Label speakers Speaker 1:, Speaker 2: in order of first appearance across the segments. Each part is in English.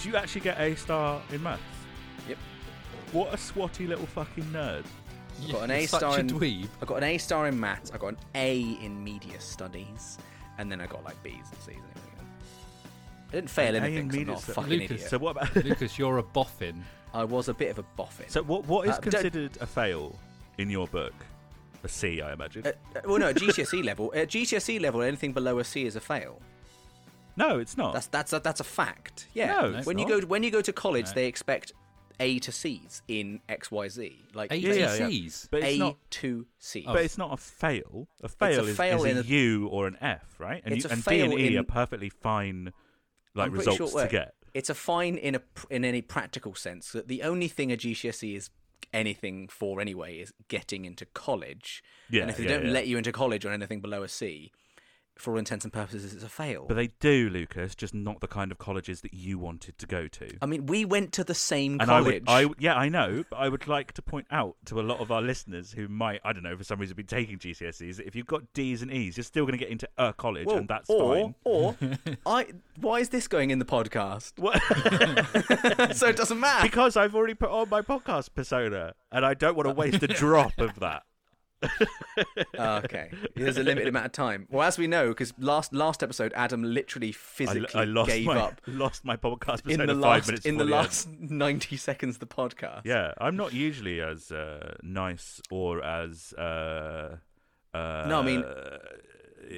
Speaker 1: Do you actually get A star in maths?
Speaker 2: Yep.
Speaker 1: What a swotty little fucking nerd.
Speaker 2: I got an
Speaker 3: You're
Speaker 2: A
Speaker 3: such
Speaker 2: star
Speaker 3: a
Speaker 2: in
Speaker 3: dweeb.
Speaker 2: I got an A star in maths. I got an A in media studies, and then I got like B's and C's. And everything. else. I didn't fail
Speaker 1: An A in
Speaker 2: anything. 'cause I'm
Speaker 1: media
Speaker 2: not a
Speaker 1: studies.
Speaker 2: fucking
Speaker 3: Lucas,
Speaker 2: idiot.
Speaker 1: So what about
Speaker 3: Lucas, you're a boffin.
Speaker 2: I was a bit of a boffin.
Speaker 1: So what what is
Speaker 2: Uh, don't-
Speaker 1: considered a fail in your book? A C, I imagine.
Speaker 2: Uh, uh, well, no, at GCSE level. uh, At GCSE E level, anything below a C is a fail.
Speaker 1: no, it's not.
Speaker 2: That's that's a, that's a fact. Yeah.
Speaker 1: Oh. No, it's
Speaker 2: when you
Speaker 1: not.
Speaker 2: go when you go to college, they expect A to C's in X Y Z. Like
Speaker 3: A
Speaker 1: Yeah,
Speaker 3: to
Speaker 1: yeah, yeah.
Speaker 3: C's.
Speaker 1: but it's
Speaker 2: A
Speaker 1: not Oh,
Speaker 2: to C.
Speaker 3: Oh.
Speaker 1: but it's not a fail. A
Speaker 2: a
Speaker 1: fail, is-
Speaker 2: fail
Speaker 1: is,
Speaker 2: in
Speaker 1: a
Speaker 2: a-
Speaker 1: U or an F, right? And,
Speaker 2: It's
Speaker 1: you,
Speaker 2: a
Speaker 1: and D
Speaker 2: fail
Speaker 1: and E
Speaker 2: in-
Speaker 1: are perfectly fine like
Speaker 2: I'm pretty
Speaker 1: results
Speaker 2: well,
Speaker 1: to get.
Speaker 2: It's a fine in a pr- in any practical sense that the only thing a GCSE E is anything for anyway is getting into college.
Speaker 1: Yeah,
Speaker 2: and if they
Speaker 1: yeah,
Speaker 2: don't
Speaker 1: yeah.
Speaker 2: let you into college on anything below a C, for all intents and purposes, it's a fail.
Speaker 1: But they do, Lucas, just not the kind of colleges that you wanted to go to.
Speaker 2: I mean, we went to the same
Speaker 1: And
Speaker 2: college.
Speaker 1: I would, I would- yeah, I know, but I would like to point out to a lot of our listeners who might, I don't know, for some reason be taking GCSEs, that if you've got D's and E's, you're still going to get into a college,
Speaker 2: Well,
Speaker 1: and that's
Speaker 2: or
Speaker 1: fine.
Speaker 2: or I. Why is this going in the podcast? so it doesn't matter.
Speaker 1: because I've already put on my podcast persona, and I don't want to waste a drop of that.
Speaker 2: Ah, okay, there's a limited amount of time. Well, as we know, because last last episode, Adam literally
Speaker 1: I,
Speaker 2: physically
Speaker 1: I lost
Speaker 2: gave
Speaker 1: my
Speaker 2: up
Speaker 1: lost my podcast persona
Speaker 2: in the
Speaker 1: five
Speaker 2: last
Speaker 1: minutes
Speaker 2: in the
Speaker 1: before end.
Speaker 2: last 90 seconds of the podcast.
Speaker 1: Yeah, I'm not usually as uh, nice or as. Uh, uh,
Speaker 2: No, I mean-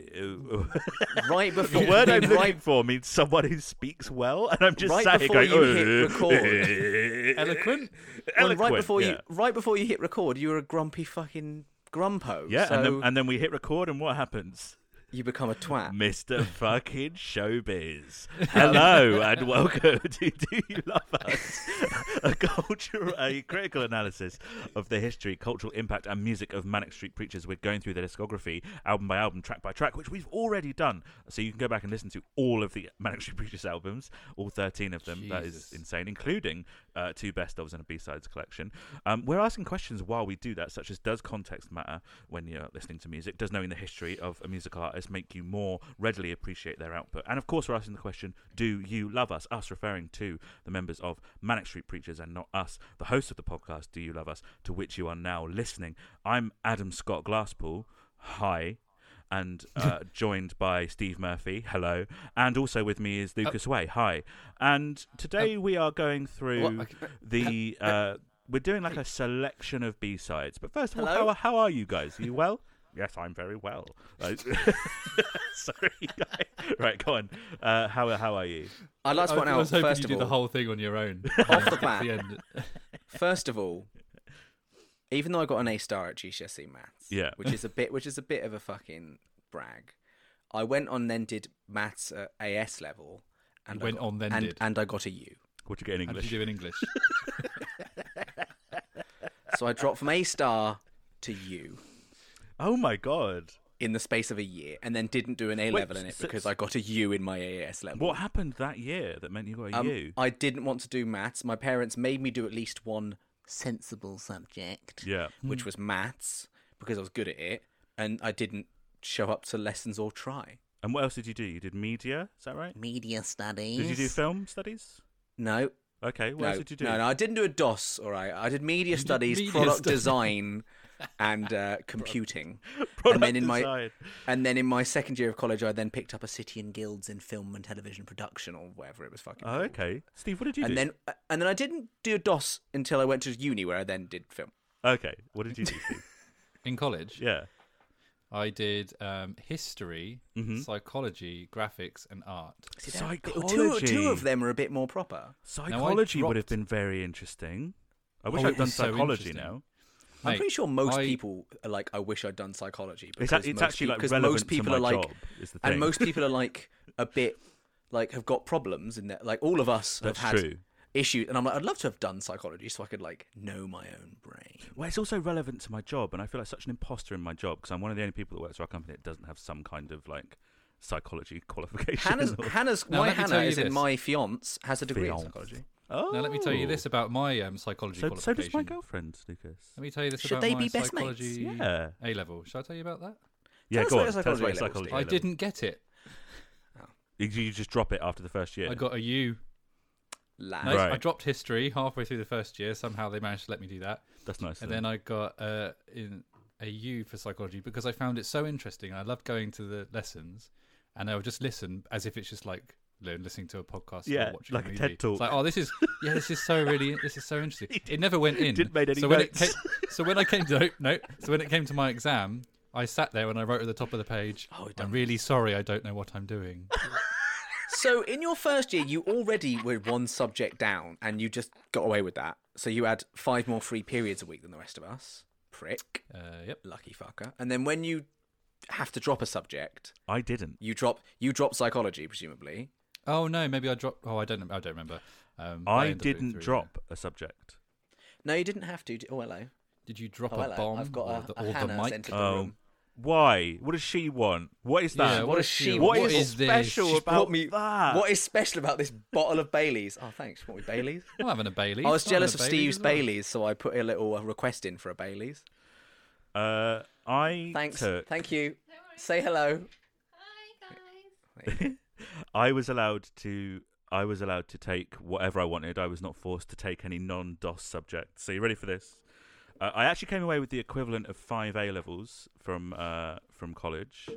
Speaker 2: Right before
Speaker 1: The word I'm
Speaker 2: right,
Speaker 1: looking for means someone who speaks well, and I'm just
Speaker 2: Right
Speaker 1: sat here
Speaker 2: before
Speaker 1: going,
Speaker 2: you hit
Speaker 1: "Ugh."
Speaker 3: Eloquent.
Speaker 2: well, right
Speaker 1: Eloquent,
Speaker 2: before you
Speaker 1: yeah.
Speaker 2: right before you hit record, you were a grumpy fucking grumpo.
Speaker 1: Yeah,
Speaker 2: so
Speaker 1: and, then, and then we hit record, and what happens?
Speaker 2: you become a twat.
Speaker 1: Mr. fucking Showbiz. Hello, and welcome to Do You Love Us? A cultural, a critical analysis of the history, cultural impact, and music of Manic Street Preachers. We're going through their discography, album by album, track by track, which we've already done. So you can go back and listen to all of the Manic Street Preachers albums, all 13 of them. That is
Speaker 3: Jesus.
Speaker 1: insane, including uh, two best ofs and a B sides collection. Um, we're asking questions while we do that, such as does context matter when you're listening to music? Does knowing the history of a musical artist make you more readily appreciate their output? And of course, we're asking the question do you love us? Us referring to the members of Manic Street Preachers and not us, the host of the podcast Do You Love Us, to which you are now listening. I'm Adam Scott Glasspool. Hi. And uh, joined by Steve Murphy, hello, and also with me is
Speaker 2: Oh.
Speaker 1: Lucas Way, hi. And today we are going through
Speaker 3: Well, okay.
Speaker 1: the uh, we're doing like a selection of B sides. But first of all,
Speaker 2: Hello?
Speaker 1: how, how are you guys? Are you well? Yes, I'm very well. Uh, sorry, guy. right, go on. Uh, how how are you?
Speaker 2: I'd like to
Speaker 3: I,
Speaker 2: point
Speaker 3: I
Speaker 2: out
Speaker 3: was hoping
Speaker 2: first
Speaker 3: you
Speaker 2: of
Speaker 3: did the
Speaker 2: all,
Speaker 3: whole thing on your own.
Speaker 2: Off the
Speaker 3: At
Speaker 2: bat.
Speaker 3: end.
Speaker 2: first of all, even though I got an A star at GCSE E maths,
Speaker 1: Yeah.
Speaker 2: which is a bit, which is a bit of a fucking brag. I went on then did maths at AS level, and I
Speaker 3: Went
Speaker 2: got-
Speaker 3: on then
Speaker 2: and,
Speaker 3: did.
Speaker 2: and I got a U.
Speaker 1: What you get in
Speaker 3: How did you
Speaker 1: English?
Speaker 3: do in English?
Speaker 2: So I dropped from A star to U
Speaker 1: Oh my god!
Speaker 2: in the space of a year, and then didn't do an A
Speaker 1: Wait,
Speaker 2: level in it
Speaker 1: so-
Speaker 2: because I got a U in my AS level.
Speaker 1: What happened that year that meant you got a
Speaker 2: Um,
Speaker 1: U?
Speaker 2: I didn't want to do maths. My parents made me do at least one sensible subject,
Speaker 1: Yeah.
Speaker 2: which was maths, because I was good at it, and I didn't show up to lessons or try.
Speaker 1: And what else did you do? You did media. Is that right?
Speaker 2: Media studies.
Speaker 1: Did you do film studies?
Speaker 2: No.
Speaker 1: Okay. What
Speaker 2: no,
Speaker 1: else did you do?
Speaker 2: No, no, I didn't do a DOS, all right. I did media studies,
Speaker 3: media
Speaker 2: product
Speaker 3: studies.
Speaker 2: design, and uh, computing.
Speaker 1: Product
Speaker 2: and then in my
Speaker 1: design.
Speaker 2: and then in my second year of college, I then picked up a city and guilds in film and television production or whatever it was fucking.
Speaker 1: Oh,
Speaker 2: called.
Speaker 1: okay. Steve, what did you
Speaker 2: and
Speaker 1: do?
Speaker 2: then and then I didn't do a DOS until I went to uni, where I then did film.
Speaker 1: Okay. What did you do? Steve?
Speaker 3: In college,
Speaker 1: yeah.
Speaker 3: I did um, history,
Speaker 2: Mm-hmm.
Speaker 3: psychology, graphics, and art.
Speaker 2: See, they're- Two, two of them are a bit more proper.
Speaker 1: Psychology would have
Speaker 3: dropped-
Speaker 1: been very interesting. I wish
Speaker 3: Oh,
Speaker 1: I'd done
Speaker 3: it's so
Speaker 1: psychology
Speaker 3: interesting.
Speaker 1: now.
Speaker 2: I'm
Speaker 3: Mate,
Speaker 2: pretty sure most
Speaker 3: I-
Speaker 2: people are like, I wish I'd done psychology.
Speaker 1: It's,
Speaker 2: Because
Speaker 1: a, it's
Speaker 2: most
Speaker 1: actually
Speaker 2: peop-
Speaker 1: like
Speaker 2: 'cause
Speaker 1: relevant
Speaker 2: most people
Speaker 1: to my
Speaker 2: are like,
Speaker 1: job. Is the thing.
Speaker 2: and most people are like a bit like have got problems in that. Like all of us
Speaker 1: That's
Speaker 2: have had
Speaker 1: true.
Speaker 2: issues, and I'm like, I'd love to have done psychology so I could like know my own brain.
Speaker 1: Well, it's also relevant to my job, and I feel like such an imposter in my job because I'm one of the only people that works for our company that doesn't have some kind of like psychology qualification.
Speaker 2: Hannah's,
Speaker 1: or-
Speaker 2: Hannah's,
Speaker 3: Now,
Speaker 2: my
Speaker 3: let me tell
Speaker 2: Hannah
Speaker 3: you
Speaker 2: is in
Speaker 3: this.
Speaker 2: my fiance has a degree
Speaker 1: Fiance.
Speaker 2: in psychology.
Speaker 1: oh,
Speaker 3: Now let me tell you this about my um, psychology
Speaker 1: So, so
Speaker 3: qualification.
Speaker 1: does my girlfriend, Lucas.
Speaker 3: Let me tell you this
Speaker 2: Should
Speaker 3: about
Speaker 2: they
Speaker 3: my
Speaker 2: be best mates?
Speaker 3: psychology
Speaker 1: Yeah.
Speaker 3: A level. Should I tell you about that?
Speaker 1: Yeah,
Speaker 2: us
Speaker 1: go
Speaker 2: about
Speaker 1: on.
Speaker 2: your
Speaker 1: Tell us about your
Speaker 2: psychology
Speaker 1: psychology.
Speaker 3: I
Speaker 1: level.
Speaker 3: didn't get it.
Speaker 1: You, you just drop it after the first year.
Speaker 3: I got a U.
Speaker 2: Lad.
Speaker 3: No,
Speaker 1: Right.
Speaker 3: I dropped history halfway through the first year. Somehow they managed to let me do that,
Speaker 1: That's nice.
Speaker 3: and then I got uh, in a U for psychology because I found it so interesting. I loved going to the lessons, and I would just listen as if it's just like learn listening to a podcast.
Speaker 1: Yeah,
Speaker 3: or watching
Speaker 1: like a
Speaker 3: a, movie.
Speaker 1: TED Talk.
Speaker 3: It's like, oh, this is yeah, this is so really this is so interesting. It never went in.
Speaker 1: didn't make any
Speaker 3: so when it came,
Speaker 1: notes.
Speaker 3: so when I came to no, no, so when it came to my exam. I sat there and I wrote at the top of the page,
Speaker 2: Oh, it
Speaker 3: I'm
Speaker 2: done.
Speaker 3: really sorry I don't know what I'm doing.
Speaker 2: So in your first year, you already were one subject down, and you just got away with that. So you had five more free periods a week than the rest of us. Prick,
Speaker 3: Uh, yep.
Speaker 2: lucky fucker. And then when you have to drop a subject,
Speaker 1: I didn't.
Speaker 2: you drop you drop psychology, presumably.
Speaker 3: Oh no, maybe I dropped. Oh, I don't. I don't remember. Um, but
Speaker 1: I
Speaker 3: ended up doing
Speaker 1: didn't
Speaker 3: three, yeah.
Speaker 1: drop a subject.
Speaker 2: No, you didn't have to. d- Oh hello,
Speaker 3: Did you drop
Speaker 2: oh
Speaker 3: a
Speaker 2: hello.
Speaker 3: bomb?
Speaker 2: I've got
Speaker 3: or
Speaker 2: a,
Speaker 3: the,
Speaker 2: a
Speaker 3: or the
Speaker 2: Hannah has
Speaker 3: mic?
Speaker 2: entered the
Speaker 1: Oh,
Speaker 2: room.
Speaker 1: Why? What does she want? What is that?
Speaker 3: Yeah,
Speaker 2: what
Speaker 3: what
Speaker 2: does
Speaker 3: is
Speaker 2: she
Speaker 3: she?
Speaker 2: want?
Speaker 1: what
Speaker 2: what
Speaker 1: is,
Speaker 3: this?
Speaker 1: special
Speaker 3: She's
Speaker 1: about
Speaker 2: What me-
Speaker 1: that?
Speaker 2: What is special about this bottle of Baileys? Oh, thanks. Want me Baileys?
Speaker 3: I'm having a Bailey's.
Speaker 2: I was
Speaker 3: I'm
Speaker 2: jealous of
Speaker 3: having a Baileys
Speaker 2: Steve's
Speaker 3: as well.
Speaker 2: Baileys, so I put a little uh, request in for a Baileys.
Speaker 1: Uh, I
Speaker 2: Thanks.
Speaker 1: took-
Speaker 2: Thank you. Say hello.
Speaker 4: Hi guys.
Speaker 1: I was allowed to. I was allowed to take whatever I wanted. I was not forced to take any non-DOS subjects. So you ready for this? Uh, I actually came away with the equivalent of five A levels from uh, from college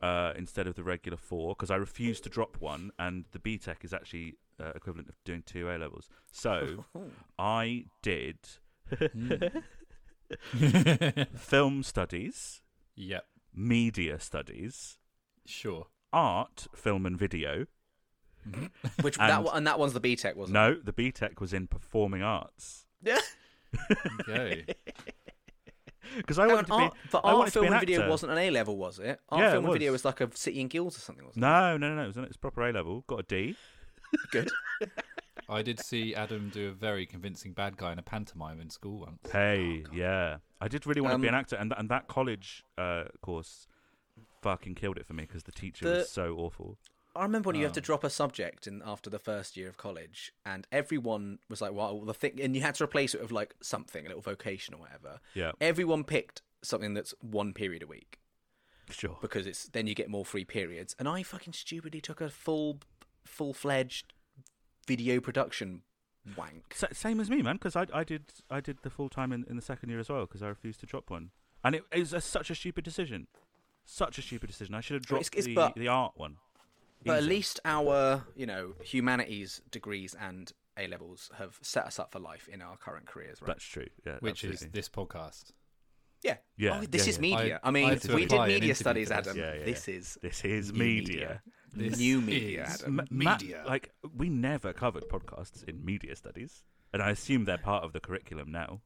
Speaker 1: uh, instead of the regular four because I refused to drop one, and the B Tech is actually uh, equivalent of doing two A levels. So I did film studies,
Speaker 3: Yep.
Speaker 1: media studies,
Speaker 3: Sure.
Speaker 1: art, film and video.
Speaker 2: Which
Speaker 1: And-
Speaker 2: that one, and that one's the B Tech, wasn't
Speaker 1: No, the B Tech was in performing arts
Speaker 2: it?
Speaker 3: Okay.
Speaker 1: because I
Speaker 2: Hang
Speaker 1: wanted
Speaker 2: on,
Speaker 1: to be.
Speaker 2: art, but
Speaker 1: I
Speaker 2: art,
Speaker 1: wanted to
Speaker 2: film,
Speaker 1: be an
Speaker 2: and video
Speaker 1: actor.
Speaker 2: wasn't an A level, was it? Art,
Speaker 1: Yeah, it
Speaker 2: film, and video was
Speaker 1: was.
Speaker 2: like a City and Guilds or something, wasn't
Speaker 1: No, no, no, no. It was, an, it was proper A level. Got a D.
Speaker 2: Oh, it? Good.
Speaker 3: I did see Adam do a very convincing bad guy in a pantomime in school once.
Speaker 1: Hey, yeah. I did really want to be
Speaker 2: Um,
Speaker 1: an actor, and th- and that college uh, course fucking killed it for me because the teacher
Speaker 2: The-
Speaker 1: was so awful.
Speaker 2: I remember when you
Speaker 1: Oh.
Speaker 2: have to drop a subject in after the first year of college, and everyone was like, "Well, the thing," and you had to replace it with like something, a little vocation or whatever.
Speaker 1: Yeah.
Speaker 2: Everyone picked something that's one period a week
Speaker 1: Sure.
Speaker 2: because it's then you get more free periods. And I fucking stupidly took a full, full fledged video production wank.
Speaker 1: Sa- same as me, man. Because I, I did I did the full time in, in the second year as well because I refused to drop one, and it, it was a, such a stupid decision. Such a stupid decision. I should have dropped
Speaker 2: It's- it's
Speaker 1: the,
Speaker 2: but-
Speaker 1: the art one.
Speaker 2: But at
Speaker 1: Easy.
Speaker 2: least our, you know, humanities degrees and A levels have set us up for life in our current careers, right?
Speaker 1: that's true. Yeah,
Speaker 3: Which
Speaker 1: absolutely.
Speaker 3: is this podcast.
Speaker 2: Yeah.
Speaker 1: Yeah,
Speaker 2: Oh, this
Speaker 1: yeah,
Speaker 2: is
Speaker 1: yeah.
Speaker 2: media.
Speaker 3: I-
Speaker 2: I, mean,
Speaker 3: I had to
Speaker 2: we did
Speaker 3: apply an
Speaker 2: media
Speaker 3: interview
Speaker 2: studies,
Speaker 3: for this.
Speaker 2: Adam.
Speaker 1: Yeah, yeah,
Speaker 2: this
Speaker 1: yeah.
Speaker 2: is
Speaker 1: This is
Speaker 2: new
Speaker 1: media.
Speaker 3: This
Speaker 2: New Uh, media,
Speaker 3: is
Speaker 2: Adam.
Speaker 1: Ma- ma- like we never covered podcasts in media studies, and I assume they're part of the curriculum now.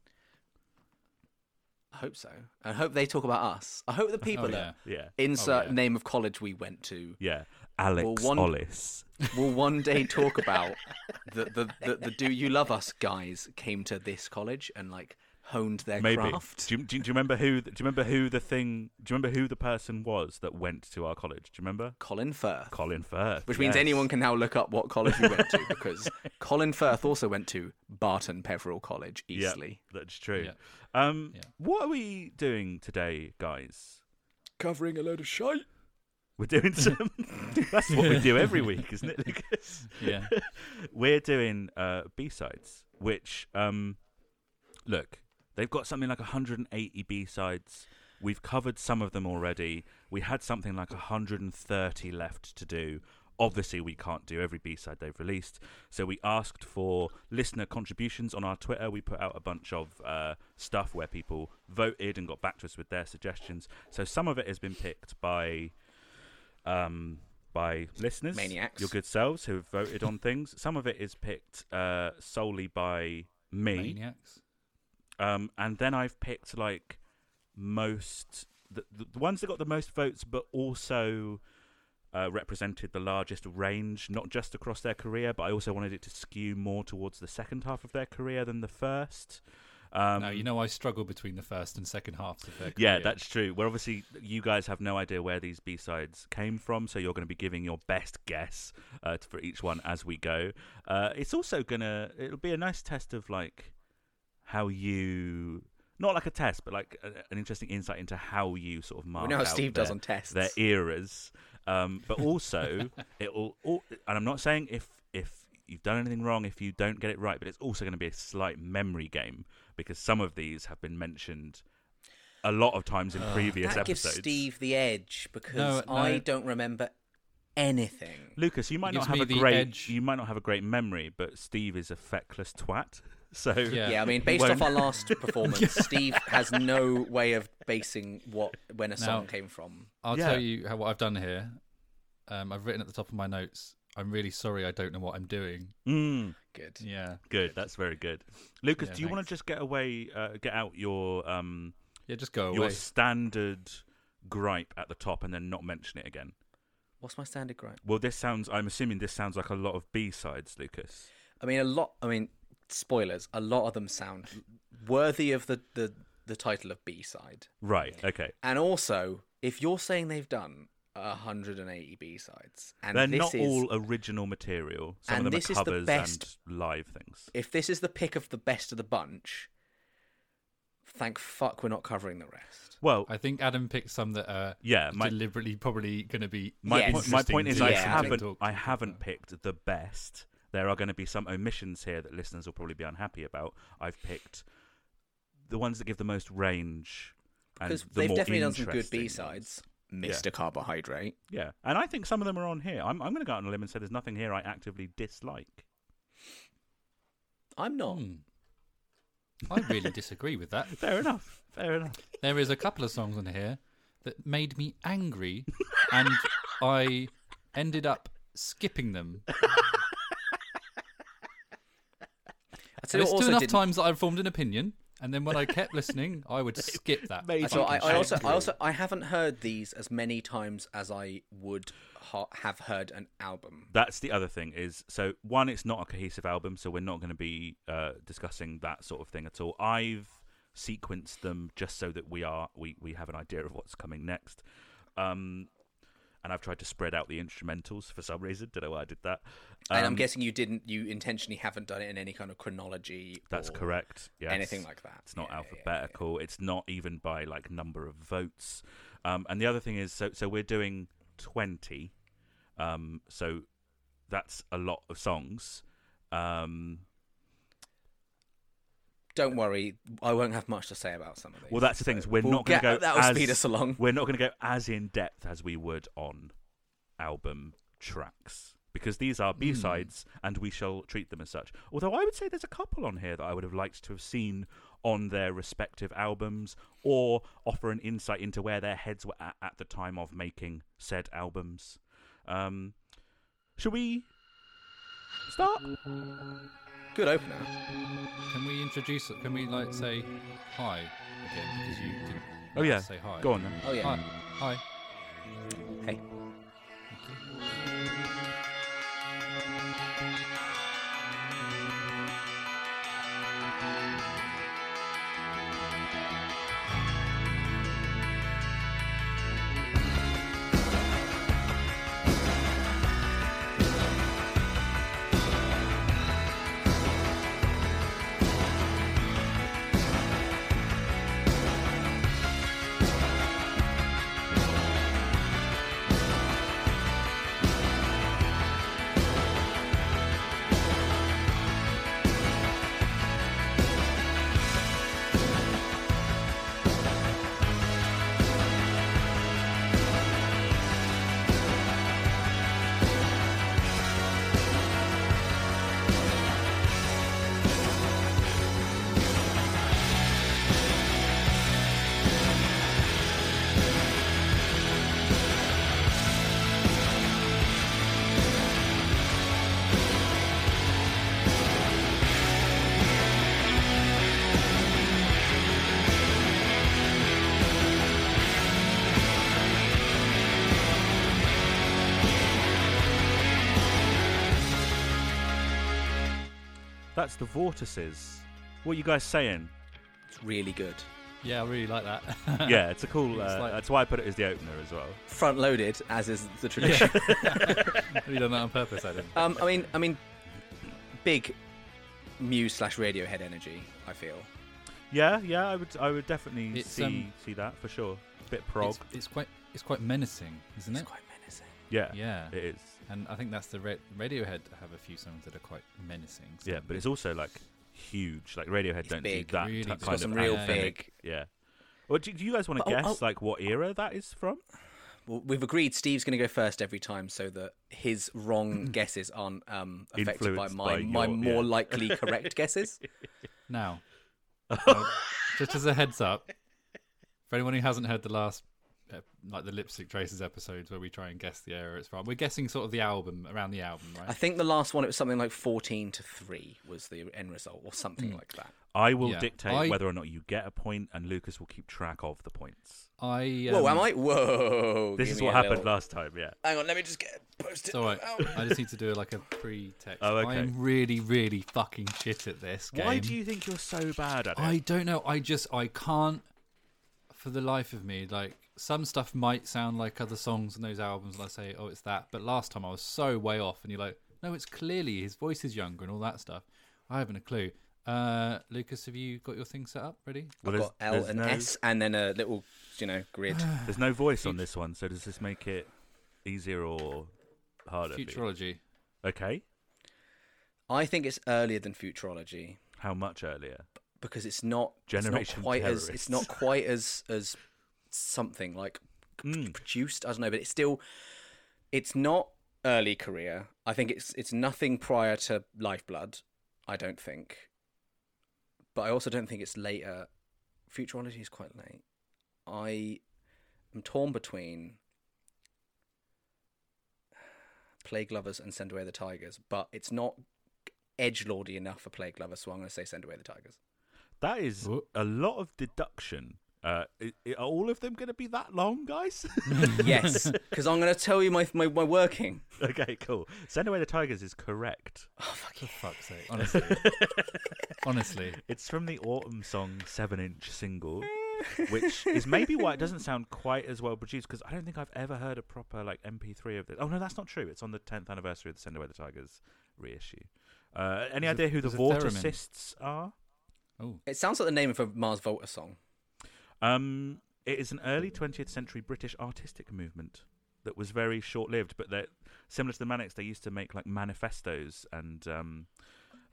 Speaker 2: I hope so. I hope they talk about us. I hope the people
Speaker 3: yeah.
Speaker 2: that
Speaker 1: Yeah,
Speaker 2: insert
Speaker 3: yeah.
Speaker 2: name of college we went to
Speaker 1: yeah. Alex
Speaker 2: Well, one-
Speaker 1: Ollis.
Speaker 2: will one day talk about the the, the the Do You Love Us guys came to this college and like honed their
Speaker 1: Maybe.
Speaker 2: craft.
Speaker 1: Do you, do, you, do you remember who? Do you remember who the thing? Do you remember who the person was that went to our college? Do you remember?
Speaker 2: Colin Firth.
Speaker 1: Colin Firth.
Speaker 2: Which means
Speaker 1: yes.
Speaker 2: anyone can now look up what college we went to because Colin Firth also went to Barton Peveril College,
Speaker 1: Yeah,
Speaker 2: Eastleigh.
Speaker 1: that's true.
Speaker 3: Yeah.
Speaker 1: Um,
Speaker 3: Yeah.
Speaker 1: What are we doing today, guys?
Speaker 2: Covering a load of shite.
Speaker 1: We're doing some. that's what we do every week, isn't it, Lucas?
Speaker 3: Yeah.
Speaker 1: We're doing uh, B sides, which um, look, they've got something like 180 B sides. We've covered some of them already. We had something like 130 left to do. Obviously, we can't do every B side they've released, so we asked for listener contributions on our Twitter. We put out a bunch of uh, stuff where people voted and got back to us with their suggestions. So some of it has been picked by um, by listeners,
Speaker 2: Maniacs.
Speaker 1: your good selves who have voted on things. Some of it is picked uh, solely by me.
Speaker 3: Maniacs.
Speaker 1: Um, and then I've picked like most the, the, the ones that got the most votes, but also uh, represented the largest range, not just across their career, but I also wanted it to skew more towards the second half of their career than the first. Um,
Speaker 3: no, you know I struggle between the first and second halves of their
Speaker 1: yeah,
Speaker 3: career.
Speaker 1: that's true. Well, obviously, you guys have no idea where these B sides came from, so you're going to be giving your best guess uh, for each one as we go. Uh, it's also gonna it'll be a nice test of like how you not like a test, but like a, an interesting insight into how you sort of mark.
Speaker 2: know how
Speaker 1: out
Speaker 2: Steve
Speaker 1: their,
Speaker 2: does on tests.
Speaker 1: Their eras, um, but also it'll. al- And I'm not saying if if you've done anything wrong, if you don't get it right, but it's also going to be a slight memory game because some of these have been mentioned a lot of times in previous
Speaker 2: That gives
Speaker 1: episodes.
Speaker 2: Steve the edge because
Speaker 3: No, no.
Speaker 2: I don't remember anything.
Speaker 1: Lucas, you might
Speaker 3: It
Speaker 1: not
Speaker 3: gives
Speaker 1: have
Speaker 3: me
Speaker 1: a
Speaker 3: the
Speaker 1: great
Speaker 3: edge.
Speaker 1: you might not have a great memory, but Steve is a feckless twat. So
Speaker 3: Yeah.
Speaker 2: Yeah, I mean,
Speaker 1: He
Speaker 2: based
Speaker 1: won't-
Speaker 2: off our last performance, Steve has no way of basing what when a song
Speaker 3: Now-
Speaker 2: came from.
Speaker 3: I'll
Speaker 1: Yeah.
Speaker 3: tell you how, what I've done here. Um, I've written at the top of my notes. I'm really sorry. I don't know what I'm doing.
Speaker 1: Mm.
Speaker 2: Good.
Speaker 3: Yeah.
Speaker 1: Good. That's very good. Lucas,
Speaker 3: Yeah,
Speaker 1: do you want
Speaker 3: thanks.
Speaker 1: to just get away, uh, get out your um,
Speaker 3: Yeah. Just go
Speaker 1: your
Speaker 3: away.
Speaker 1: standard gripe at the top and then not mention it again?
Speaker 2: What's my standard gripe?
Speaker 1: Well, this sounds. I'm assuming this sounds like a lot of B sides, Lucas.
Speaker 2: I mean, a lot. I mean, spoilers. A lot of them sound worthy of the the, the title of B side.
Speaker 1: Right. Okay.
Speaker 2: And also, if you're saying they've done 180 B sides, and
Speaker 1: They're
Speaker 2: this
Speaker 1: not
Speaker 2: is,
Speaker 1: all original material. Some
Speaker 2: and
Speaker 1: of them
Speaker 2: this
Speaker 1: are
Speaker 2: is the
Speaker 1: covers
Speaker 2: best-
Speaker 1: and live things.
Speaker 2: if this is the pick of the best of the bunch, thank fuck we're not covering the rest.
Speaker 1: Well,
Speaker 3: I think Adam picked some that are
Speaker 1: Yeah, my-
Speaker 3: deliberately probably going to be.
Speaker 1: my,
Speaker 2: Yes.
Speaker 1: point, my point is, I
Speaker 2: Yeah.
Speaker 1: haven't.
Speaker 3: Talk-
Speaker 1: I
Speaker 3: talk
Speaker 1: haven't
Speaker 3: about.
Speaker 1: picked the best. There are going to be some omissions here that listeners will probably be unhappy about. I've picked the ones that give the most range. and
Speaker 2: Because
Speaker 1: the
Speaker 2: they've
Speaker 1: more
Speaker 2: definitely done some good
Speaker 1: interesting
Speaker 2: B
Speaker 1: ones.
Speaker 2: sides. Mr. Carbohydrate.
Speaker 1: Yeah, and I think some of them are on here. I'm, I'm going to go out on a limb and say there's nothing here I actively dislike.
Speaker 2: I'm not.
Speaker 3: Hmm. I really disagree with that.
Speaker 1: Fair enough. Fair enough.
Speaker 3: There is a couple of songs on here that made me angry, and I ended up skipping them.
Speaker 2: I tell
Speaker 3: So
Speaker 2: you
Speaker 3: There's
Speaker 2: what
Speaker 3: still
Speaker 2: also
Speaker 3: enough
Speaker 2: didn't-
Speaker 3: times that I formed an opinion, and then when I kept listening, I would skip that.
Speaker 1: made
Speaker 2: I, tell you what, I, I
Speaker 1: fucking
Speaker 2: also,
Speaker 1: shit.
Speaker 2: I also, I haven't heard these as many times as I would ha- have heard an album.
Speaker 1: That's the other thing is so one, it's not a cohesive album, so we're not going to be uh, discussing that sort of thing at all. I've sequenced them just so that we are we we have an idea of what's coming next. Um, and I've tried to spread out the instrumentals for some reason. Don't know why I did that.
Speaker 2: and I'm
Speaker 1: Um,
Speaker 2: guessing you didn't, you intentionally haven't done it in any kind of chronology.
Speaker 1: That's
Speaker 2: or
Speaker 1: correct. Yes.
Speaker 2: Anything like that.
Speaker 1: It's not
Speaker 2: Yeah, yeah, yeah, yeah.
Speaker 1: alphabetical. It's not even by like number of votes. Um, and the other thing is, so so we're doing twenty. Um, so that's a lot of songs. Um,
Speaker 2: Don't worry, I won't have much to say about some of these.
Speaker 1: well, that's the thing. Is we're
Speaker 2: We'll
Speaker 1: not going to
Speaker 2: get-
Speaker 1: go.
Speaker 2: that'll
Speaker 1: as,
Speaker 2: speed us along.
Speaker 1: We're not going to go as in depth as we would on album tracks because these
Speaker 2: Hmm.
Speaker 1: are B sides, and we shall treat them as such. Although I would say there's a couple on here that I would have liked to have seen on their respective albums or offer an insight into where their heads were at at the time of making said albums. Um, should we start?
Speaker 2: Good opener.
Speaker 3: Can we introduce? Can we like say hi again because you didn't?
Speaker 1: Oh, yeah.
Speaker 3: Say hi.
Speaker 1: Go on then.
Speaker 2: Oh, yeah.
Speaker 3: Hi. Hi.
Speaker 2: Hey.
Speaker 1: That's the Vortices. What are you guys saying?
Speaker 2: It's really good.
Speaker 3: Yeah, I really like that.
Speaker 1: yeah, it's a cool.
Speaker 3: It's
Speaker 1: Uh,
Speaker 3: like-
Speaker 1: That's why I put it as the opener as well.
Speaker 2: Front loaded, as is the tradition.
Speaker 3: we done that on purpose, I didn't.
Speaker 2: um, I mean, I mean, big Muse slash Radiohead energy. I feel.
Speaker 1: Yeah, yeah, I would, I would definitely
Speaker 3: It's,
Speaker 1: see
Speaker 3: um,
Speaker 1: see that for sure. Bit prog.
Speaker 3: It's, it's quite it's quite menacing, isn't it?
Speaker 2: quite menacing.
Speaker 1: yeah,
Speaker 3: yeah.
Speaker 1: it is.
Speaker 3: and I think that's the Ra- Radiohead have a few songs that are quite menacing. so-
Speaker 1: Yeah, but it's also like huge. Like Radiohead
Speaker 2: It's
Speaker 1: don't
Speaker 2: big.
Speaker 1: do that
Speaker 3: Really
Speaker 1: t-
Speaker 3: big.
Speaker 1: kind
Speaker 3: It's
Speaker 1: of
Speaker 2: got some real
Speaker 1: academic-
Speaker 2: big-
Speaker 1: Yeah. Well, do, do you guys want to
Speaker 2: But, oh,
Speaker 1: guess
Speaker 2: oh.
Speaker 1: like what era that is from?
Speaker 2: Well, we've agreed Steve's going to go first every time, so that his wrong guesses aren't um, affected
Speaker 1: Influenced
Speaker 2: by my
Speaker 1: by
Speaker 2: my
Speaker 1: your-
Speaker 2: more
Speaker 1: yeah.
Speaker 2: likely correct guesses.
Speaker 3: now, now, just as a heads up, for anyone who hasn't heard the last, uh, like the Lipstick Traces episodes where we try and guess the era it's from, we're guessing sort of the album around the album, right?
Speaker 2: I think the last one it was something like fourteen to three was the end result, or something
Speaker 1: Hmm.
Speaker 2: like that.
Speaker 1: I will
Speaker 3: Yeah.
Speaker 1: dictate
Speaker 3: I-
Speaker 1: whether or not you get a point, and Lucas will keep track of the points.
Speaker 3: I
Speaker 2: Whoa,
Speaker 3: um,
Speaker 2: am I? Whoa!
Speaker 1: This
Speaker 2: give
Speaker 1: is
Speaker 2: me
Speaker 1: what
Speaker 2: a
Speaker 1: happened
Speaker 2: little-
Speaker 1: last time. Yeah.
Speaker 2: Hang on, let me just get post it. Oh.
Speaker 3: It's all right. I just need to do like a pre-text.
Speaker 1: Oh, okay.
Speaker 3: I am really, really fucking shit at this game.
Speaker 1: Why do you think you're so bad at it?
Speaker 3: I don't know. I just I can't for the life of me like some stuff might sound like other songs on those albums and I say oh it's that but last time I was so way off and you're like no it's clearly his voice is younger and all that stuff. I haven't a clue. Uh Lucas have you got your thing set up ready?
Speaker 1: Well,
Speaker 2: I've
Speaker 1: there's-
Speaker 2: got L
Speaker 1: there's
Speaker 2: and
Speaker 1: no-
Speaker 2: S, and then a little, you know, grid.
Speaker 1: There's no voice on this one, so does this make it easier or harder? for you?
Speaker 3: Futurology.
Speaker 1: Okay.
Speaker 2: I think it's earlier than futurology
Speaker 1: How much earlier?
Speaker 2: because it's not it's not
Speaker 1: Generation
Speaker 2: quite as it's not
Speaker 1: terrorists.
Speaker 2: quite as as something like
Speaker 1: Mm.
Speaker 2: produced. I don't know, but it's still it's not early career. I think it's it's nothing prior to Lifeblood. I don't think, but I also don't think it's later. Futurology is quite late. I am torn between Plague Lovers and Send Away the Tigers, but it's not edge lordy enough for Plague Lovers, so I'm going to say Send Away the Tigers.
Speaker 1: That is
Speaker 3: Whoop.
Speaker 1: a lot of deduction. Uh, i i- are all of them going to be that long, guys?
Speaker 2: yes, because I'm going to tell you my, my my working.
Speaker 1: okay, cool. Send away the tigers is correct.
Speaker 2: Oh fuck yeah.
Speaker 3: Fuck's sake. Honestly. Honestly.
Speaker 1: It's from the autumn song Seven Inch single, which is maybe why it doesn't sound quite as well produced because I don't think I've ever heard a proper like MP3 of this. Oh no, that's not true. It's on the 10th anniversary of the Send Away the Tigers reissue. Uh, any
Speaker 3: There's a-
Speaker 1: idea who the
Speaker 3: there's a theremin.
Speaker 1: Vorticists are?
Speaker 3: Oh.
Speaker 2: It sounds like the name of a Mars Volta song.
Speaker 1: Um, it is an early 20th century British artistic movement that was very short lived, but they're similar to the Manics. They used to make like manifestos and um,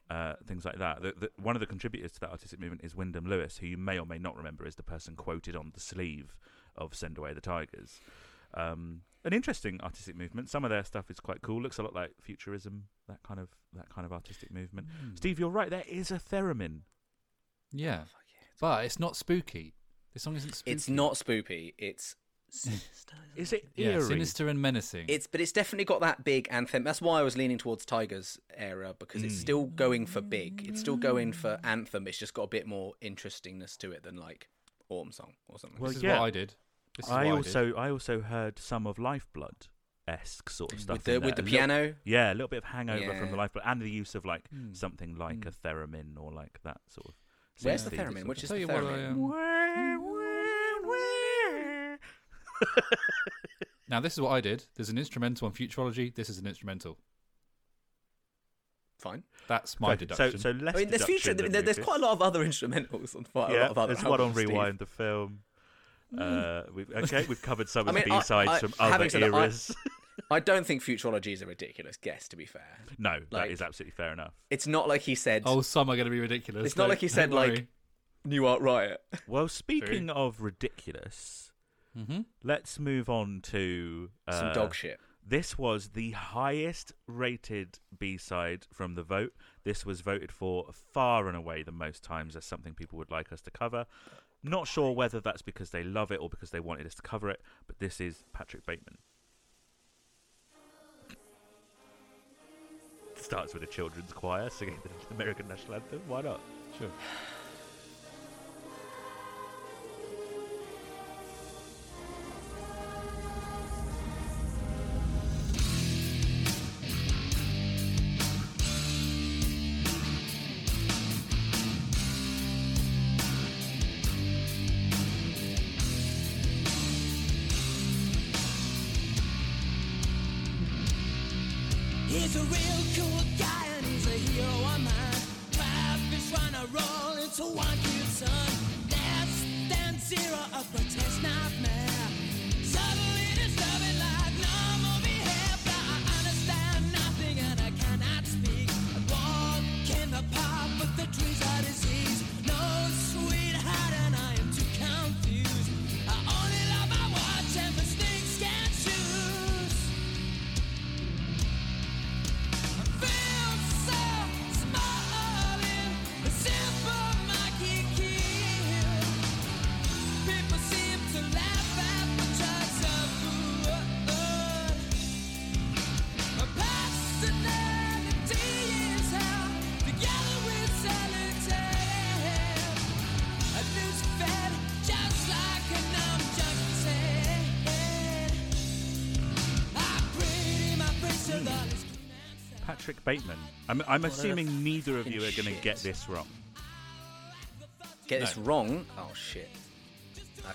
Speaker 1: uh, things like that. The, the, one of the contributors to that artistic movement is Wyndham Lewis, who you may or may not remember is the person quoted on the sleeve of Send Away the Tigers. Um, an interesting artistic movement. Some of their stuff is quite cool. Looks a lot like futurism, that kind of that kind of artistic movement. Steve, you're right. There is a theremin.
Speaker 3: Oh, Yeah. but it's not spooky. This song isn't spooky.
Speaker 2: It's not spoopy. It's sinister.
Speaker 1: Is it
Speaker 3: yeah,
Speaker 1: eerie?
Speaker 3: sinister and menacing.
Speaker 2: it's but it's definitely got that big anthem. That's why I was leaning towards Tiger's era because
Speaker 3: Mm.
Speaker 2: it's still going for big. It's still going for anthem. It's just got a bit more interestingness to it than like Autumn Song or something.
Speaker 1: Well,
Speaker 3: this is
Speaker 1: yeah.
Speaker 3: what I did. This is
Speaker 1: I
Speaker 3: what I, did.
Speaker 1: also I, also heard some of Lifeblood esque sort of stuff
Speaker 2: with the
Speaker 1: in
Speaker 2: with the
Speaker 1: there. A
Speaker 2: piano.
Speaker 1: little, yeah, a little bit of hangover from
Speaker 2: Yeah.
Speaker 1: the Lifeblood and the use of like
Speaker 3: Hmm.
Speaker 1: something like a theremin or like that sort of.
Speaker 2: Where's the
Speaker 1: synthy sort
Speaker 2: theremin?
Speaker 1: of-
Speaker 2: Which is
Speaker 3: Tell
Speaker 2: the
Speaker 3: you what,
Speaker 2: theremin?
Speaker 3: I, um, Now this is what I did. There's an instrumental on futurology. This is an instrumental.
Speaker 2: Fine.
Speaker 3: That's my
Speaker 1: so, so
Speaker 3: deduction.
Speaker 1: so less.
Speaker 2: I mean, there's future.
Speaker 1: deduction than
Speaker 2: There, there's
Speaker 1: Lucas.
Speaker 2: quite a lot of other instrumentals on quite a
Speaker 1: Yeah,
Speaker 2: lot of other.
Speaker 1: there's one on
Speaker 2: albums, Steve. Hmm.
Speaker 1: rewind the film. Uh, we've, okay, we've covered some
Speaker 2: I
Speaker 1: of the
Speaker 2: mean, I-
Speaker 1: B sides
Speaker 2: I-
Speaker 1: from
Speaker 2: having
Speaker 1: other
Speaker 2: said that, I-
Speaker 1: eras.
Speaker 2: I don't think futurology is a ridiculous guess. To be fair,
Speaker 1: no, that
Speaker 2: like-
Speaker 1: is absolutely fair enough.
Speaker 2: it's not like he said
Speaker 3: oh, some are going to be ridiculous.
Speaker 2: It's not
Speaker 3: Don't-
Speaker 2: like he
Speaker 3: don't
Speaker 2: said, like-
Speaker 3: worry.
Speaker 2: New Art Riot.
Speaker 1: Well, speaking of ridiculous,
Speaker 3: Mhm.
Speaker 1: let's move on to uh,
Speaker 2: Some dog shit.
Speaker 1: This was the highest rated B side from the vote. This was voted for far and away the most times as something people would like us to cover. Not sure whether that's because they love it or because they wanted us to cover it, but this is Patrick Bateman. Starts with a children's choir singing the American National Anthem. Why not?
Speaker 3: Sure.
Speaker 5: He's a real cool guy and he's a hero of mine. Traffic's trying to roll into one cute sun. Less than zero of protest nightmare. Suddenly disturbing like normal behavior. I understand nothing and I cannot speak. I walk in the park but the trees are diseased. No sweetheart and I am too confused. I only love my watch and the things can choose. Just like a numb junkie I prayed in my face till all is clean and sound.
Speaker 1: Patrick Bateman. I'm, I'm assuming neither of you are
Speaker 2: fucking
Speaker 1: going to get
Speaker 2: shit.
Speaker 1: this wrong.
Speaker 2: Get this wrong. Oh shit.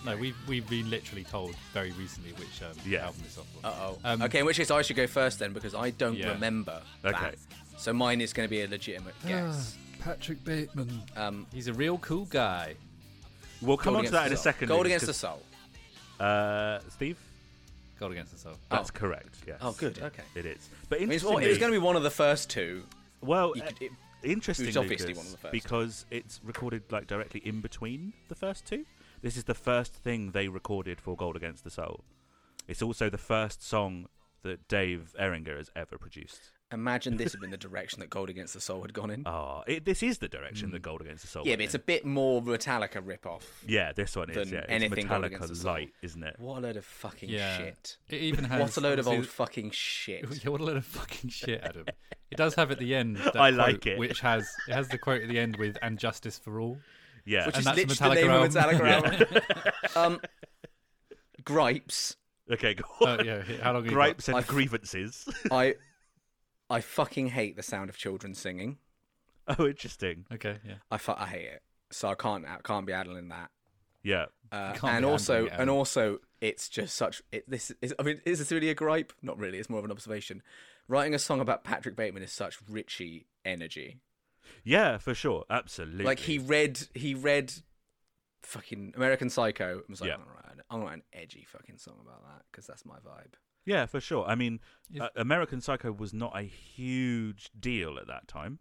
Speaker 3: No, we've we've been literally told very recently which um,
Speaker 1: Yeah.
Speaker 3: album this off. of.
Speaker 2: Uh oh.
Speaker 3: Um,
Speaker 2: okay, in which case I should go first then because I don't
Speaker 3: Yeah.
Speaker 2: remember.
Speaker 1: Okay.
Speaker 2: That. So mine is going to be a legitimate guess.
Speaker 3: Ah, Patrick Bateman.
Speaker 2: Um,
Speaker 3: He's a real cool guy.
Speaker 1: We'll come
Speaker 2: Gold
Speaker 1: on to
Speaker 2: Against
Speaker 1: that
Speaker 2: the
Speaker 1: in a
Speaker 2: Soul.
Speaker 1: second.
Speaker 2: Gold
Speaker 1: Lucas,
Speaker 2: against the soul.
Speaker 1: because, uh, Steve,
Speaker 3: Gold against himself.
Speaker 1: that's
Speaker 2: Oh.
Speaker 1: correct. Yes.
Speaker 2: Oh, good, okay.
Speaker 1: It is. But
Speaker 2: I mean, it's,
Speaker 1: interestingly,
Speaker 2: well, it was going to be one of the first two.
Speaker 1: well,
Speaker 2: You could-
Speaker 1: uh,
Speaker 2: it-
Speaker 1: interesting,
Speaker 2: it was obviously
Speaker 1: Lucas,
Speaker 2: one of the first.
Speaker 1: because it's recorded like directly in between the first two. This is the first thing they recorded for Gold Against the Soul. It's also the first song that Dave Ehringer has ever produced.
Speaker 2: Imagine this had been the direction that Gold Against the Soul had gone in.
Speaker 1: Ah, it, this is the direction that Gold Against the Soul.
Speaker 2: Hmm. yeah,
Speaker 1: went
Speaker 2: but it's a
Speaker 1: in.
Speaker 2: bit more Metallica rip-off.
Speaker 1: yeah. This one is
Speaker 2: than
Speaker 1: yeah. It's
Speaker 2: anything Gold Against the
Speaker 1: Metallica
Speaker 2: Soul.
Speaker 1: light, isn't it?
Speaker 2: What a load of fucking
Speaker 3: Yeah.
Speaker 2: shit.
Speaker 3: It even has
Speaker 2: What a load of
Speaker 3: obviously-
Speaker 2: old fucking shit.
Speaker 3: Yeah, what a load of fucking shit, Adam. It does have at the end. That
Speaker 1: I like
Speaker 3: quote,
Speaker 1: it.
Speaker 3: which has it has the quote at the end with "and justice for all."
Speaker 1: Yeah.
Speaker 2: Which
Speaker 3: And
Speaker 2: is
Speaker 3: that's a
Speaker 2: literally the name of
Speaker 3: Metallica
Speaker 2: Metallica album. um, gripes.
Speaker 1: okay. Go
Speaker 3: Oh
Speaker 1: on.
Speaker 3: yeah, how long? have you got?
Speaker 1: Gripes and
Speaker 2: I've-
Speaker 1: grievances.
Speaker 2: I, I fucking hate the sound of children singing.
Speaker 1: oh, interesting.
Speaker 3: Okay, yeah.
Speaker 2: I, fu- I hate it. So I can't I can't be addling that.
Speaker 1: Yeah.
Speaker 2: Uh,
Speaker 3: can't be
Speaker 2: and also
Speaker 3: handling it,
Speaker 2: and
Speaker 3: Adam.
Speaker 2: also it's just such it, this is I mean is this really a gripe? Not really. It's more of an observation. Writing a song about Patrick Bateman is such Richie energy.
Speaker 1: Yeah, for sure. Absolutely.
Speaker 2: Like he read he read fucking American Psycho and was like
Speaker 1: Yeah.
Speaker 2: I'm gonna write an, I'm gonna write an edgy fucking song about that because that's my vibe.
Speaker 1: Yeah, for sure. I mean,
Speaker 3: Is-
Speaker 1: uh, American Psycho was not a huge deal at that time.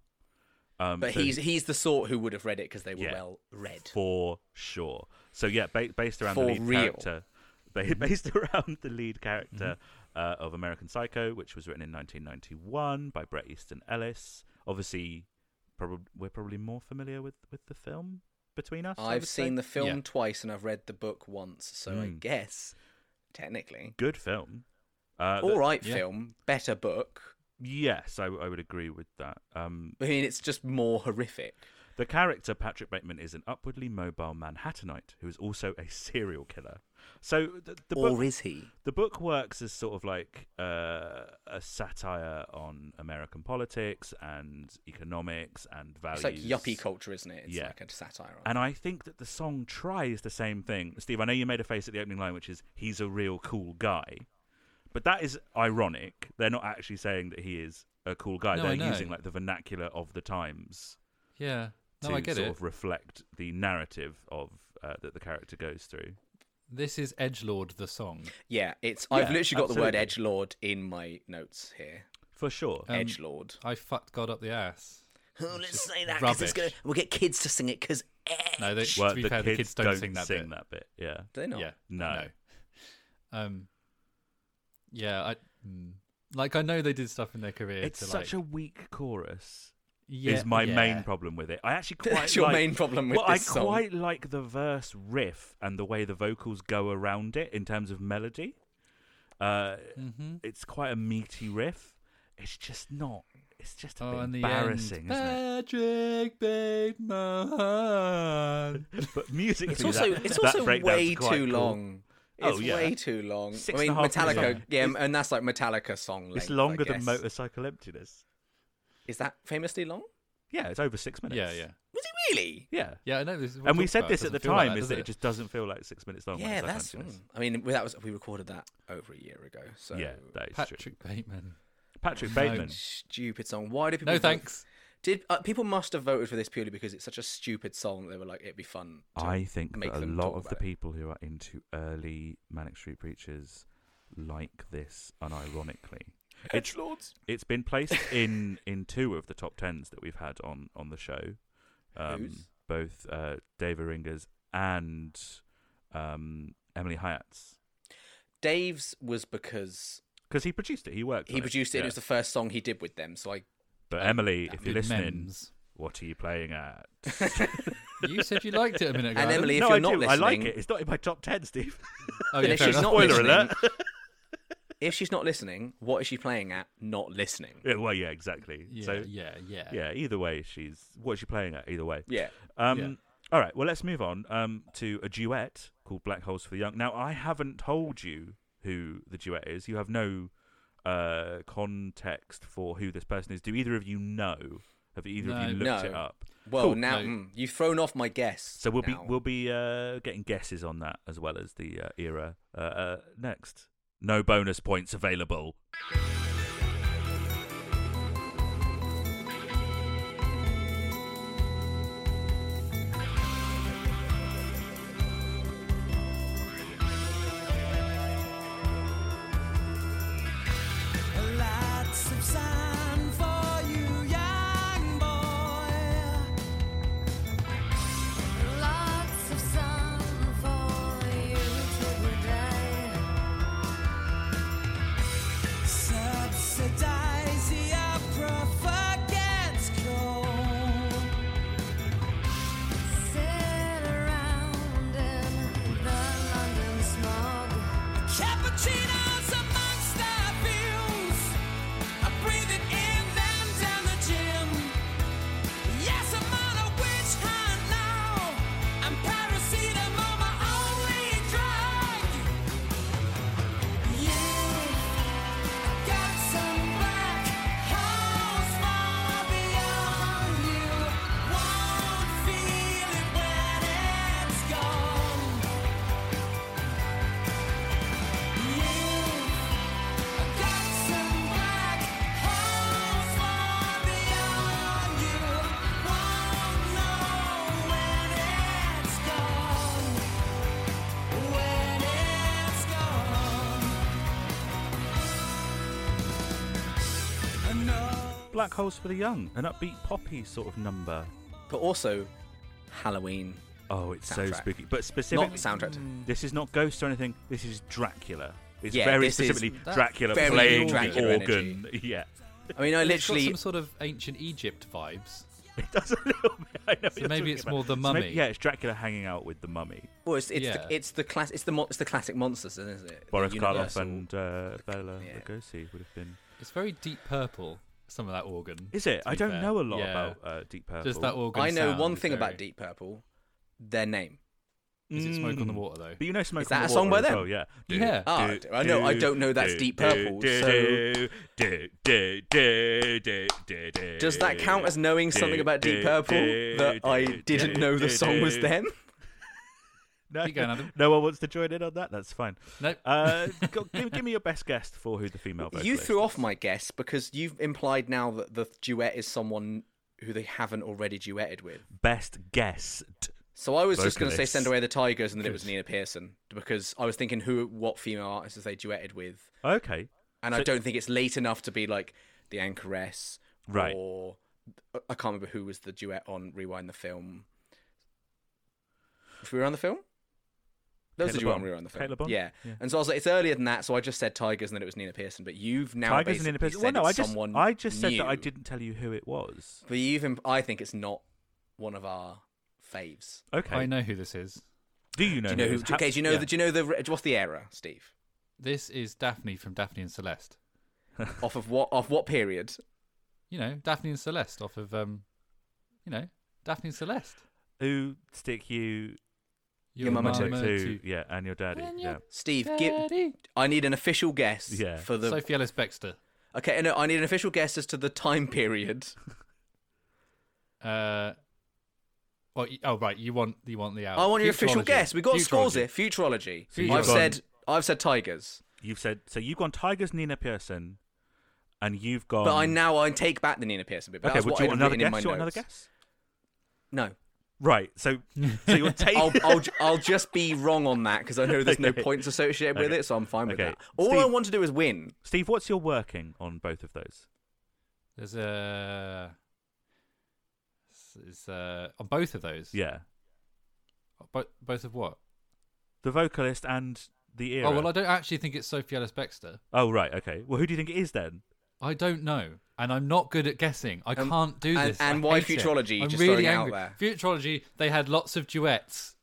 Speaker 1: Um,
Speaker 2: But
Speaker 1: so-
Speaker 2: he's he's the sort who would have read it because they were
Speaker 1: Yeah.
Speaker 2: well read.
Speaker 1: for sure. So yeah, ba- based around the
Speaker 2: For
Speaker 1: lead
Speaker 2: real.
Speaker 1: character,
Speaker 3: Mm-hmm.
Speaker 1: ba- based around the lead character uh, of American Psycho, which was written in 1991 by Brett Easton Ellis. Obviously, probably we're probably more familiar with with the film between us. I
Speaker 2: I've
Speaker 1: would
Speaker 2: seen
Speaker 1: say.
Speaker 2: the film
Speaker 3: Yeah.
Speaker 2: twice and I've read the book once, so I
Speaker 1: Mm.
Speaker 2: guess technically,
Speaker 1: good film. Uh,
Speaker 2: all right,
Speaker 3: yeah.
Speaker 2: film, better book.
Speaker 1: Yes, I, I would agree with that. Um,
Speaker 2: I mean, it's just more horrific.
Speaker 1: The character Patrick Bateman is an upwardly mobile Manhattanite who is also a serial killer. So the, the book
Speaker 2: or is he?
Speaker 1: the book works as sort of like uh, a satire on American politics and economics and
Speaker 2: It's
Speaker 1: values.
Speaker 2: like yuppie culture, isn't it? It's
Speaker 1: Oh, Yeah.
Speaker 2: like a satire. On.
Speaker 1: And I think that the song tries the same thing. Steve, I know you made a face at the opening line, which is "He's a real cool guy," but that is ironic. They're not actually saying that he is a cool guy.
Speaker 3: No, I
Speaker 1: They're
Speaker 3: know.
Speaker 1: using like the vernacular of the times
Speaker 3: Yeah.
Speaker 1: to
Speaker 3: No, I get
Speaker 1: sort
Speaker 3: it.
Speaker 1: of reflect the narrative of uh, that the character goes through.
Speaker 3: This is Edgelord the song.
Speaker 2: yeah, it's. I've
Speaker 1: Yeah,
Speaker 2: literally got the word edge
Speaker 1: absolutely.
Speaker 2: lord in my notes here.
Speaker 1: For sure.
Speaker 3: Um,
Speaker 2: Edge lord.
Speaker 3: I fucked God up the ass.
Speaker 2: Oh,
Speaker 3: It's
Speaker 2: let's
Speaker 3: just
Speaker 2: say that because it's gonna.
Speaker 3: rubbish.
Speaker 2: We'll get kids to sing it because.
Speaker 3: No, they,
Speaker 1: Well,
Speaker 3: to be fair, the kids don't, sing that bit.
Speaker 1: Yeah.
Speaker 2: Do they not?
Speaker 3: Yeah.
Speaker 1: No.
Speaker 3: No. Um. Yeah, I mm. like. I know they did stuff in their career.
Speaker 1: It's
Speaker 3: to,
Speaker 1: such
Speaker 3: like,
Speaker 1: a weak chorus.
Speaker 3: yeah,
Speaker 1: is my main
Speaker 3: yeah.
Speaker 1: problem with it. I actually quite
Speaker 2: That's your
Speaker 1: like-
Speaker 2: main problem with
Speaker 1: well,
Speaker 2: this
Speaker 1: I
Speaker 2: song.
Speaker 1: quite like the verse riff and the way the vocals go around it in terms of melody. Uh,
Speaker 2: Mm-hmm.
Speaker 1: It's quite a meaty riff. It's just not. It's just a
Speaker 3: Oh,
Speaker 1: bit
Speaker 3: and the
Speaker 1: embarrassing,
Speaker 3: end.
Speaker 1: isn't it?
Speaker 3: Patrick Bateman.
Speaker 1: But musically,
Speaker 2: It's also
Speaker 1: that,
Speaker 2: it's
Speaker 1: that
Speaker 2: also
Speaker 1: breakdown's
Speaker 2: way
Speaker 1: quite
Speaker 2: too
Speaker 1: cool.
Speaker 2: long.
Speaker 1: Oh,
Speaker 2: It's
Speaker 1: yeah.
Speaker 2: way too long.
Speaker 1: Six
Speaker 2: I mean,
Speaker 1: and a half minutes
Speaker 2: Metallica,
Speaker 1: long.
Speaker 2: yeah, and that's like Metallica song length.
Speaker 1: It's longer
Speaker 2: I
Speaker 1: than
Speaker 2: guess.
Speaker 1: Motorcycle Emptiness.
Speaker 2: Is that famously long?
Speaker 1: Yeah, it's over six minutes.
Speaker 3: Yeah, yeah,
Speaker 2: Was it really?
Speaker 1: yeah.
Speaker 3: yeah. I know this.
Speaker 1: and we said this at the time is that
Speaker 3: that
Speaker 1: it just doesn't feel like six minutes long. when
Speaker 2: yeah,
Speaker 1: it's like
Speaker 2: that's.
Speaker 1: emptiness.
Speaker 2: mm. I mean, that was we recorded that over a year ago. So
Speaker 1: yeah, that is true.
Speaker 3: Patrick Bateman?
Speaker 1: Patrick Bateman.
Speaker 2: stupid song. Why do people?
Speaker 3: No
Speaker 2: vote-
Speaker 3: thanks.
Speaker 2: Did uh, people must have voted for this purely because it's such a stupid song? They were like, it'd be fun. To
Speaker 1: I think
Speaker 2: make
Speaker 1: that a
Speaker 2: them
Speaker 1: lot
Speaker 2: talk
Speaker 1: of the
Speaker 2: about it.
Speaker 1: people who are into early Manic Street Preachers like this, unironically. It's,
Speaker 2: Edgelords.
Speaker 1: it's been placed in in two of the top tens that we've had on on the show. Um,
Speaker 2: Whose?
Speaker 1: both uh, Dave Ringer's and um, Emily Hyatt's.
Speaker 2: Dave's was because
Speaker 1: Because he produced it, he worked.
Speaker 2: he
Speaker 1: on
Speaker 2: produced it.
Speaker 1: yeah.
Speaker 2: It was the first song he did with them. So I
Speaker 1: But Emily,
Speaker 2: that
Speaker 1: if you're
Speaker 3: Good
Speaker 1: listening,
Speaker 3: memes.
Speaker 1: what are you playing at?
Speaker 3: You said you liked it a minute ago.
Speaker 2: And
Speaker 3: Adam.
Speaker 2: Emily, if
Speaker 1: no,
Speaker 2: you're
Speaker 1: I
Speaker 2: not
Speaker 1: do. I like
Speaker 2: listening-
Speaker 1: it. It's not in my top ten, Steve.
Speaker 3: oh,
Speaker 2: and
Speaker 3: yeah,
Speaker 2: if
Speaker 3: fair
Speaker 2: she's
Speaker 3: enough.
Speaker 2: not
Speaker 1: Spoiler
Speaker 2: listening-
Speaker 1: alert.
Speaker 2: if she's not listening, what is she playing at? Not listening.
Speaker 1: yeah, well, yeah, exactly.
Speaker 3: yeah,
Speaker 1: so
Speaker 3: yeah, yeah,
Speaker 1: yeah, either way, she's what's she playing at? Either way.
Speaker 2: Yeah.
Speaker 1: Um,
Speaker 3: Yeah.
Speaker 1: All right. Well, let's move on um, to a duet called "Black Holes for the Young." Now, I haven't told you who the duet is. You have no uh, context for who this person is. Do either of you know? Have either of you
Speaker 3: No.
Speaker 1: looked
Speaker 2: No.
Speaker 1: it up?
Speaker 2: Well,
Speaker 1: Cool.
Speaker 2: now
Speaker 3: No.
Speaker 2: mm, you've thrown off my guess.
Speaker 1: So we'll
Speaker 2: now.
Speaker 1: be we'll be uh, getting guesses on that as well as the uh, era uh, uh, next. No bonus points available.
Speaker 5: Lots of sun for you, young boy.
Speaker 4: Lots of sun for you today.
Speaker 5: Subsidize your propaganda cure.
Speaker 4: Sit around in the London smog.
Speaker 5: Cappuccinos amongst our views. I breathe it in, then down the gym. Yes, I'm on a witch hunt now. I'm paracetamol, my only drug.
Speaker 4: You got some black holes far beyond you.
Speaker 5: Won't feel it when it's gone.
Speaker 4: You've got some black holes far beyond you. Won't know when it's gone.
Speaker 5: When it's gone. I know.
Speaker 1: Black Holes for the Young, an upbeat poppy sort of number.
Speaker 2: But also, Halloween.
Speaker 1: Oh, it's so
Speaker 2: Soundtrack.
Speaker 1: spooky. But
Speaker 2: Not the
Speaker 1: specifically,
Speaker 2: soundtrack. to-
Speaker 1: This is not Ghost or anything. This is Dracula. It's
Speaker 2: Yeah,
Speaker 1: very
Speaker 2: this is-
Speaker 1: specifically
Speaker 3: that's
Speaker 1: Dracula
Speaker 2: very
Speaker 1: playing
Speaker 2: Dracula
Speaker 1: the organ. Yeah.
Speaker 2: I mean, I
Speaker 3: It's got
Speaker 2: literally.
Speaker 3: some sort of ancient Egypt vibes.
Speaker 1: It does a little bit. I know what you're
Speaker 3: maybe it's
Speaker 1: talking
Speaker 3: more
Speaker 1: about.
Speaker 3: the
Speaker 1: So maybe-
Speaker 3: mummy.
Speaker 1: yeah, it's Dracula hanging out with the mummy.
Speaker 2: Well, it's it's
Speaker 3: Yeah.
Speaker 2: the, it's the class it's the mo- it's the classic monsters, then, isn't it? The
Speaker 1: Boris Karloff
Speaker 2: universal-
Speaker 1: and uh, Bella
Speaker 2: yeah.
Speaker 1: Lugosi would have been.
Speaker 3: It's very deep purple. Some of that organ.
Speaker 1: Is it?
Speaker 3: to
Speaker 1: I
Speaker 3: be
Speaker 1: don't
Speaker 3: fair.
Speaker 1: know a lot
Speaker 3: Yeah.
Speaker 1: about uh, Deep Purple.
Speaker 3: Just that organ.
Speaker 2: I know
Speaker 3: sound
Speaker 2: one
Speaker 3: is
Speaker 2: thing
Speaker 3: very-
Speaker 2: about Deep Purple, their name.
Speaker 3: Is it Smoke on the
Speaker 1: Mm.
Speaker 3: Water though?
Speaker 1: But you know, smoke
Speaker 2: Is that
Speaker 1: on the
Speaker 2: a song
Speaker 1: Water
Speaker 2: by
Speaker 1: as
Speaker 2: them?
Speaker 1: Well, yeah.
Speaker 3: Yeah.
Speaker 2: Ah, I know- I don't know that's Deep Purple, so- Does that
Speaker 1: Eh,
Speaker 2: count as knowing something about Deep Purple that I
Speaker 1: eh,
Speaker 2: didn't know the song was them?
Speaker 1: No,
Speaker 3: Keep going, Adam.
Speaker 1: no one wants to join in on that. That's fine.
Speaker 3: Nope.
Speaker 1: Uh, go- give, give me your best guess for who the female vocalist.
Speaker 2: You threw
Speaker 1: is.
Speaker 2: off my guess because you've implied now that the duet is someone who they haven't already duetted with.
Speaker 1: best guess.
Speaker 2: So I was just going to say
Speaker 1: Vocalists.
Speaker 2: "Send Away the Tigers" and then it was
Speaker 1: Good.
Speaker 2: Nina Pearson because I was thinking who, what female artists they duetted with,
Speaker 1: Okay.
Speaker 2: and I
Speaker 1: So-
Speaker 2: don't think it's late enough to be like the Anchoress,
Speaker 1: Right.
Speaker 2: Or I can't remember who was the duet on Rewind the Film. If we were on the film, there was a
Speaker 1: Kate
Speaker 2: duet on
Speaker 1: LeBon.
Speaker 2: Rewind the
Speaker 1: Kate
Speaker 2: Film.
Speaker 1: LeBon?
Speaker 2: Yeah.
Speaker 1: Yeah.
Speaker 2: and so I was like, it's earlier than that, so I just said Tigers, and then it was Nina Pearson. But you've now
Speaker 1: Tigers and
Speaker 2: basically
Speaker 1: Independence. Well,
Speaker 2: said
Speaker 1: no, I
Speaker 2: it's
Speaker 1: just
Speaker 2: someone
Speaker 1: I just said that I
Speaker 2: new.
Speaker 1: didn't tell you who it was.
Speaker 2: But you've, imp- I think it's not one of our faves.
Speaker 1: Okay.
Speaker 3: I know who this is.
Speaker 1: Do you know?
Speaker 2: Do you know
Speaker 1: who?
Speaker 2: who?
Speaker 1: it is? Ha-
Speaker 2: Okay, do you know
Speaker 1: yeah.
Speaker 2: the? Do you know the? What's the era, Steve?
Speaker 3: This is Daphne from Daphne and Celeste.
Speaker 2: off of what? Off what period?
Speaker 3: You know, Daphne and Celeste off of um, you know, Daphne and Celeste.
Speaker 1: who stick you
Speaker 2: Your Mama
Speaker 3: Mama
Speaker 2: Too.
Speaker 1: to?
Speaker 3: Too.
Speaker 1: Yeah, and your daddy.
Speaker 3: When
Speaker 1: yeah.
Speaker 3: you're-
Speaker 2: Steve, give,
Speaker 3: Daddy.
Speaker 2: I need an official guess.
Speaker 1: Yeah.
Speaker 2: For the
Speaker 3: Sophie Ellis Bextor.
Speaker 2: okay, no, I need an official guess as to the time period.
Speaker 3: Uh, well, you- oh right, you want you want the hour.
Speaker 1: Oh,
Speaker 2: I want your official guess. We got scores here.
Speaker 3: it.
Speaker 2: Futurology.
Speaker 1: So you've
Speaker 2: I've
Speaker 1: gone-
Speaker 2: said I've said tigers,
Speaker 1: You've said so. You've gone Tigers, Nina Pearson, and you've gone.
Speaker 2: but I now I take back the Nina Pearson bit. But
Speaker 1: Um, Okay,
Speaker 2: that's
Speaker 1: would
Speaker 2: what
Speaker 1: you
Speaker 2: I'd
Speaker 1: want another
Speaker 2: written in my
Speaker 1: guess? You want another
Speaker 2: notes.
Speaker 1: guess?
Speaker 2: No,
Speaker 1: Right. So, so you're taking.
Speaker 2: I'll, I'll ju- I'll just be wrong on that because I know there's
Speaker 1: Okay.
Speaker 2: no points associated with
Speaker 1: Okay.
Speaker 2: it, so I'm fine with
Speaker 1: Okay.
Speaker 2: that. All I
Speaker 1: Steve-
Speaker 2: want to do is win.
Speaker 1: Steve, what's your working on both of those?
Speaker 3: There's a. It's uh, on both of those.
Speaker 1: Yeah,
Speaker 3: Both both of what?
Speaker 1: the vocalist and the era.
Speaker 3: Oh well, I don't actually think it's Sophie Ellis Bextor.
Speaker 1: Oh, right. Okay. Well, who do you think it is then?
Speaker 3: I don't know, and I'm not good at guessing. I
Speaker 2: Um,
Speaker 3: can't do
Speaker 2: and-
Speaker 3: this.
Speaker 2: and
Speaker 3: I
Speaker 2: why
Speaker 3: hate it.
Speaker 2: Futurology?
Speaker 3: I'm
Speaker 2: Just
Speaker 3: really
Speaker 2: throwing it out
Speaker 3: angry.
Speaker 2: there.
Speaker 3: Futurology. They had lots of duets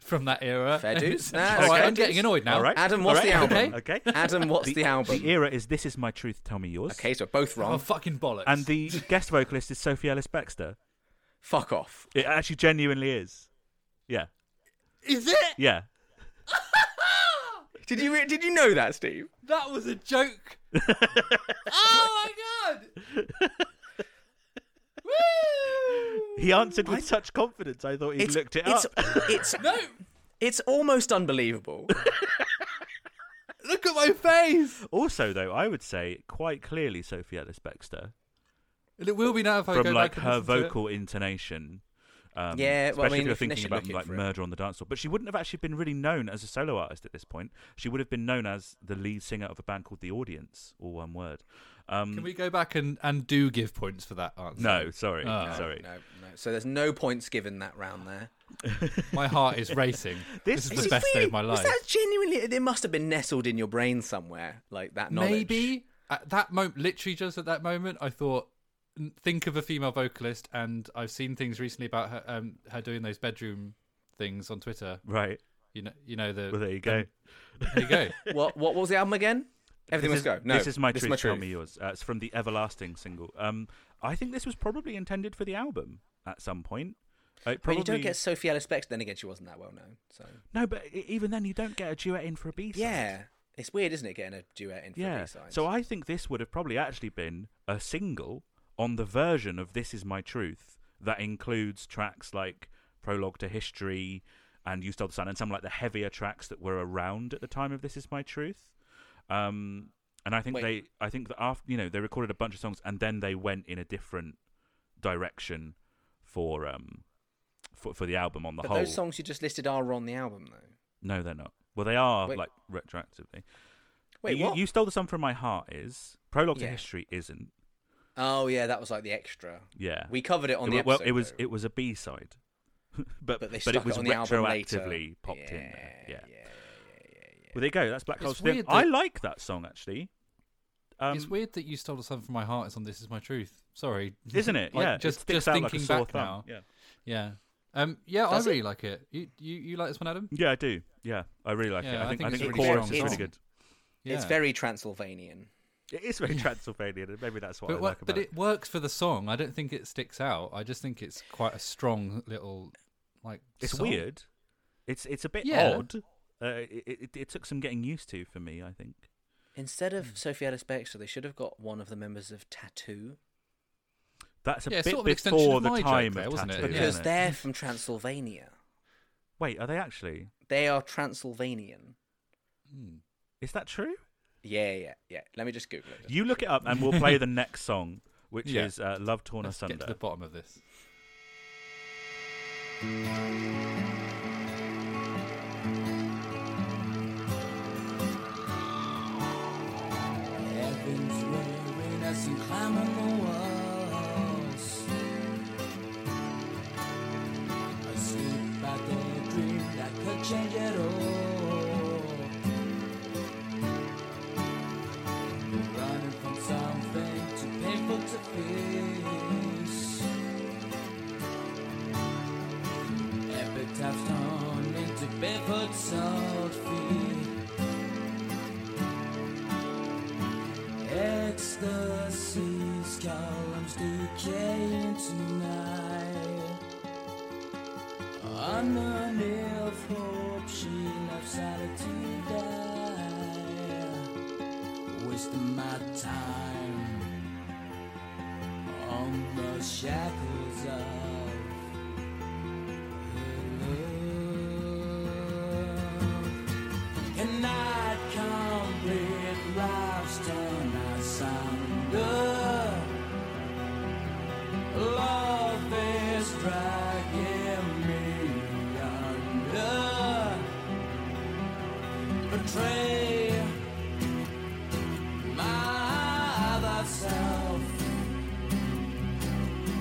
Speaker 3: from that era.
Speaker 2: Fair
Speaker 3: and
Speaker 2: dues.
Speaker 3: it's-
Speaker 2: Nah,
Speaker 3: All right,
Speaker 2: fair
Speaker 3: I'm getting
Speaker 2: dues.
Speaker 3: annoyed now.
Speaker 1: All right.
Speaker 2: Adam, what's
Speaker 1: All
Speaker 2: the
Speaker 1: right,
Speaker 2: album?
Speaker 1: Okay.
Speaker 2: Adam, what's the, album?
Speaker 1: The era is "This Is My Truth, Tell Me Yours."
Speaker 2: Okay, so both wrong.
Speaker 3: Oh, fucking bollocks.
Speaker 1: And the guest vocalist is Sophie Ellis Bextor.
Speaker 2: Fuck off.
Speaker 1: It actually genuinely is. Yeah.
Speaker 3: is it?
Speaker 1: Yeah.
Speaker 2: Did you re- did you know that, Steve?
Speaker 3: That was a joke. oh my god. Woo!
Speaker 1: He answered with such confidence. I thought he looked it
Speaker 2: it's,
Speaker 1: up.
Speaker 2: It's
Speaker 3: No,
Speaker 2: it's almost unbelievable.
Speaker 3: look at my face.
Speaker 1: Also, though, I would say quite clearly Sophie Ellis Bextor
Speaker 3: And it will be now if I
Speaker 1: from
Speaker 3: go
Speaker 1: like
Speaker 3: back and
Speaker 1: her
Speaker 3: listen to it.
Speaker 1: vocal intonation. Um,
Speaker 2: Yeah, well, I
Speaker 1: especially
Speaker 2: mean,
Speaker 1: if you're
Speaker 2: if they
Speaker 1: thinking
Speaker 2: should
Speaker 1: about
Speaker 2: look it
Speaker 1: like
Speaker 2: for it.
Speaker 1: murder on the dance floor, but she wouldn't have actually been really known as a solo artist at this point. She would have been known as the lead singer of a band called The Audience, all one word. Um,
Speaker 3: Can we go back and, and do give points for that answer?
Speaker 1: No, sorry,
Speaker 3: Oh.
Speaker 1: sorry.
Speaker 2: No, no. So there's no points given that round there.
Speaker 3: My heart is racing.
Speaker 1: This
Speaker 3: this, is the best day of my
Speaker 2: Was
Speaker 3: life.
Speaker 2: that genuinely? It must have been nestled in your brain somewhere, like that knowledge.
Speaker 3: Maybe at that moment, literally just at that moment, I thought, "N- think of a female vocalist, and I've seen things recently about her um, her doing those bedroom things on Twitter.
Speaker 1: Right.
Speaker 3: You know, you know the.
Speaker 1: Well, there you go.
Speaker 3: there you go.
Speaker 2: What what was the album again? Everything
Speaker 1: this
Speaker 2: must go.
Speaker 1: is,
Speaker 2: No,
Speaker 1: this is my
Speaker 2: this
Speaker 1: truth.
Speaker 2: Is my
Speaker 1: Tell
Speaker 2: truth.
Speaker 1: me yours. Uh, it's from the Everlasting single. Um, I think this was probably intended for the album at some point. Uh, It
Speaker 2: But
Speaker 1: probably
Speaker 2: you don't get Sophie Ellis Bextor. Then again, she wasn't that well known. So
Speaker 1: no, but e- even then, you don't get a duet in for a B side.
Speaker 2: yeah, it's weird, isn't it? Getting a duet in for
Speaker 1: yeah.
Speaker 2: B-sides.
Speaker 1: So I think this would have probably actually been a single on the version of "This Is My Truth" that includes tracks like "Prologue to History" and "You Stole the Sun" and some like the heavier tracks that were around at the time of "This Is My Truth." Um, and I think
Speaker 2: Wait.
Speaker 1: they, I think that after you know they recorded a bunch of songs and then they went in a different direction for um for for the album on the
Speaker 2: but
Speaker 1: whole.
Speaker 2: those songs you just listed are on the album though.
Speaker 1: no, they're not. Well, they are
Speaker 2: Wait.
Speaker 1: like retroactively.
Speaker 2: Wait,
Speaker 1: you,
Speaker 2: what?
Speaker 1: you stole the sun from my heart is prologue
Speaker 2: Yeah.
Speaker 1: to history isn't.
Speaker 2: Oh yeah, that was like the extra.
Speaker 1: Yeah,
Speaker 2: We covered it on
Speaker 1: It
Speaker 2: the
Speaker 1: wa- well,
Speaker 2: episode,
Speaker 1: it was
Speaker 2: though.
Speaker 1: it was a B side, but
Speaker 2: but they
Speaker 1: but
Speaker 2: stuck
Speaker 1: it was
Speaker 2: on the album later.
Speaker 1: retroactively popped in there. Yeah.
Speaker 2: yeah,
Speaker 1: Well, there you go. That's Black
Speaker 3: It's
Speaker 1: Hole's thing.
Speaker 3: weird that-
Speaker 1: I like that song actually. Um,
Speaker 3: it's weird that you stole the sun from my heart. Is on this is my truth Sorry,
Speaker 1: isn't it?
Speaker 3: Like,
Speaker 1: yeah, it
Speaker 3: just
Speaker 1: sticks
Speaker 3: just
Speaker 1: out like a
Speaker 3: thinking
Speaker 1: sore
Speaker 3: back
Speaker 1: thumb.
Speaker 3: now.
Speaker 1: Yeah.
Speaker 3: Yeah, um, yeah,
Speaker 2: Does
Speaker 3: I
Speaker 2: it?
Speaker 3: really like it. You, you you like this one, Adam?
Speaker 1: yeah, I do. Yeah, I really like
Speaker 3: Yeah,
Speaker 1: it. I
Speaker 3: I
Speaker 1: think,
Speaker 3: think
Speaker 1: I
Speaker 3: it's
Speaker 1: think the
Speaker 3: really
Speaker 1: chorus
Speaker 2: strong
Speaker 1: is really
Speaker 2: song.
Speaker 1: good.
Speaker 3: Yeah.
Speaker 2: It's very Transylvanian.
Speaker 1: It is very Transylvanian, and maybe that's what I
Speaker 3: But, what-
Speaker 1: like about
Speaker 3: but
Speaker 1: it.
Speaker 3: it works for the song. I don't think it sticks out. I just think it's quite a strong little, like.
Speaker 1: It's
Speaker 3: song.
Speaker 1: weird. It's it's a bit
Speaker 3: Yeah.
Speaker 1: odd. Uh, it, it it took some getting used to for me. I think.
Speaker 2: Instead of Sophie Ellis Bextor, they should have got one of the members of Tattoo
Speaker 1: That's a
Speaker 3: Yeah, it's
Speaker 1: bit
Speaker 3: sort of an extension
Speaker 1: before
Speaker 3: of
Speaker 1: the
Speaker 3: my joke
Speaker 1: time
Speaker 3: there,
Speaker 1: of
Speaker 3: wasn't it?
Speaker 1: tattoo,
Speaker 3: Yeah.
Speaker 2: because
Speaker 1: isn't it?
Speaker 2: they're from Transylvania.
Speaker 1: Wait, are they actually?
Speaker 2: They are Transylvanian.
Speaker 3: Mm.
Speaker 1: Is that true?
Speaker 2: Yeah, yeah, yeah. Let me just Google it.
Speaker 1: You look it up, and we'll play the next song, which
Speaker 3: Yeah.
Speaker 1: is uh, "Love Torn
Speaker 3: Let's
Speaker 1: Asunder."
Speaker 3: get to the bottom of this.
Speaker 5: Heaven's wearing us and climbing the walls. Asleep at the dream that could change it all. We're running from something too painful to face. Epitaphs torn into barefoot salt feet. Ecstasy's columns decaying tonight. Underneath hope, she left Sally to die. Wasting my time on the shackles of love cannot complete life's torn asunder. Love is dragging me under. Betray my other self.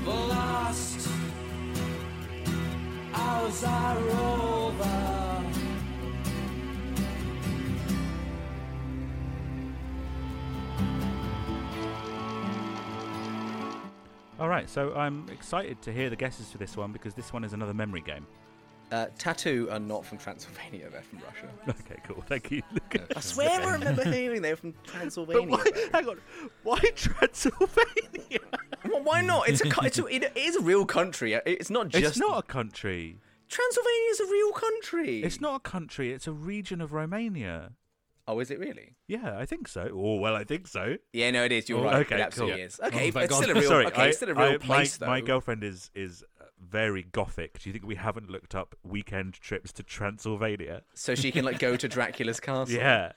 Speaker 5: Lost hours are over.
Speaker 1: All right, so I'm excited to hear the guesses for this one because this one is another memory game.
Speaker 2: Uh, Tattoo are not from Transylvania. They're from Russia.
Speaker 1: Okay, cool. Thank you.
Speaker 2: I swear I remember hearing they were from
Speaker 1: but
Speaker 2: Transylvania.
Speaker 1: why, hang on, why Transylvania?
Speaker 2: Well, why not? It's a, co- it's a it is a real country. It's not just
Speaker 1: it's not a country.
Speaker 2: Transylvania is a real country.
Speaker 1: It's not a country. It's a region of Romania.
Speaker 2: Oh, is it really?
Speaker 1: Yeah, I think so. Oh well, I think so.
Speaker 2: Yeah, no, it is. You're
Speaker 1: Oh,
Speaker 2: right.
Speaker 1: okay,
Speaker 2: it absolutely
Speaker 1: cool.
Speaker 2: is. Okay,
Speaker 3: Oh,
Speaker 2: but
Speaker 3: thank
Speaker 2: it's still a
Speaker 3: God.
Speaker 2: real.
Speaker 1: Sorry,
Speaker 2: okay,
Speaker 1: I,
Speaker 2: it's still a real
Speaker 1: I-
Speaker 2: place
Speaker 1: my,
Speaker 2: though.
Speaker 1: my girlfriend is is uh, very gothic. Do you think we haven't looked up weekend trips to Transylvania?
Speaker 2: So she can like go to Dracula's castle.
Speaker 1: Yeah,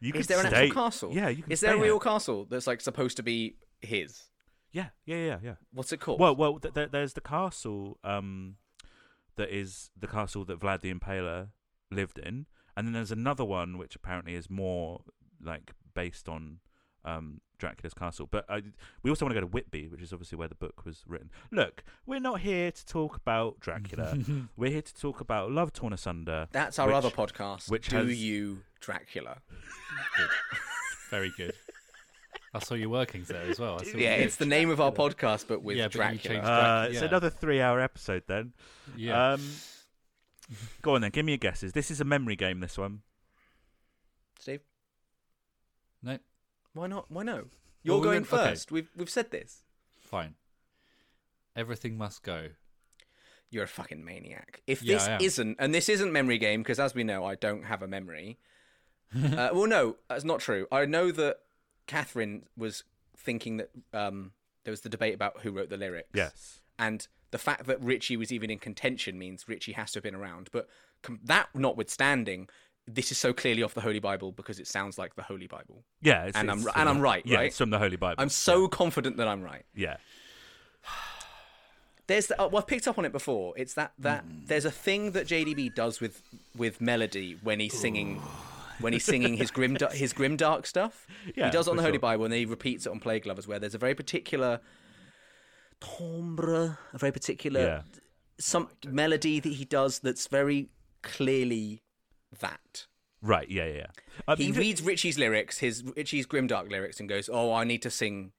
Speaker 1: you
Speaker 2: Is
Speaker 1: could
Speaker 2: there an
Speaker 1: stay-
Speaker 2: actual castle?
Speaker 1: Yeah, you can
Speaker 2: Is there a
Speaker 1: stay
Speaker 2: real
Speaker 1: at-
Speaker 2: castle that's like supposed to be his?
Speaker 1: Yeah, yeah, yeah, yeah.
Speaker 2: What's it called?
Speaker 1: Well, well, th- th- there's the castle um, that is the castle that Vlad the Impaler lived in, and then there's another one which apparently is more like based on um, Dracula's castle. But I, we also want to go to Whitby, which is obviously where the book was written. Look, we're not here to talk about Dracula. we're here to talk about Love Torn Asunder.
Speaker 2: that's our
Speaker 1: which-
Speaker 2: other podcast.
Speaker 1: which
Speaker 2: do
Speaker 1: has-
Speaker 2: you Dracula?
Speaker 3: Good. Very good. I saw you working there as well. I saw
Speaker 2: Yeah,
Speaker 3: you.
Speaker 2: it's the name of our podcast, but with
Speaker 3: Yeah, but you
Speaker 2: Dracula.
Speaker 3: changed-
Speaker 1: Uh, It's
Speaker 3: Yeah.
Speaker 1: another three-hour episode then.
Speaker 3: yeah.
Speaker 1: Um, go on then, give me your guesses. This is a memory game. This one.
Speaker 2: Steve,
Speaker 3: no,
Speaker 2: why not? Why no? You're
Speaker 3: we
Speaker 2: going
Speaker 3: went- okay.
Speaker 2: first. We've we've said this.
Speaker 3: fine. Everything must go.
Speaker 2: You're a fucking maniac. If
Speaker 3: Yeah,
Speaker 2: this
Speaker 3: I am.
Speaker 2: isn't, and this isn't memory game, because as we know, I don't have a memory. uh, well, no, that's not true. I know that Catherine was thinking that um, there was the debate about who wrote the lyrics.
Speaker 1: Yes.
Speaker 2: and the fact that Richie was even in contention means Richie has to have been around. But com- that notwithstanding, this is so clearly off the Holy Bible because it sounds like the Holy Bible.
Speaker 1: Yeah, it's,
Speaker 2: And I'm-
Speaker 1: it's
Speaker 2: and
Speaker 1: from
Speaker 2: I'm
Speaker 1: the-
Speaker 2: right,
Speaker 1: Yeah,
Speaker 2: right?
Speaker 1: it's from the Holy Bible.
Speaker 2: I'm so confident that I'm right.
Speaker 1: yeah.
Speaker 2: There's the, oh, well, I've picked up on it before. It's that that
Speaker 1: Hmm.
Speaker 2: there's a thing that JDB does with with melody when he's singing. When he's singing his grim his grim dark stuff,
Speaker 1: Yeah,
Speaker 2: he does it on
Speaker 1: for
Speaker 2: the Holy
Speaker 1: sure.
Speaker 2: Bible, and then he repeats it on Plague Lovers, where there's a very particular timbre, a very particular
Speaker 1: Yeah.
Speaker 2: some melody that he does that's very clearly that.
Speaker 1: Right. Yeah. Yeah. yeah. Um,
Speaker 2: He
Speaker 1: th-
Speaker 2: reads Richie's lyrics, his Richie's grimdark lyrics, and goes, "Oh, I need to sing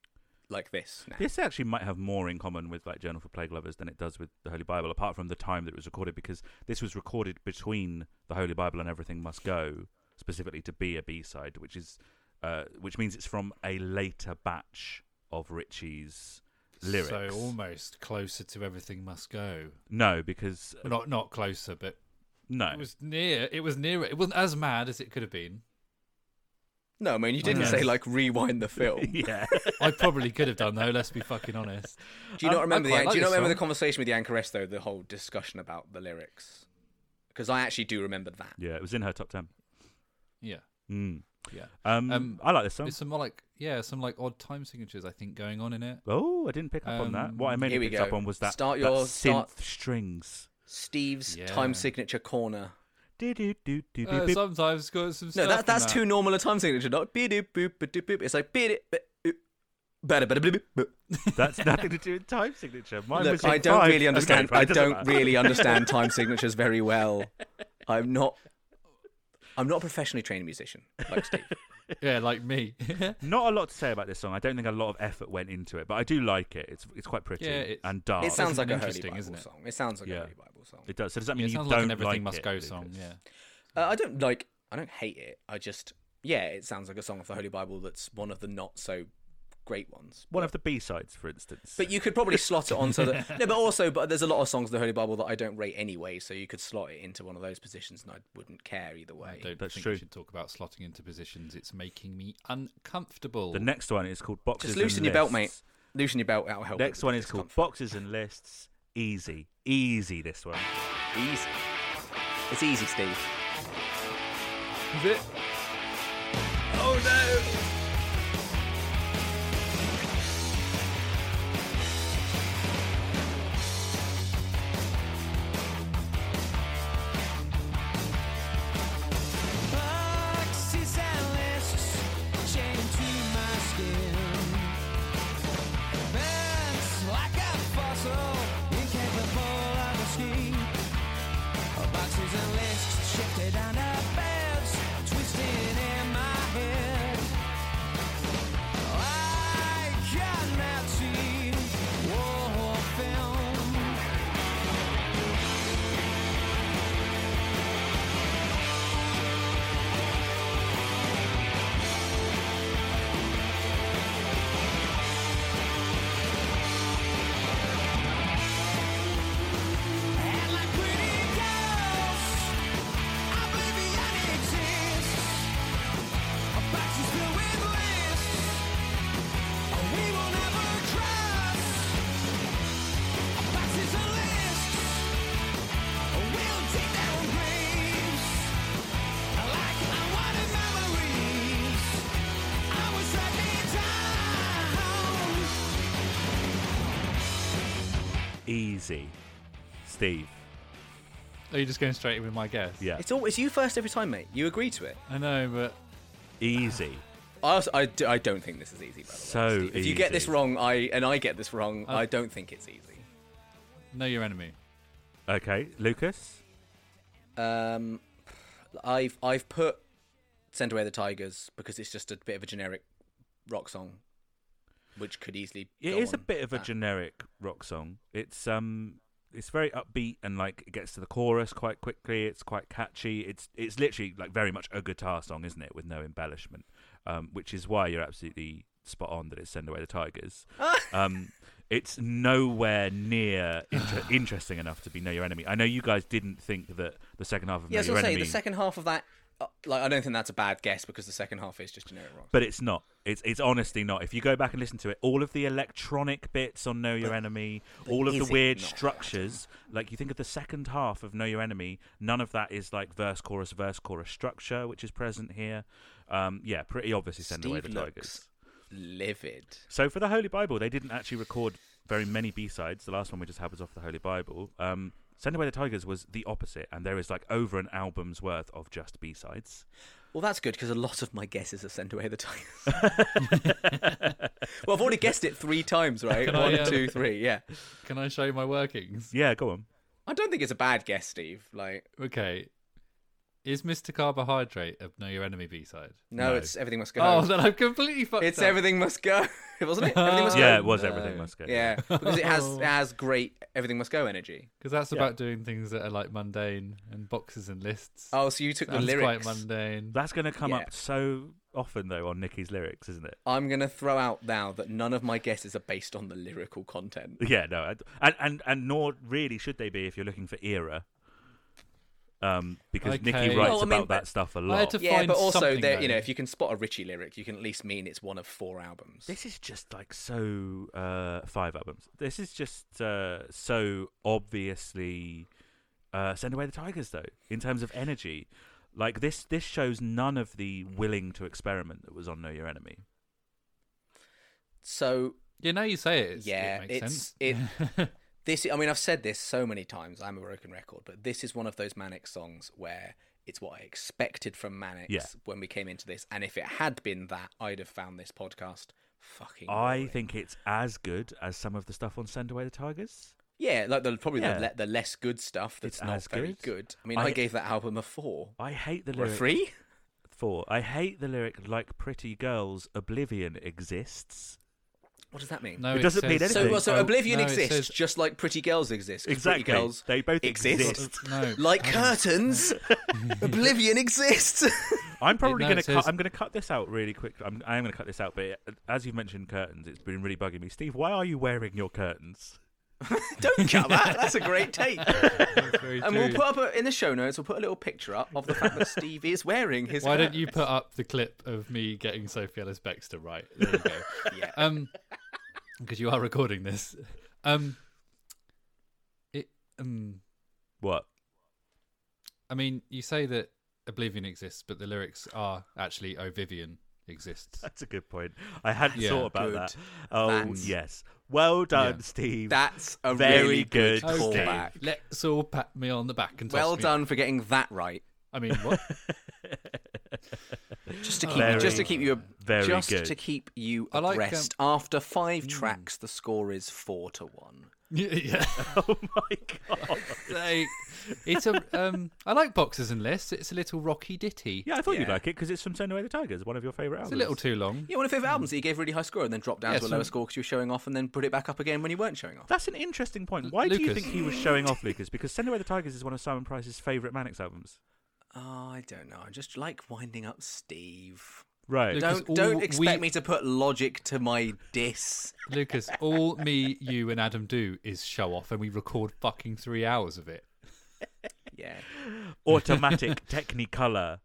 Speaker 2: like this now.
Speaker 1: This actually might have more in common with like Journal for Plague Lovers than it does with the Holy Bible, apart from the time that it was recorded, because this was recorded between the Holy Bible and Everything Must Go, specifically to be a B side, which is uh, which means it's from a later batch of Richie's lyrics.
Speaker 3: So almost closer to everything must go.
Speaker 1: No, because uh,
Speaker 3: Well, not not closer, but
Speaker 1: no,
Speaker 3: it was near. It was near. It wasn't as mad as it could have been.
Speaker 2: No, I mean you didn't
Speaker 1: know.
Speaker 2: say like rewind the film.
Speaker 1: yeah.
Speaker 3: I probably could have done though. Let's be fucking honest.
Speaker 2: Do you
Speaker 3: I
Speaker 2: not remember the
Speaker 3: quite like
Speaker 2: Do you not
Speaker 3: this
Speaker 2: remember the
Speaker 3: song.
Speaker 2: conversation with Jan Caress though? The whole discussion about the lyrics, because I actually do remember that.
Speaker 1: yeah, it was in her top ten.
Speaker 3: Yeah,
Speaker 1: Mm.
Speaker 3: yeah.
Speaker 1: Um,
Speaker 3: Um,
Speaker 1: I like this song.
Speaker 3: There's some more like yeah, some like odd time signatures I think going on in it.
Speaker 1: Oh, I didn't pick up on that. What I
Speaker 3: Um,
Speaker 1: mainly
Speaker 2: Here we
Speaker 1: picked up
Speaker 2: go.
Speaker 1: on was that,
Speaker 2: Start
Speaker 1: that
Speaker 2: your-
Speaker 1: synth
Speaker 2: start-
Speaker 1: strings.
Speaker 2: Steve's
Speaker 3: Yeah.
Speaker 2: time signature corner.
Speaker 1: Do, do, do, do,
Speaker 3: Uh,
Speaker 1: do, do.
Speaker 3: sometimes it's got some.
Speaker 2: No,
Speaker 3: stuff
Speaker 2: that
Speaker 3: in
Speaker 2: that's
Speaker 3: that.
Speaker 2: too normal a time signature. Not beep doop boop ba doop boop. It's like beep doop boop, boop, better better boop boop.
Speaker 1: That's nothing to do with time signature. Mine was
Speaker 2: Look, I
Speaker 1: in
Speaker 2: don't
Speaker 1: five.
Speaker 2: really understand.
Speaker 1: Okay, right,
Speaker 2: I
Speaker 1: doesn't
Speaker 2: don't
Speaker 1: matter.
Speaker 2: really understand time signatures very well. I'm not. I'm not a professionally trained musician like Steve.
Speaker 3: Yeah, like me.
Speaker 1: Not a lot to say about this song. I don't think a lot of effort went into it, but I do like it. It's it's quite pretty
Speaker 3: Yeah, it's-
Speaker 1: and dark.
Speaker 2: It sounds like a Holy
Speaker 3: interesting,
Speaker 2: Bible
Speaker 3: isn't it?
Speaker 2: song. It sounds like
Speaker 1: Yeah.
Speaker 2: a Holy Bible song.
Speaker 1: It does. So does that mean
Speaker 3: it
Speaker 1: you
Speaker 3: sounds
Speaker 1: don't
Speaker 3: like an everything
Speaker 1: like
Speaker 3: must
Speaker 1: it,
Speaker 3: go
Speaker 1: Lucas?
Speaker 3: song. Yeah.
Speaker 2: Uh, I don't like. I don't hate it. I just. Yeah, it sounds like a song of the Holy Bible that's one of the not so great ones.
Speaker 1: One of the B sides, for instance.
Speaker 2: But you could probably slot it onto the. No, but also, but there's a lot of songs in the Holy Bible that I don't rate anyway, so you could slot it into one of those positions, and I wouldn't care either
Speaker 3: I
Speaker 2: way.
Speaker 3: don't
Speaker 1: That's
Speaker 3: think
Speaker 1: true.
Speaker 3: we should talk about slotting into positions. It's making me uncomfortable.
Speaker 1: the next one is called boxes.
Speaker 2: Just
Speaker 1: and
Speaker 2: loosen your belt, mate.
Speaker 1: Lists.
Speaker 2: Loosen your belt. That'll help.
Speaker 1: Next
Speaker 2: with
Speaker 1: one
Speaker 2: the
Speaker 1: is called
Speaker 2: discomfort.
Speaker 1: boxes and lists. Easy, easy. This one.
Speaker 2: Easy. It's easy, Steve.
Speaker 3: Is it?
Speaker 5: Boxes and lists chained to my skin. Burns like a fossil, incapable of escape. Boxes and lists shifted under beds, twisting in my head. Like a Nazi war film. And like pretty girls, oblivion exists. A box is filled with lists we will never trust. Boxes and lists will dig down graves like unwanted memories. I was let down.
Speaker 1: Easy, Steve.
Speaker 3: Are you just going straight in with my guess?
Speaker 1: Yeah,
Speaker 2: It's always you first every time, mate. You agree to it.
Speaker 3: I know, but
Speaker 1: easy.
Speaker 2: I, also, I, do, I don't think this is easy, by the way.
Speaker 1: So
Speaker 2: Steve. If you get this
Speaker 1: easy. Uh,
Speaker 2: wrong, I and I get this wrong,
Speaker 3: Oh.
Speaker 2: I don't think it's easy.
Speaker 3: know your enemy.
Speaker 1: Okay, Lucas.
Speaker 2: Um, I've I've put "Send Away the Tigers" because it's just a bit of a generic rock song, which could easily.
Speaker 1: It
Speaker 2: go
Speaker 1: is a
Speaker 2: on
Speaker 1: bit of a
Speaker 2: that.
Speaker 1: generic rock song. It's um, it's very upbeat and like it gets to the chorus quite quickly. It's quite catchy. It's it's literally like very much a guitar song, isn't it? With no embellishment, um, which is why you're absolutely spot on that it's "Send Away the Tigers." um, it's nowhere near inter- interesting enough to be "Know Your Enemy." I know you guys didn't think that the second half of
Speaker 2: Yeah, I
Speaker 1: "Know
Speaker 2: was
Speaker 1: Your
Speaker 2: gonna say
Speaker 1: Enemy,"
Speaker 2: the second half of that. Uh, like, I don't think that's a bad guess because the second half is just generic rock.
Speaker 1: but it's not. It's it's honestly not. If you go back and listen to it, all of the electronic bits on Know Your Enemy, all of
Speaker 2: is
Speaker 1: the
Speaker 2: it
Speaker 1: weird
Speaker 2: not?
Speaker 1: structures, like you think of the second half of Know Your Enemy, none of that is like verse chorus verse chorus structure, which is present here. Um, yeah, pretty obviously send away the
Speaker 2: Steve
Speaker 1: tigers.
Speaker 2: looks livid.
Speaker 1: So for the Holy Bible, they didn't actually record very many B sides. The last one we just had was off the Holy Bible. Um, Send Away the Tigers was the opposite, and there is like over an album's worth of just B sides.
Speaker 2: Well, that's good because a lot of my guesses are "Send Away the Tigers." well, I've already guessed it three times, right?
Speaker 3: I,
Speaker 2: One,
Speaker 1: um,
Speaker 3: uh,
Speaker 2: two, three. Yeah.
Speaker 3: Can I show you my workings?
Speaker 1: Yeah, go on.
Speaker 2: I don't think it's a bad guess, Steve. Like,
Speaker 3: Okay. Is Mr. Carbohydrate a Know Your Enemy B side?
Speaker 2: No, it's everything must go.
Speaker 3: Oh, then I've completely fucked
Speaker 2: it's
Speaker 3: up.
Speaker 2: everything must go. Wasn't it? Everything must go. Oh.
Speaker 1: Yeah, it was
Speaker 3: No.
Speaker 1: everything must go.
Speaker 2: Yeah, because it has it has great everything must go energy.
Speaker 3: Because that's
Speaker 1: Yeah.
Speaker 3: about doing things that are like mundane and boxes and lists.
Speaker 2: Oh, so you took
Speaker 3: Sounds
Speaker 2: the lyrics.
Speaker 3: quite mundane.
Speaker 1: That's going to come
Speaker 2: Yeah.
Speaker 1: up so often though on Nikki's lyrics, isn't it?
Speaker 2: I'm gonna throw out now that none of my guesses are based on the lyrical content.
Speaker 1: Yeah, no, I d and and and nor really should they be if you're looking for era. Um, because Nikki
Speaker 3: Okay.
Speaker 1: writes
Speaker 2: Well, I mean,
Speaker 1: about
Speaker 2: but-
Speaker 1: that stuff a
Speaker 3: I had
Speaker 1: lot.
Speaker 3: to
Speaker 2: Yeah,
Speaker 3: find
Speaker 2: but also,
Speaker 3: something,
Speaker 2: there, you know,
Speaker 3: though.
Speaker 2: if you can spot a Richie lyric, you can at least mean it's one of four albums.
Speaker 1: This is just like so uh, five albums. This is just uh, so obviously uh, send away the tigers though in terms of energy. Like this, this shows none of the willing to experiment that was on Know Your Enemy.
Speaker 2: So
Speaker 3: Yeah, now you say it. it's-
Speaker 2: Yeah,
Speaker 3: it makes
Speaker 2: it's-
Speaker 3: sense.
Speaker 2: this, I mean, I've said this so many times. I'm a broken record, but this is one of those Manic songs where it's what I expected from Manic
Speaker 1: Yeah.
Speaker 2: when we came into this, and if it had been that, I'd have found this podcast fucking.
Speaker 1: I
Speaker 2: boring.
Speaker 1: think it's as good as some of the stuff on Send Away the Tigers.
Speaker 2: yeah, like the probably
Speaker 1: Yeah.
Speaker 2: the, le- the less good stuff that's
Speaker 1: It's
Speaker 2: not
Speaker 1: as
Speaker 2: very
Speaker 1: good.
Speaker 2: good. I mean, I,
Speaker 1: I-
Speaker 2: gave that album a four.
Speaker 1: I hate the
Speaker 2: Or a
Speaker 1: lyric
Speaker 2: three?
Speaker 1: four. I hate the lyric like pretty girls oblivion exists.
Speaker 2: What does that mean?
Speaker 3: no,
Speaker 1: It doesn't mean
Speaker 3: says-
Speaker 1: anything.
Speaker 2: So, so
Speaker 3: oh,
Speaker 2: Oblivion
Speaker 3: no, it
Speaker 2: exists
Speaker 3: says-
Speaker 2: just like Pretty Girls exist. 'cause
Speaker 1: Exactly.
Speaker 2: Pretty Girls
Speaker 1: They both
Speaker 2: exist.
Speaker 1: exist.
Speaker 3: No,
Speaker 2: Like
Speaker 3: hang on.
Speaker 2: curtains, Oblivion exists.
Speaker 1: I'm probably
Speaker 3: no,
Speaker 1: going to
Speaker 3: it
Speaker 1: cut.
Speaker 3: says-
Speaker 1: I'm going to cut this out really quick. I'm, I am going to cut this out. But uh, as you've mentioned curtains, it's been really bugging me. Steve, why are you wearing your curtains?
Speaker 2: Don't cut that. That's a great take.
Speaker 3: That's very
Speaker 2: And we'll
Speaker 3: true.
Speaker 2: put up a, in the show notes. We'll put a little picture up of the fact that Steve is wearing his.
Speaker 3: Why don't you
Speaker 2: curtains.
Speaker 3: put up the clip of me getting Sophie Ellis Bextor right? There you go.
Speaker 2: Yeah.
Speaker 3: Um, because you are recording this. Um, it. Um,
Speaker 1: What?
Speaker 3: I mean, you say that Oblivion exists, but the lyrics are actually "Oh Vivian exists."
Speaker 1: That's a good point. I hadn't
Speaker 3: Yeah,
Speaker 1: thought about
Speaker 2: good.
Speaker 1: that. Oh
Speaker 2: That's-
Speaker 1: yes. Well done,
Speaker 3: Yeah.
Speaker 1: Steve.
Speaker 2: That's a
Speaker 1: Very
Speaker 2: really good,
Speaker 1: good, Steve.
Speaker 2: callback.
Speaker 3: Let's all pat me on the back and toss
Speaker 2: Well
Speaker 3: me-
Speaker 2: done for getting that right.
Speaker 3: I mean, what?
Speaker 2: Just to keep,
Speaker 1: Very-
Speaker 2: just to keep you,
Speaker 1: very
Speaker 2: just
Speaker 1: good.
Speaker 2: to keep you
Speaker 3: I like, um, Hmm.
Speaker 2: abreast. After five tracks, the score is four to one.
Speaker 3: yeah, yeah.
Speaker 1: oh my god.
Speaker 3: Like, it's a. Um, I like boxes and lists. It's a little rocky ditty.
Speaker 1: Yeah, I thought you'd
Speaker 2: Yeah.
Speaker 1: like it because it's from Send Away the Tigers, one of your favorite albums.
Speaker 3: It's a little too long.
Speaker 2: Yeah, one of your favourite albums
Speaker 3: Hmm.
Speaker 2: that you gave really high score and then dropped down
Speaker 3: Yeah,
Speaker 2: to a
Speaker 3: so-
Speaker 2: lower score because you were showing off, and then put it back up again when you weren't showing off.
Speaker 1: That's an interesting point. Why do you
Speaker 3: Lucas.
Speaker 1: think he was showing off Lucas? Because Send Away the Tigers is one of Simon Price's favourite Mannix albums.
Speaker 2: Oh, I don't know. I just like winding up Steve.
Speaker 1: Right.
Speaker 3: Lucas,
Speaker 2: Don't don't
Speaker 3: all
Speaker 2: expect
Speaker 3: we-
Speaker 2: me to put logic to my diss.
Speaker 3: Lucas, all me, you, and Adam do is show off, and we record fucking three hours of it.
Speaker 2: Yeah.
Speaker 1: Automatic Technicolor.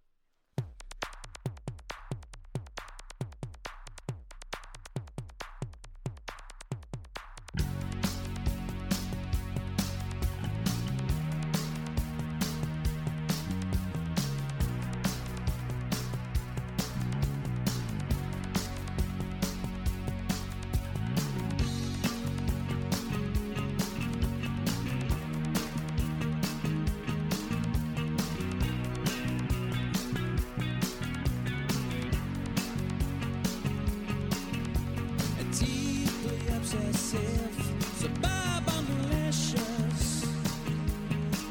Speaker 5: deeply obsessive, suburban delicious,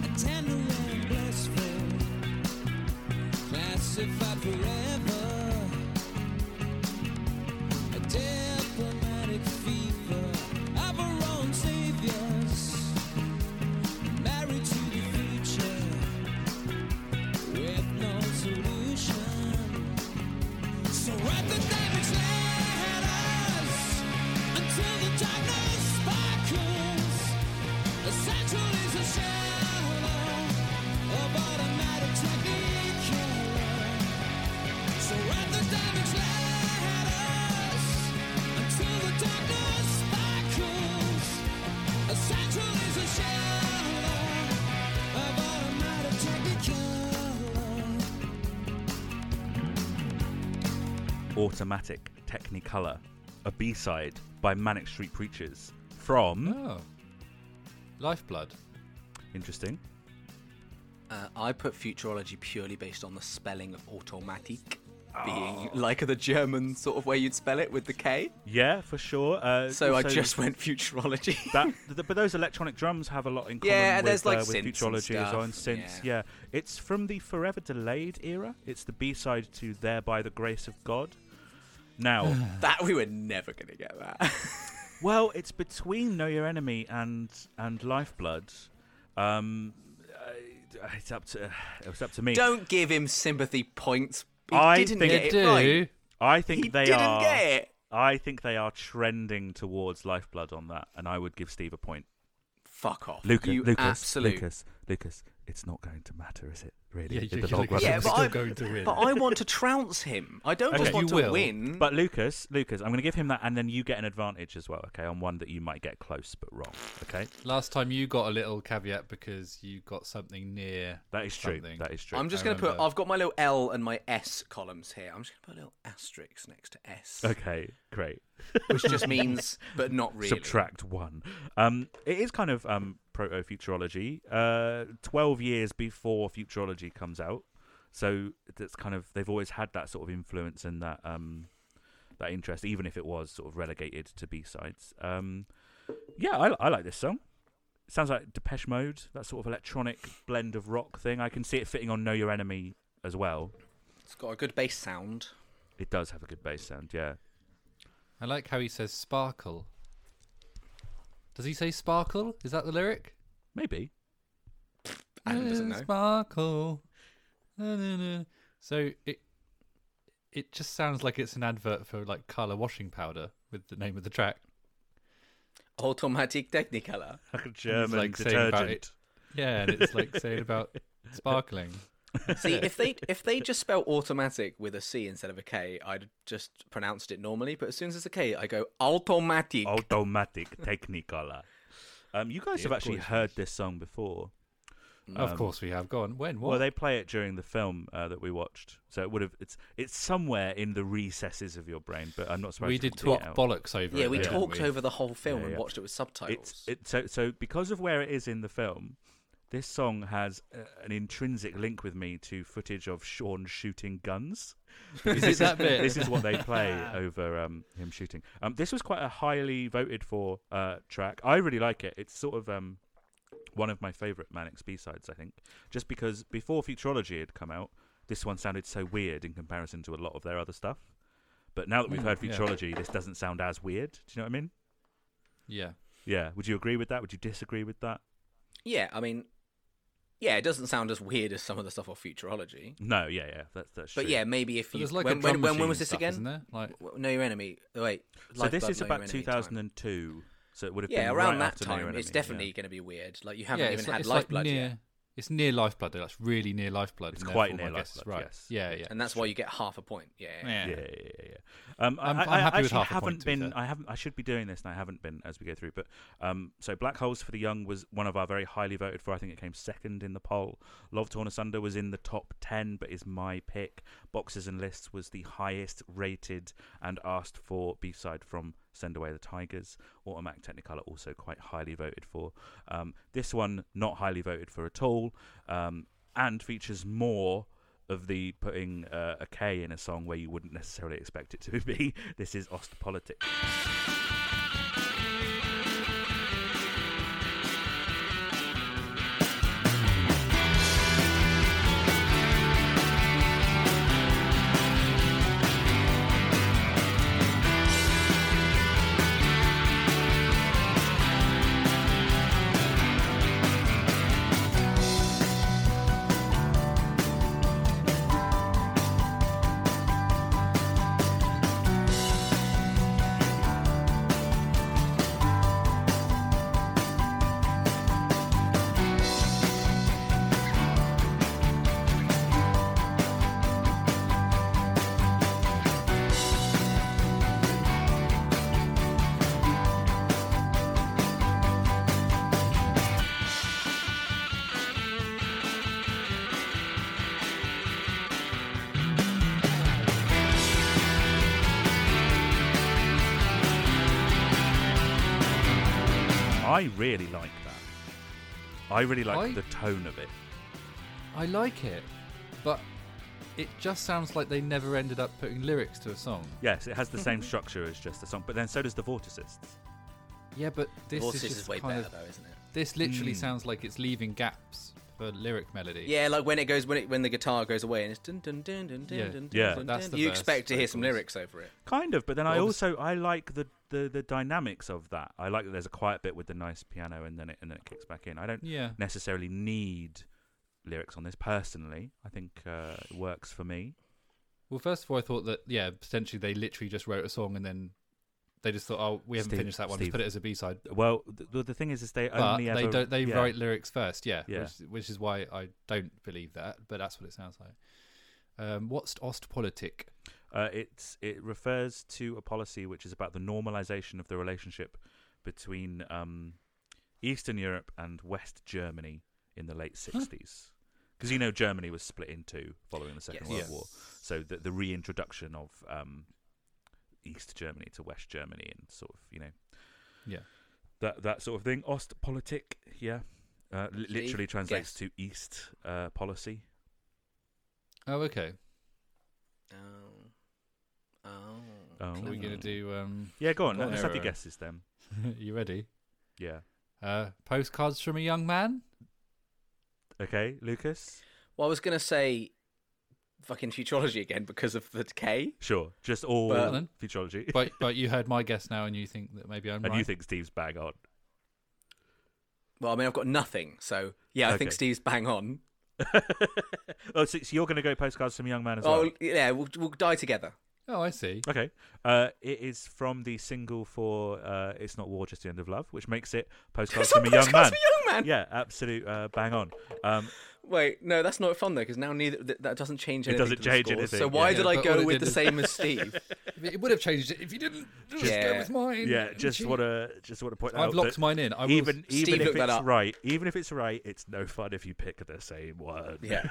Speaker 5: a tender and blissful, classified forever, a diplomatic fever of our own saviors, married to the future with no solution. So wrap the damage letters until the darkness sparkles. The central is a shadow of automatic technique. So wrap the damage letters until the darkness sparkles. The central is a shadow of automatic technique.
Speaker 1: Automatic Technicolor, a B side by Manic Street Preachers from.
Speaker 3: Oh. Lifeblood.
Speaker 1: Interesting.
Speaker 2: Uh, I put futurology purely based on the spelling of automatic.
Speaker 1: Ah.
Speaker 2: being like the German sort of way you'd spell it with the K.
Speaker 1: Yeah, for sure. Uh,
Speaker 2: So I
Speaker 1: also
Speaker 2: just went futurology.
Speaker 1: that, th- but those electronic drums have a lot in common
Speaker 2: Yeah,
Speaker 1: with,
Speaker 2: there's, like,
Speaker 1: uh, with
Speaker 2: synths and
Speaker 1: futurology as well, and
Speaker 2: stuff,
Speaker 1: synths. Yeah. it's from the Forever Delayed era. It's the B side to "There by the Grace of God." Now,
Speaker 2: that we were never gonna get that.
Speaker 1: well, it's between "Know Your Enemy" and and "Lifeblood." Um, I- it's up to uh, it's up to me.
Speaker 2: Don't give him sympathy points. He
Speaker 1: I
Speaker 2: didn't
Speaker 1: think-
Speaker 2: get
Speaker 3: They
Speaker 2: it
Speaker 3: do.
Speaker 2: right.
Speaker 1: I
Speaker 2: He
Speaker 1: think they
Speaker 2: didn't
Speaker 1: are.
Speaker 2: get it.
Speaker 1: I think they are trending towards Lifeblood on that, and I would give Steve a point.
Speaker 2: Fuck off,
Speaker 1: Lucas,
Speaker 2: you
Speaker 1: Lucas,
Speaker 2: absolute.
Speaker 1: Lucas, Lucas. It's not going to matter, is it? Really?
Speaker 3: Yeah,
Speaker 1: in
Speaker 3: you-
Speaker 1: the
Speaker 3: you-
Speaker 1: long run?
Speaker 3: Lucas,
Speaker 2: Yeah,
Speaker 3: I'm
Speaker 2: but
Speaker 3: still
Speaker 2: I,
Speaker 3: going to win.
Speaker 2: but I want to trounce him. I don't just
Speaker 1: Okay.
Speaker 2: want
Speaker 3: You
Speaker 2: to
Speaker 3: will,
Speaker 2: win.
Speaker 1: But Lucas, Lucas, I'm going to give him that, and then you get an advantage as well, okay, on one that you might get close but wrong, okay?
Speaker 3: Last time you got a little caveat because you got something near.
Speaker 1: That is true.
Speaker 3: Something.
Speaker 1: That is true.
Speaker 2: I'm just
Speaker 3: I
Speaker 2: going to put.
Speaker 3: remember.
Speaker 2: I've got my little L and my S columns here. I'm just going to put a little asterisk next to S,
Speaker 1: okay, great.
Speaker 2: which just means, but not really.
Speaker 1: Subtract one. Um, it is kind of um, proto futurology. Uh, Twelve years before futurology comes out, so that's kind of they've always had that sort of influence and that um, that interest, even if it was sort of relegated to B sides. Um, yeah, I, I like this song. Sounds like Depeche Mode, that sort of electronic blend of rock thing. I can see it fitting on Know Your Enemy as well.
Speaker 2: It's got a good bass sound.
Speaker 1: It does have a good bass sound, yeah.
Speaker 3: I like how he says sparkle. Does he say sparkle? Is that the lyric?
Speaker 1: Maybe.
Speaker 2: Adam doesn't
Speaker 3: Mm,
Speaker 2: know.
Speaker 3: Sparkle. Na, na, na. So it it just sounds like it's an advert for like color washing powder with the name of the track.
Speaker 2: Automatic Technicolor.
Speaker 1: Like a
Speaker 3: German
Speaker 1: German
Speaker 3: saying about
Speaker 1: detergent.
Speaker 3: Yeah, and it's like saying about sparkling.
Speaker 2: See, if they if they just spell automatic with a C instead of a K, I'd just pronounced it normally. But as soon as it's a K, I go automatic.
Speaker 1: Automatic Technicolor. Um, you guys have actually
Speaker 3: gorgeous.
Speaker 1: heard this song before.
Speaker 2: Um,
Speaker 3: of course we have. Go on. When? What?
Speaker 1: Well, they play it during the film uh, that we watched, so it would have. It's it's somewhere in the recesses of your brain, but I'm not supposed
Speaker 3: we
Speaker 1: to
Speaker 3: did talk
Speaker 1: point it out.
Speaker 3: bollocks over
Speaker 2: yeah,
Speaker 3: it.
Speaker 2: we
Speaker 3: though, didn't
Speaker 2: talked
Speaker 3: we?
Speaker 2: over the whole film
Speaker 1: Yeah,
Speaker 2: and
Speaker 1: yeah.
Speaker 2: watched it with subtitles.
Speaker 1: It's it, so so because of where it is in the film. This song has uh, an intrinsic link with me to footage of Sean shooting guns.
Speaker 3: Is it that bit? Ah.
Speaker 1: This is what they play over um, him shooting. Um, this was quite a highly voted for uh, track. I really like it. It's sort of um, one of my favourite Manix B sides, I think, just because before Futurology had come out, this one sounded so weird in comparison to a lot of their other stuff. But now that we've heard
Speaker 3: Hmm, yeah.
Speaker 1: Futurology, this doesn't sound as weird. Do you know what I mean?
Speaker 3: Yeah.
Speaker 1: Yeah. Would you agree with that? Would you disagree with that?
Speaker 2: yeah, I mean, yeah, it doesn't sound as weird as some of the stuff off Futurology.
Speaker 1: No. Yeah. Yeah. That's that's.
Speaker 2: But
Speaker 1: true.
Speaker 2: yeah, maybe if
Speaker 3: But
Speaker 2: you
Speaker 3: there's like
Speaker 2: when,
Speaker 3: a
Speaker 2: when, when,
Speaker 3: drum
Speaker 2: when
Speaker 3: machine
Speaker 2: was this
Speaker 3: stuff,
Speaker 2: again?
Speaker 3: Isn't there? Like
Speaker 2: W- No, your enemy. Oh, Wait.
Speaker 1: So this
Speaker 2: Lifeblood,
Speaker 1: is
Speaker 2: Know Your
Speaker 1: about
Speaker 2: Enemy time.
Speaker 1: 2002. So it would have
Speaker 2: Yeah,
Speaker 1: been
Speaker 2: around
Speaker 1: right
Speaker 2: that
Speaker 1: after Know Your
Speaker 2: time, it's
Speaker 1: Enemy, yeah.
Speaker 2: definitely going to be weird. Like you haven't
Speaker 3: yeah,
Speaker 2: even
Speaker 3: it's like,
Speaker 2: had
Speaker 3: it's
Speaker 2: Lifeblood
Speaker 3: like near,
Speaker 2: yet,
Speaker 3: It's near Lifeblood. though. That's really near Lifeblood.
Speaker 1: It's
Speaker 3: and
Speaker 1: quite
Speaker 3: therefore
Speaker 1: near
Speaker 3: my guess is
Speaker 1: Lifeblood,
Speaker 3: Right.
Speaker 1: yes.
Speaker 3: Yeah, yeah.
Speaker 2: and that's why you get half a point. Yeah.
Speaker 3: yeah.
Speaker 1: yeah, yeah, yeah. yeah. Um,
Speaker 3: I'm-
Speaker 1: I,
Speaker 3: I'm
Speaker 1: I- I
Speaker 3: happy with
Speaker 1: actually
Speaker 3: half a point,
Speaker 1: haven't
Speaker 3: to be fair.
Speaker 1: been. I haven't. I should be doing this, and I haven't been as we go through. But um, so black holes for the young was one of our very highly voted for. I think it came second in the poll. Love torn asunder was in the top ten, but is my pick. Boxes and lists was the highest rated and asked for B side from Send Away the Tigers. Automatic Technicolor also quite highly voted for. Um, this one not highly voted for at all, um, and features more of the putting uh, a K in a song where you wouldn't necessarily expect it to be. This is Ostpolitik. I really like that. I really like
Speaker 3: I-
Speaker 1: the tone of it.
Speaker 3: I like it, but it just sounds like they never ended up putting lyrics to a song.
Speaker 1: Yes, it has the same structure as just the song, but then so does the Vorticists.
Speaker 3: Yeah, but this
Speaker 2: Voices
Speaker 3: is,
Speaker 2: is,
Speaker 3: just
Speaker 2: way
Speaker 3: kind
Speaker 2: better
Speaker 3: of,
Speaker 2: though, isn't it?
Speaker 3: This literally
Speaker 1: Hmm.
Speaker 3: sounds like it's leaving gaps for lyric melody.
Speaker 2: Yeah, like when it goes when it when the guitar goes away and it's dun dun dun dun dun
Speaker 3: Yeah.
Speaker 2: dun. dun,
Speaker 1: Yeah.
Speaker 2: dun,
Speaker 3: That's
Speaker 2: dun.
Speaker 3: the
Speaker 2: you
Speaker 3: verse,
Speaker 2: expect to hear
Speaker 3: vocals.
Speaker 2: some lyrics over it.
Speaker 1: Kind of, but then I
Speaker 3: Well,
Speaker 1: also I like the, the the dynamics of that. I like that there's a quiet bit with the nice piano and then it and then it kicks back in. I don't
Speaker 3: Yeah.
Speaker 1: necessarily need lyrics on this personally. I think uh, it works for me.
Speaker 3: Well, first of all, I thought that yeah, potentially they literally just wrote a song and then they just thought, oh, we haven't
Speaker 1: Steve-
Speaker 3: finished that one. Let's
Speaker 1: Steve.
Speaker 3: put it as a B side.
Speaker 1: Well, the, the thing is, is they
Speaker 3: But
Speaker 1: only
Speaker 3: they
Speaker 1: ever
Speaker 3: don't. They
Speaker 1: yeah.
Speaker 3: write lyrics first. Yeah.
Speaker 1: Yeah.
Speaker 3: Which, which is why I don't believe that. But that's what it sounds like. Um, what's Ostpolitik?
Speaker 1: Uh, it's it refers to a policy which is about the normalization of the relationship between um, Eastern Europe and West Germany in the late sixties. Because you know Germany was split in two following the Second
Speaker 2: Yes.
Speaker 1: World
Speaker 3: Yes.
Speaker 1: War, so the, the reintroduction of um, East Germany to West Germany and sort of you know
Speaker 3: Yeah.
Speaker 1: that that sort of thing. Ostpolitik, yeah, uh, li-
Speaker 2: See?
Speaker 1: literally translates
Speaker 2: Guess.
Speaker 1: to East uh, policy.
Speaker 3: Oh, okay.
Speaker 2: Oh, oh.
Speaker 1: Oh.
Speaker 3: What are we gonna
Speaker 1: Mm.
Speaker 3: do? Um,
Speaker 1: Yeah, go on,
Speaker 3: Go on,
Speaker 1: let's have your
Speaker 3: Aero.
Speaker 1: guesses then.
Speaker 3: you ready?
Speaker 1: Yeah,
Speaker 3: Uh, postcards from a young man.
Speaker 1: okay, Lucas.
Speaker 2: Well, I was gonna say fucking futurology again because of the K.
Speaker 1: Sure, just all
Speaker 2: But-
Speaker 3: Alan?
Speaker 1: futurology.
Speaker 3: But but you heard my guess now, and you think that maybe I'm
Speaker 1: and
Speaker 3: right.
Speaker 1: you think Steve's bang on.
Speaker 2: Well, I mean, I've got nothing, so yeah, I think
Speaker 1: Okay.
Speaker 2: Steve's bang on.
Speaker 1: oh, so, so you're going to go postcards from a young man as
Speaker 2: Oh,
Speaker 1: well.
Speaker 2: yeah, we'll, we'll die together.
Speaker 3: oh, I see.
Speaker 1: Okay. Uh, it is from the single for uh, "It's Not War, Just the End of Love," which makes it postcards
Speaker 2: It's
Speaker 1: from a
Speaker 2: not
Speaker 1: young man.
Speaker 2: Postcards from a Young Man!
Speaker 1: Yeah, absolute uh, bang on. Um,
Speaker 2: Wait, no, that's not fun though, because now neither that, that doesn't change
Speaker 1: It
Speaker 2: anything.
Speaker 1: doesn't
Speaker 2: to the
Speaker 1: change
Speaker 2: scores.
Speaker 1: anything,
Speaker 2: So why
Speaker 1: yeah.
Speaker 2: did
Speaker 3: Yeah,
Speaker 2: I
Speaker 3: but
Speaker 2: go
Speaker 3: what it
Speaker 2: with the
Speaker 3: did is-
Speaker 2: same as Steve?
Speaker 3: It would have changed it if you didn't just
Speaker 2: Yeah.
Speaker 3: go with mine.
Speaker 1: yeah, just
Speaker 3: Gee.
Speaker 1: want to just want to point out
Speaker 3: I've locked
Speaker 1: that
Speaker 3: mine in. I will
Speaker 1: even
Speaker 3: s-
Speaker 1: even
Speaker 2: Steve
Speaker 1: if
Speaker 2: looked that
Speaker 1: it's
Speaker 2: up.
Speaker 1: right, even if it's right, it's no fun if you pick the same one.
Speaker 2: Yeah.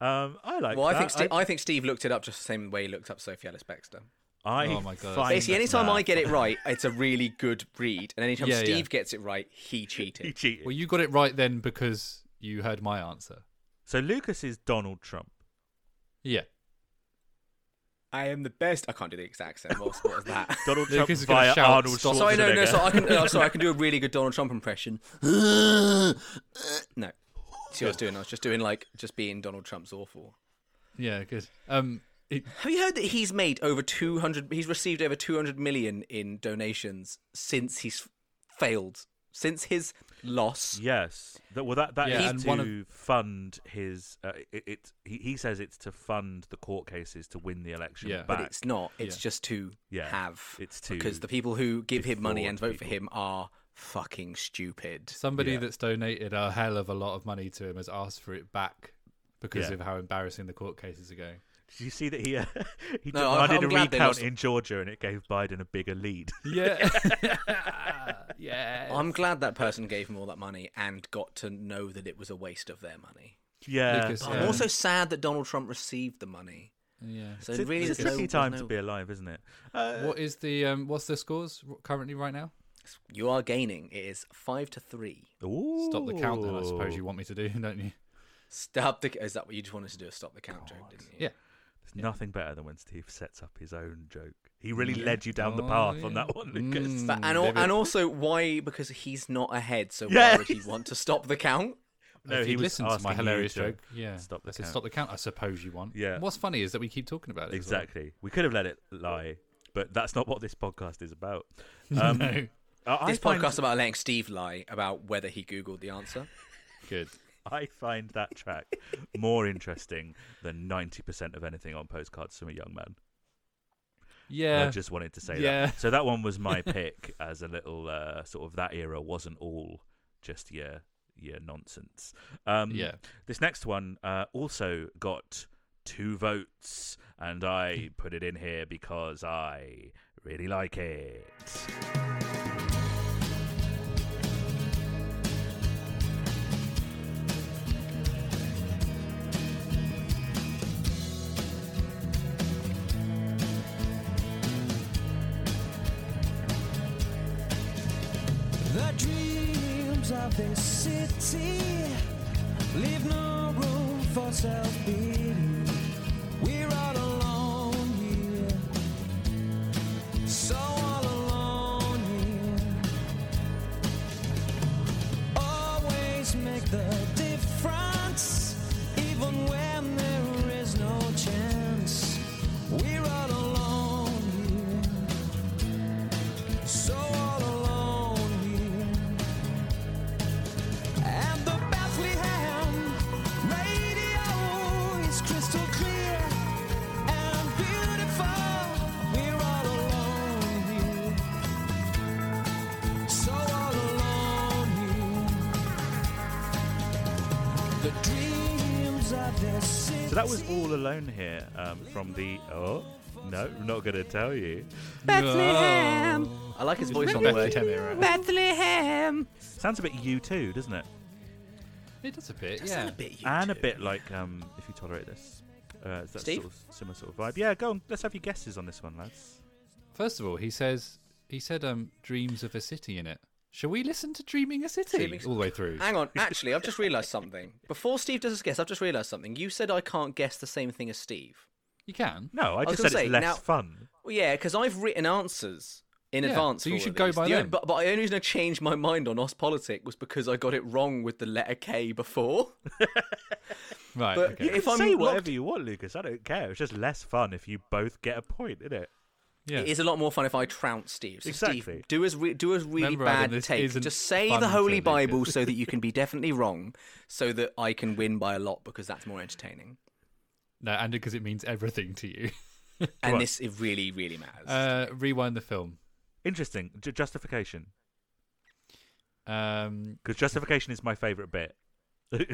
Speaker 1: Um, I like.
Speaker 2: Well, I
Speaker 1: that.
Speaker 2: think Steve, I think Steve looked it up just the same way he looked up Sophie Ellis Bextor.
Speaker 1: I
Speaker 3: Oh my God.
Speaker 1: find
Speaker 2: Basically,
Speaker 1: that
Speaker 2: anytime
Speaker 1: mad.
Speaker 2: I get it right, it's a really good read, and anytime
Speaker 3: Yeah, yeah.
Speaker 2: Steve gets it right, he
Speaker 1: he
Speaker 2: cheated.
Speaker 1: cheated.
Speaker 3: Well, you got it right then because you heard my answer.
Speaker 1: So Lucas is Donald Trump.
Speaker 3: Yeah.
Speaker 2: I am the best. I can't do the exact accent. What, what was that?
Speaker 1: Donald Trump
Speaker 3: Lucas is gonna
Speaker 1: via
Speaker 3: shout,
Speaker 1: Arnold
Speaker 3: "Stop."
Speaker 1: Schwarzenegger.
Speaker 2: sorry, no, no. So I can, no, sorry, I can do a really good Donald Trump impression. no, see what I was doing? I was just doing like just being Donald Trump's awful.
Speaker 3: Yeah, good. Um, it,
Speaker 2: Have you heard that he's made over 200 he's received over 200 million in donations since he's failed since his loss.
Speaker 1: Yes. That, well, that that is
Speaker 3: Yeah, and
Speaker 1: to
Speaker 3: one
Speaker 1: fund his. Uh, it, it he, he says it's to fund the court cases to win the election
Speaker 3: Yeah.
Speaker 1: back.
Speaker 2: But it's not. It's
Speaker 3: Yeah.
Speaker 2: just to
Speaker 1: Yeah,
Speaker 2: have.
Speaker 1: it's to
Speaker 2: because the people who give him money
Speaker 1: defraud
Speaker 2: and vote for
Speaker 1: people.
Speaker 2: him are fucking stupid.
Speaker 3: somebody
Speaker 1: Yeah.
Speaker 3: that's donated a hell of a lot of money to him has asked for it back because
Speaker 1: Yeah.
Speaker 3: of how embarrassing the court cases are going.
Speaker 1: Did you see that he uh, he
Speaker 2: No, I'm-
Speaker 1: demanded
Speaker 2: I'm
Speaker 1: a
Speaker 2: glad they
Speaker 1: recount
Speaker 2: lost.
Speaker 1: in Georgia and it gave Biden a bigger lead?
Speaker 3: Yeah. yeah.
Speaker 2: I'm glad that person gave him all that money and got to know that it was a waste of their money.
Speaker 1: yeah.
Speaker 3: Lucas,
Speaker 2: But
Speaker 3: Yeah.
Speaker 2: I'm also sad that Donald Trump received the money.
Speaker 3: yeah.
Speaker 2: So
Speaker 1: It's a,
Speaker 2: really,
Speaker 1: it's a
Speaker 2: there's
Speaker 1: tricky
Speaker 2: no-
Speaker 1: time
Speaker 2: there's
Speaker 1: to
Speaker 2: no-
Speaker 1: be alive, isn't it? Uh,
Speaker 3: What is the um? What's the scores r- currently right now?
Speaker 2: You are gaining. It is five to three.
Speaker 3: Stop the count. Then I suppose you
Speaker 1: ooh.
Speaker 3: want me to do, don't you?
Speaker 2: Stop the. Is that what you just wanted to do? A stop the count joke, didn't you?
Speaker 3: Yeah.
Speaker 1: There's nothing better than when Steve sets up his own joke. He really
Speaker 3: Yeah.
Speaker 1: led you down the
Speaker 3: Oh,
Speaker 1: path on
Speaker 3: yeah.
Speaker 1: that one, Lucas.
Speaker 3: Mm.
Speaker 2: But, and, al-
Speaker 3: maybe-
Speaker 2: and also, why? Because he's not ahead, so why
Speaker 1: Yes.
Speaker 2: would he want to stop the count?
Speaker 1: No,
Speaker 3: if
Speaker 1: he
Speaker 3: you
Speaker 1: was
Speaker 3: listen to
Speaker 1: asking
Speaker 3: my
Speaker 1: you
Speaker 3: hilarious
Speaker 1: to
Speaker 3: joke, yeah,
Speaker 1: stop the
Speaker 3: I said,
Speaker 1: count.
Speaker 3: Stop the count. I suppose you want.
Speaker 1: Yeah.
Speaker 3: What's funny is that we keep talking about it. as well.
Speaker 1: Exactly. We could have let it lie, but that's not what this podcast is about. Um,
Speaker 3: No.
Speaker 1: I- I
Speaker 2: This
Speaker 1: find-
Speaker 2: podcast about letting Steve lie about whether he googled the answer.
Speaker 3: Good.
Speaker 1: I find that track more interesting than ninety percent of anything on postcards from a young man. And
Speaker 3: Yeah.
Speaker 1: I just wanted to say
Speaker 3: Yeah.
Speaker 1: that. So that one was my pick as a little uh, sort of that era wasn't all just your your nonsense. Um,
Speaker 3: Yeah.
Speaker 1: This next one uh, also got two votes, and I put it in here because I really like it.
Speaker 5: The dreams of this city leave no room for self-pity. We're all alone here, so all alone here. Always make the difference, even when there is no chance. We're all alone here, so all alone here. And the Bethlehem radio is crystal clear and beautiful. We're all alone here. So all alone here. The dreams of this city.
Speaker 1: So that was all alone here um, from the. Oh no, not gonna tell you.
Speaker 3: Bethlehem.
Speaker 2: I like
Speaker 3: Oh,
Speaker 2: his voice on the word.
Speaker 6: Bethlehem.
Speaker 1: Sounds a bit U two, doesn't it?
Speaker 3: It does a bit, yeah.
Speaker 1: and a bit like um, if you tolerate this. Uh, it's that
Speaker 2: Steve?
Speaker 1: sort of similar sort of vibe. Yeah, go on. Let's have your guesses on this one, lads.
Speaker 3: First of all, he says he said um dreams of a city in it. Shall we listen to Dreaming a City
Speaker 2: Dreaming-
Speaker 3: all the way through?
Speaker 2: Hang on, actually, I've just realised something. Before Steve does his guess, I've just realised something. You said I can't guess the same thing as Steve.
Speaker 3: You can.
Speaker 1: No, I,
Speaker 2: was
Speaker 1: just
Speaker 2: gonna
Speaker 1: said
Speaker 2: say,
Speaker 1: it's less
Speaker 2: now-
Speaker 1: fun.
Speaker 2: Well, yeah, because I've written answers in
Speaker 3: Yeah,
Speaker 2: advance.
Speaker 3: so you
Speaker 2: for all
Speaker 3: should
Speaker 2: of
Speaker 3: go
Speaker 2: these.
Speaker 3: by
Speaker 2: the only-
Speaker 3: them.
Speaker 2: but, but the only reason I changed my mind on Ospolitik was because I got it wrong with the letter K before.
Speaker 3: Right.
Speaker 2: But
Speaker 3: okay.
Speaker 2: if I'm
Speaker 1: say
Speaker 2: locked-
Speaker 1: whatever you want, Lucas. I don't care. It's just less fun if you both get a point, isn't it?
Speaker 3: Yeah.
Speaker 2: It is a lot more fun if I trounce Steve. So
Speaker 1: Exactly.
Speaker 2: Steve, do us re- do us really
Speaker 3: Remember, Adam,
Speaker 2: bad
Speaker 3: this
Speaker 2: take.
Speaker 3: isn't
Speaker 2: Just say
Speaker 3: fun
Speaker 2: the Holy
Speaker 3: to
Speaker 2: Bible
Speaker 3: Lucas.
Speaker 2: so that you can be definitely wrong, so that I can win by a lot because that's more entertaining.
Speaker 3: No, and because it means everything to you.
Speaker 2: And
Speaker 1: on.
Speaker 2: this it really really matters.
Speaker 3: Uh, rewind the film.
Speaker 1: Interesting. Ju- justification.
Speaker 3: Um,
Speaker 1: Because justification is my favourite bit.
Speaker 3: okay.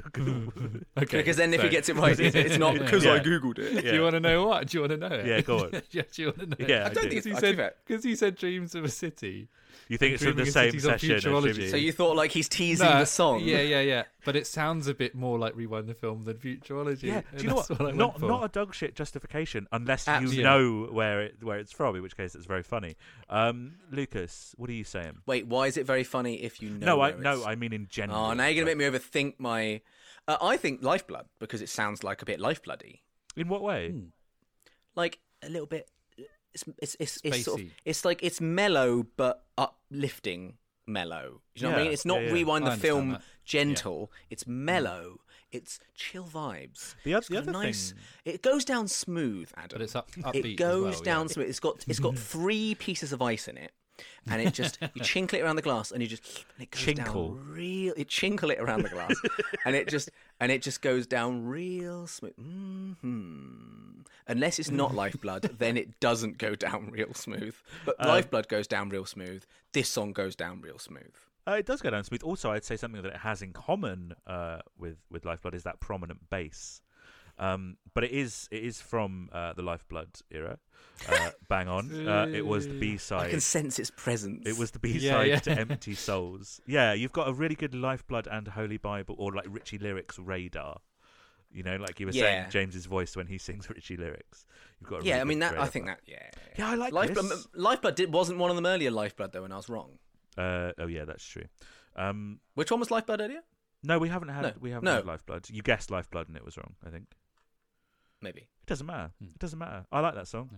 Speaker 2: because then if
Speaker 3: so-
Speaker 2: he gets it right, it's, it's not because I
Speaker 1: Yeah.
Speaker 2: googled it.
Speaker 1: Yeah.
Speaker 3: Do you want to know what? Do you want to know it?
Speaker 1: Yeah, go on.
Speaker 3: yeah, do you want to know?
Speaker 1: Yeah, I I don't do.
Speaker 2: think it's- I give
Speaker 3: said
Speaker 2: it.
Speaker 3: because he said dreams of a city.
Speaker 1: you think it's from the
Speaker 3: Dreaming of
Speaker 1: same
Speaker 3: Cities on
Speaker 1: session? as
Speaker 3: Futurology.
Speaker 1: Jimmy?
Speaker 2: So you thought like he's teasing
Speaker 3: No,
Speaker 2: the song.
Speaker 3: Yeah, yeah, yeah. But it sounds a bit more like rewind the film than futurology.
Speaker 1: Yeah,
Speaker 3: and
Speaker 1: do you know
Speaker 3: that's
Speaker 1: what?
Speaker 3: I went
Speaker 1: not
Speaker 3: for.
Speaker 1: not a dog shit justification unless
Speaker 2: Absolutely.
Speaker 1: you know where it where it's from, in which case it's very funny. Um, Lucas, what are you saying?
Speaker 2: Wait, why is it very funny if you know?
Speaker 1: No, I
Speaker 2: where
Speaker 1: no,
Speaker 2: it's-
Speaker 1: I mean in general.
Speaker 2: Oh, now you're gonna
Speaker 1: like-
Speaker 2: make me overthink my. Uh, I think Lifeblood because it sounds like a bit Lifebloody,
Speaker 1: In what way?
Speaker 2: Hmm. like a little bit. It's it's it's, it's sort of,
Speaker 3: Spacey.
Speaker 2: it's like it's mellow but uplifting mellow. Do you know what I
Speaker 1: Yeah,
Speaker 2: mean? It's not
Speaker 1: yeah, yeah.
Speaker 2: rewind
Speaker 3: I
Speaker 2: the
Speaker 3: understand
Speaker 2: film
Speaker 3: that.
Speaker 2: gentle. It's mellow. It's chill vibes.
Speaker 1: Mm. The oth-
Speaker 2: It's
Speaker 1: the
Speaker 2: got a
Speaker 1: other
Speaker 2: nice.
Speaker 1: thing-
Speaker 2: It goes down smooth, Adam.
Speaker 3: But it's up- upbeat as
Speaker 2: It goes
Speaker 3: well,
Speaker 2: down
Speaker 3: yeah.
Speaker 2: smooth. It's got it's got three pieces of ice in it, and it just you chinkle it around the glass, and you just and it goes
Speaker 1: Chinkle.
Speaker 2: down real. You chinkle it around the glass, and it just and it just goes down real smooth. hmm Unless it's not lifeblood, then it doesn't go down real smooth. But lifeblood goes down real smooth. This song goes down real smooth.
Speaker 1: Uh, it does go down smooth. Also, I'd say something that it has in common uh, with with Lifeblood is that prominent bass. Um, but it is it is from uh, the Lifeblood era. Uh, bang on! Uh, it was the B
Speaker 2: I can
Speaker 1: side.
Speaker 2: sense its presence.
Speaker 1: It was the B side
Speaker 3: yeah.
Speaker 1: to Empty Souls. Yeah, you've got a really good Lifeblood and Holy Bible, or like Richie Lyrics radar. You know, like you were saying,
Speaker 2: Yeah.
Speaker 1: James's voice when he sings Richie Lyrics. You've got a
Speaker 2: yeah.
Speaker 1: really
Speaker 2: I mean
Speaker 1: good
Speaker 2: that. I
Speaker 1: radar.
Speaker 2: think that. Yeah.
Speaker 1: Yeah, I like
Speaker 2: Lifeblood,
Speaker 1: this.
Speaker 2: Lifeblood did, wasn't one of them earlier. Lifeblood though, and I was wrong.
Speaker 1: Uh, oh yeah, that's true. Um,
Speaker 2: Which one was Lifeblood earlier?
Speaker 1: no, we haven't had
Speaker 2: No,
Speaker 1: we haven't
Speaker 2: no.
Speaker 1: had Lifeblood. You guessed Lifeblood and it was wrong. I think
Speaker 2: Maybe.
Speaker 1: it doesn't matter.
Speaker 3: Hmm.
Speaker 1: It doesn't matter. I like that song.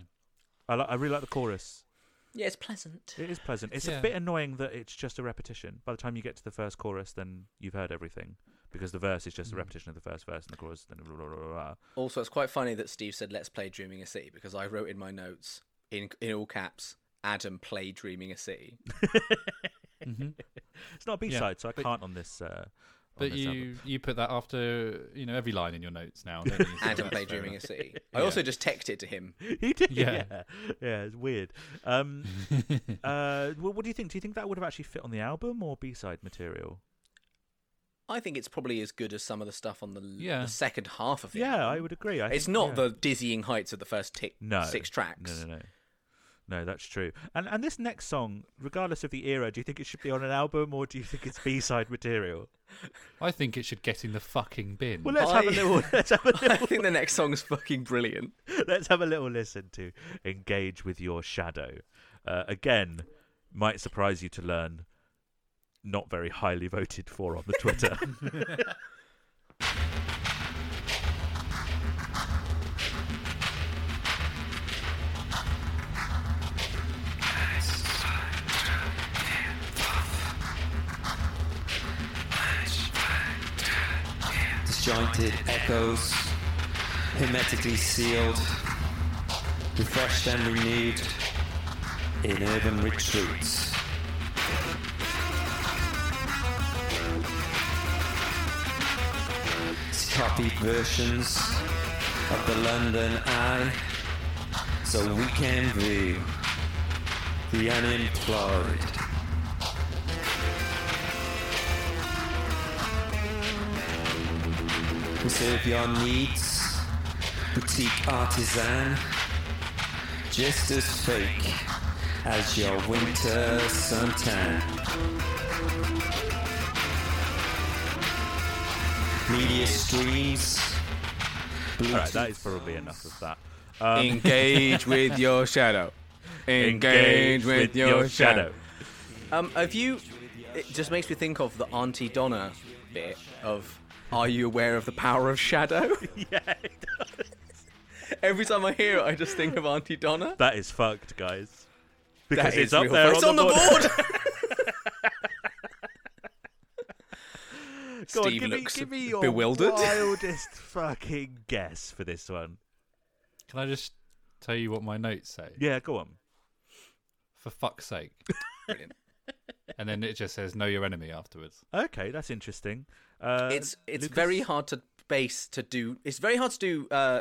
Speaker 1: I like. I really like the chorus.
Speaker 2: Yeah, it's pleasant.
Speaker 1: It is pleasant. It's
Speaker 3: Yeah.
Speaker 1: a bit annoying that it's just a repetition. By the time you get to the first chorus, then you've heard everything because the verse is just
Speaker 3: Mm.
Speaker 1: a repetition of the first verse and the chorus. Then blah, blah, blah, blah, blah.
Speaker 2: Also, it's quite funny that Steve said, "Let's play Dreaming a City" because I wrote in my notes in in all caps, "Adam play Dreaming a City."
Speaker 1: It's not a B
Speaker 3: Mm-hmm. Yeah,
Speaker 1: side, so I can't on this. Uh, on
Speaker 3: But
Speaker 1: this album.
Speaker 3: you you put that after you know every line in your notes now. Don't you? So
Speaker 2: Adam
Speaker 3: that's
Speaker 2: play
Speaker 3: fair
Speaker 2: Dreaming a
Speaker 3: enough.
Speaker 2: City. I also just texted to him.
Speaker 1: he did, yeah.
Speaker 3: Yeah.
Speaker 1: yeah, it's weird. Um, uh, wh- what do you think? Do you think that would have actually fit on the album or B side material?
Speaker 2: I think it's probably as good as some of the stuff on the,
Speaker 3: Yeah.
Speaker 2: the second half of it.
Speaker 1: Yeah, I would agree. I
Speaker 2: It's
Speaker 1: think-
Speaker 2: not
Speaker 1: yeah.
Speaker 2: the dizzying heights of the first tick
Speaker 1: no
Speaker 2: six tracks.
Speaker 1: No, no, no. No, that's true. And and this next song, regardless of the era, do you think it should be on an album or do you think it's B side material?
Speaker 3: I think it should get in the fucking bin.
Speaker 1: Well, let's have a
Speaker 2: I-
Speaker 1: little. Let's have a
Speaker 2: I
Speaker 1: little.
Speaker 2: think the next song's fucking brilliant.
Speaker 1: let's have a little listen to "Engage with Your Shadow." Uh, again, might surprise you to learn, not very highly voted for on the Twitter.
Speaker 6: disjointed echoes, hermetically sealed, refreshed and renewed in urban retreats. Copied versions of the London Eye, so we can view the unemployed. We serve your needs, boutique artisan, just as fake as your winter suntan. Media streams.
Speaker 1: All right, that is probably enough of that.
Speaker 2: Engage with your shadow. Engage, with, your, shadow. Um, have you? It just makes me think of the Auntie Donna bit of "Are you aware of the power of shadow?"
Speaker 1: yeah, it does.
Speaker 2: Every time I hear it, I just think of Auntie Donna.
Speaker 1: that is fucked, guys.
Speaker 2: That
Speaker 1: Because
Speaker 2: is
Speaker 1: it's up
Speaker 2: real.
Speaker 1: there.
Speaker 2: It's
Speaker 1: on, the board. Go on,
Speaker 2: Steve
Speaker 1: give,
Speaker 2: looks
Speaker 1: me, give me your
Speaker 2: bewildered.
Speaker 1: wildest fucking guess for this one.
Speaker 3: Can I just tell you what my notes say?
Speaker 1: Yeah, go on.
Speaker 3: For fuck's sake.
Speaker 2: Brilliant.
Speaker 3: And then it just says, know your enemy afterwards.
Speaker 1: Okay, that's interesting. Uh,
Speaker 2: it's it's
Speaker 1: Lucas?
Speaker 2: very hard to base to do. It's very hard to do uh,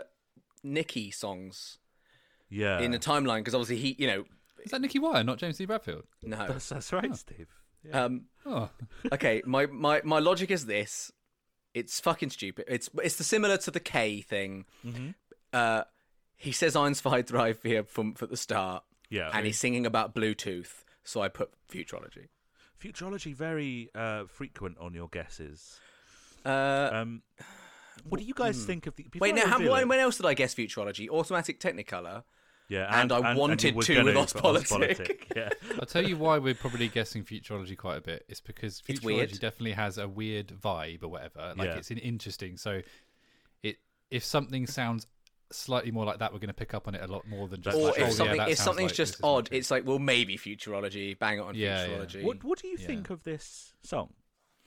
Speaker 2: Nicky songs
Speaker 1: yeah.
Speaker 2: in a timeline because obviously he, you know,
Speaker 3: Is that Nicky Wire, not James D. Bradfield?
Speaker 2: no.
Speaker 1: that's, that's right, Steve.
Speaker 2: Um,
Speaker 3: Oh,
Speaker 2: okay, my, my my logic is this: it's fucking stupid. It's it's the similar to the K thing.
Speaker 3: Mm-hmm.
Speaker 2: Uh, he says Einstein Drive via Fump at the start,
Speaker 3: Oh,
Speaker 1: Yeah.
Speaker 2: and he's singing about Bluetooth. So I put futurology.
Speaker 1: Futurology very uh, frequent on your guesses.
Speaker 2: Uh,
Speaker 1: Um, what do you guys think of the? before
Speaker 2: Hmm. wait,
Speaker 1: I
Speaker 2: now how,
Speaker 1: reveal it-
Speaker 2: when, when else did I guess futurology? Automatic Technicolor.
Speaker 1: Yeah,
Speaker 2: and I
Speaker 1: you
Speaker 2: wanted
Speaker 1: were
Speaker 2: to
Speaker 1: gonna
Speaker 2: with
Speaker 1: for
Speaker 2: Ostpolitik.
Speaker 1: Ostpolitik, Yeah,
Speaker 3: I'll tell you why we're probably guessing futurology quite a bit. It's because
Speaker 2: It's
Speaker 3: futurology
Speaker 2: weird.
Speaker 3: definitely has a weird vibe or whatever. Like
Speaker 1: Yeah.
Speaker 3: it's an interesting. So it if something sounds slightly more like that, we're going to pick up on it a lot more than just.
Speaker 1: That's
Speaker 2: Or
Speaker 3: like,
Speaker 1: true.
Speaker 3: oh,
Speaker 2: if
Speaker 3: yeah,
Speaker 2: something
Speaker 3: that
Speaker 2: if
Speaker 3: sounds
Speaker 2: something's
Speaker 3: like
Speaker 2: just
Speaker 3: this,
Speaker 2: odd,
Speaker 3: isn't it?
Speaker 2: it's like well maybe futurology. Bang it on
Speaker 3: Yeah, yeah.
Speaker 2: futurology.
Speaker 1: What What do you
Speaker 3: Yeah.
Speaker 1: think of this song?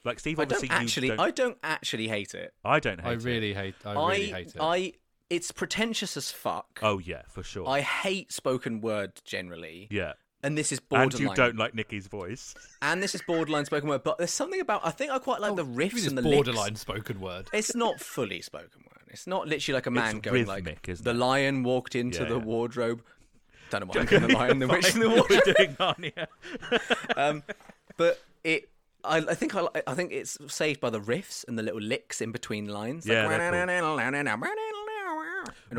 Speaker 1: Like Steve,
Speaker 2: I don't
Speaker 1: obviously
Speaker 2: actually.
Speaker 1: you don't.
Speaker 2: I don't actually hate it.
Speaker 1: I don't hate
Speaker 3: I
Speaker 1: it.
Speaker 3: really hate. I
Speaker 2: I
Speaker 3: really hate it.
Speaker 2: I it's pretentious as fuck.
Speaker 1: Oh yeah, for sure.
Speaker 2: I hate spoken word generally,
Speaker 1: yeah,
Speaker 2: and this is borderline.
Speaker 1: and you don't like Nicky's voice.
Speaker 2: And this is borderline spoken word. But there's something about I think I quite like the riffs
Speaker 3: Maybe
Speaker 2: and the
Speaker 3: Oh, this
Speaker 2: licks.
Speaker 3: borderline spoken word.
Speaker 2: It's not fully spoken word. It's not literally like a man
Speaker 1: It's
Speaker 2: going like
Speaker 1: rhythmic, isn't
Speaker 2: the
Speaker 1: it?"
Speaker 2: lion walked into
Speaker 1: Yeah,
Speaker 2: the
Speaker 1: yeah.
Speaker 2: wardrobe. Don't know why I'm doing the lion, the witch, and the wardrobe.
Speaker 1: We're doing Narnia.
Speaker 2: but it I, I think I, li- I think it's saved by the riffs and the little licks in between lines.
Speaker 1: Yeah,
Speaker 2: like,
Speaker 1: they're
Speaker 2: and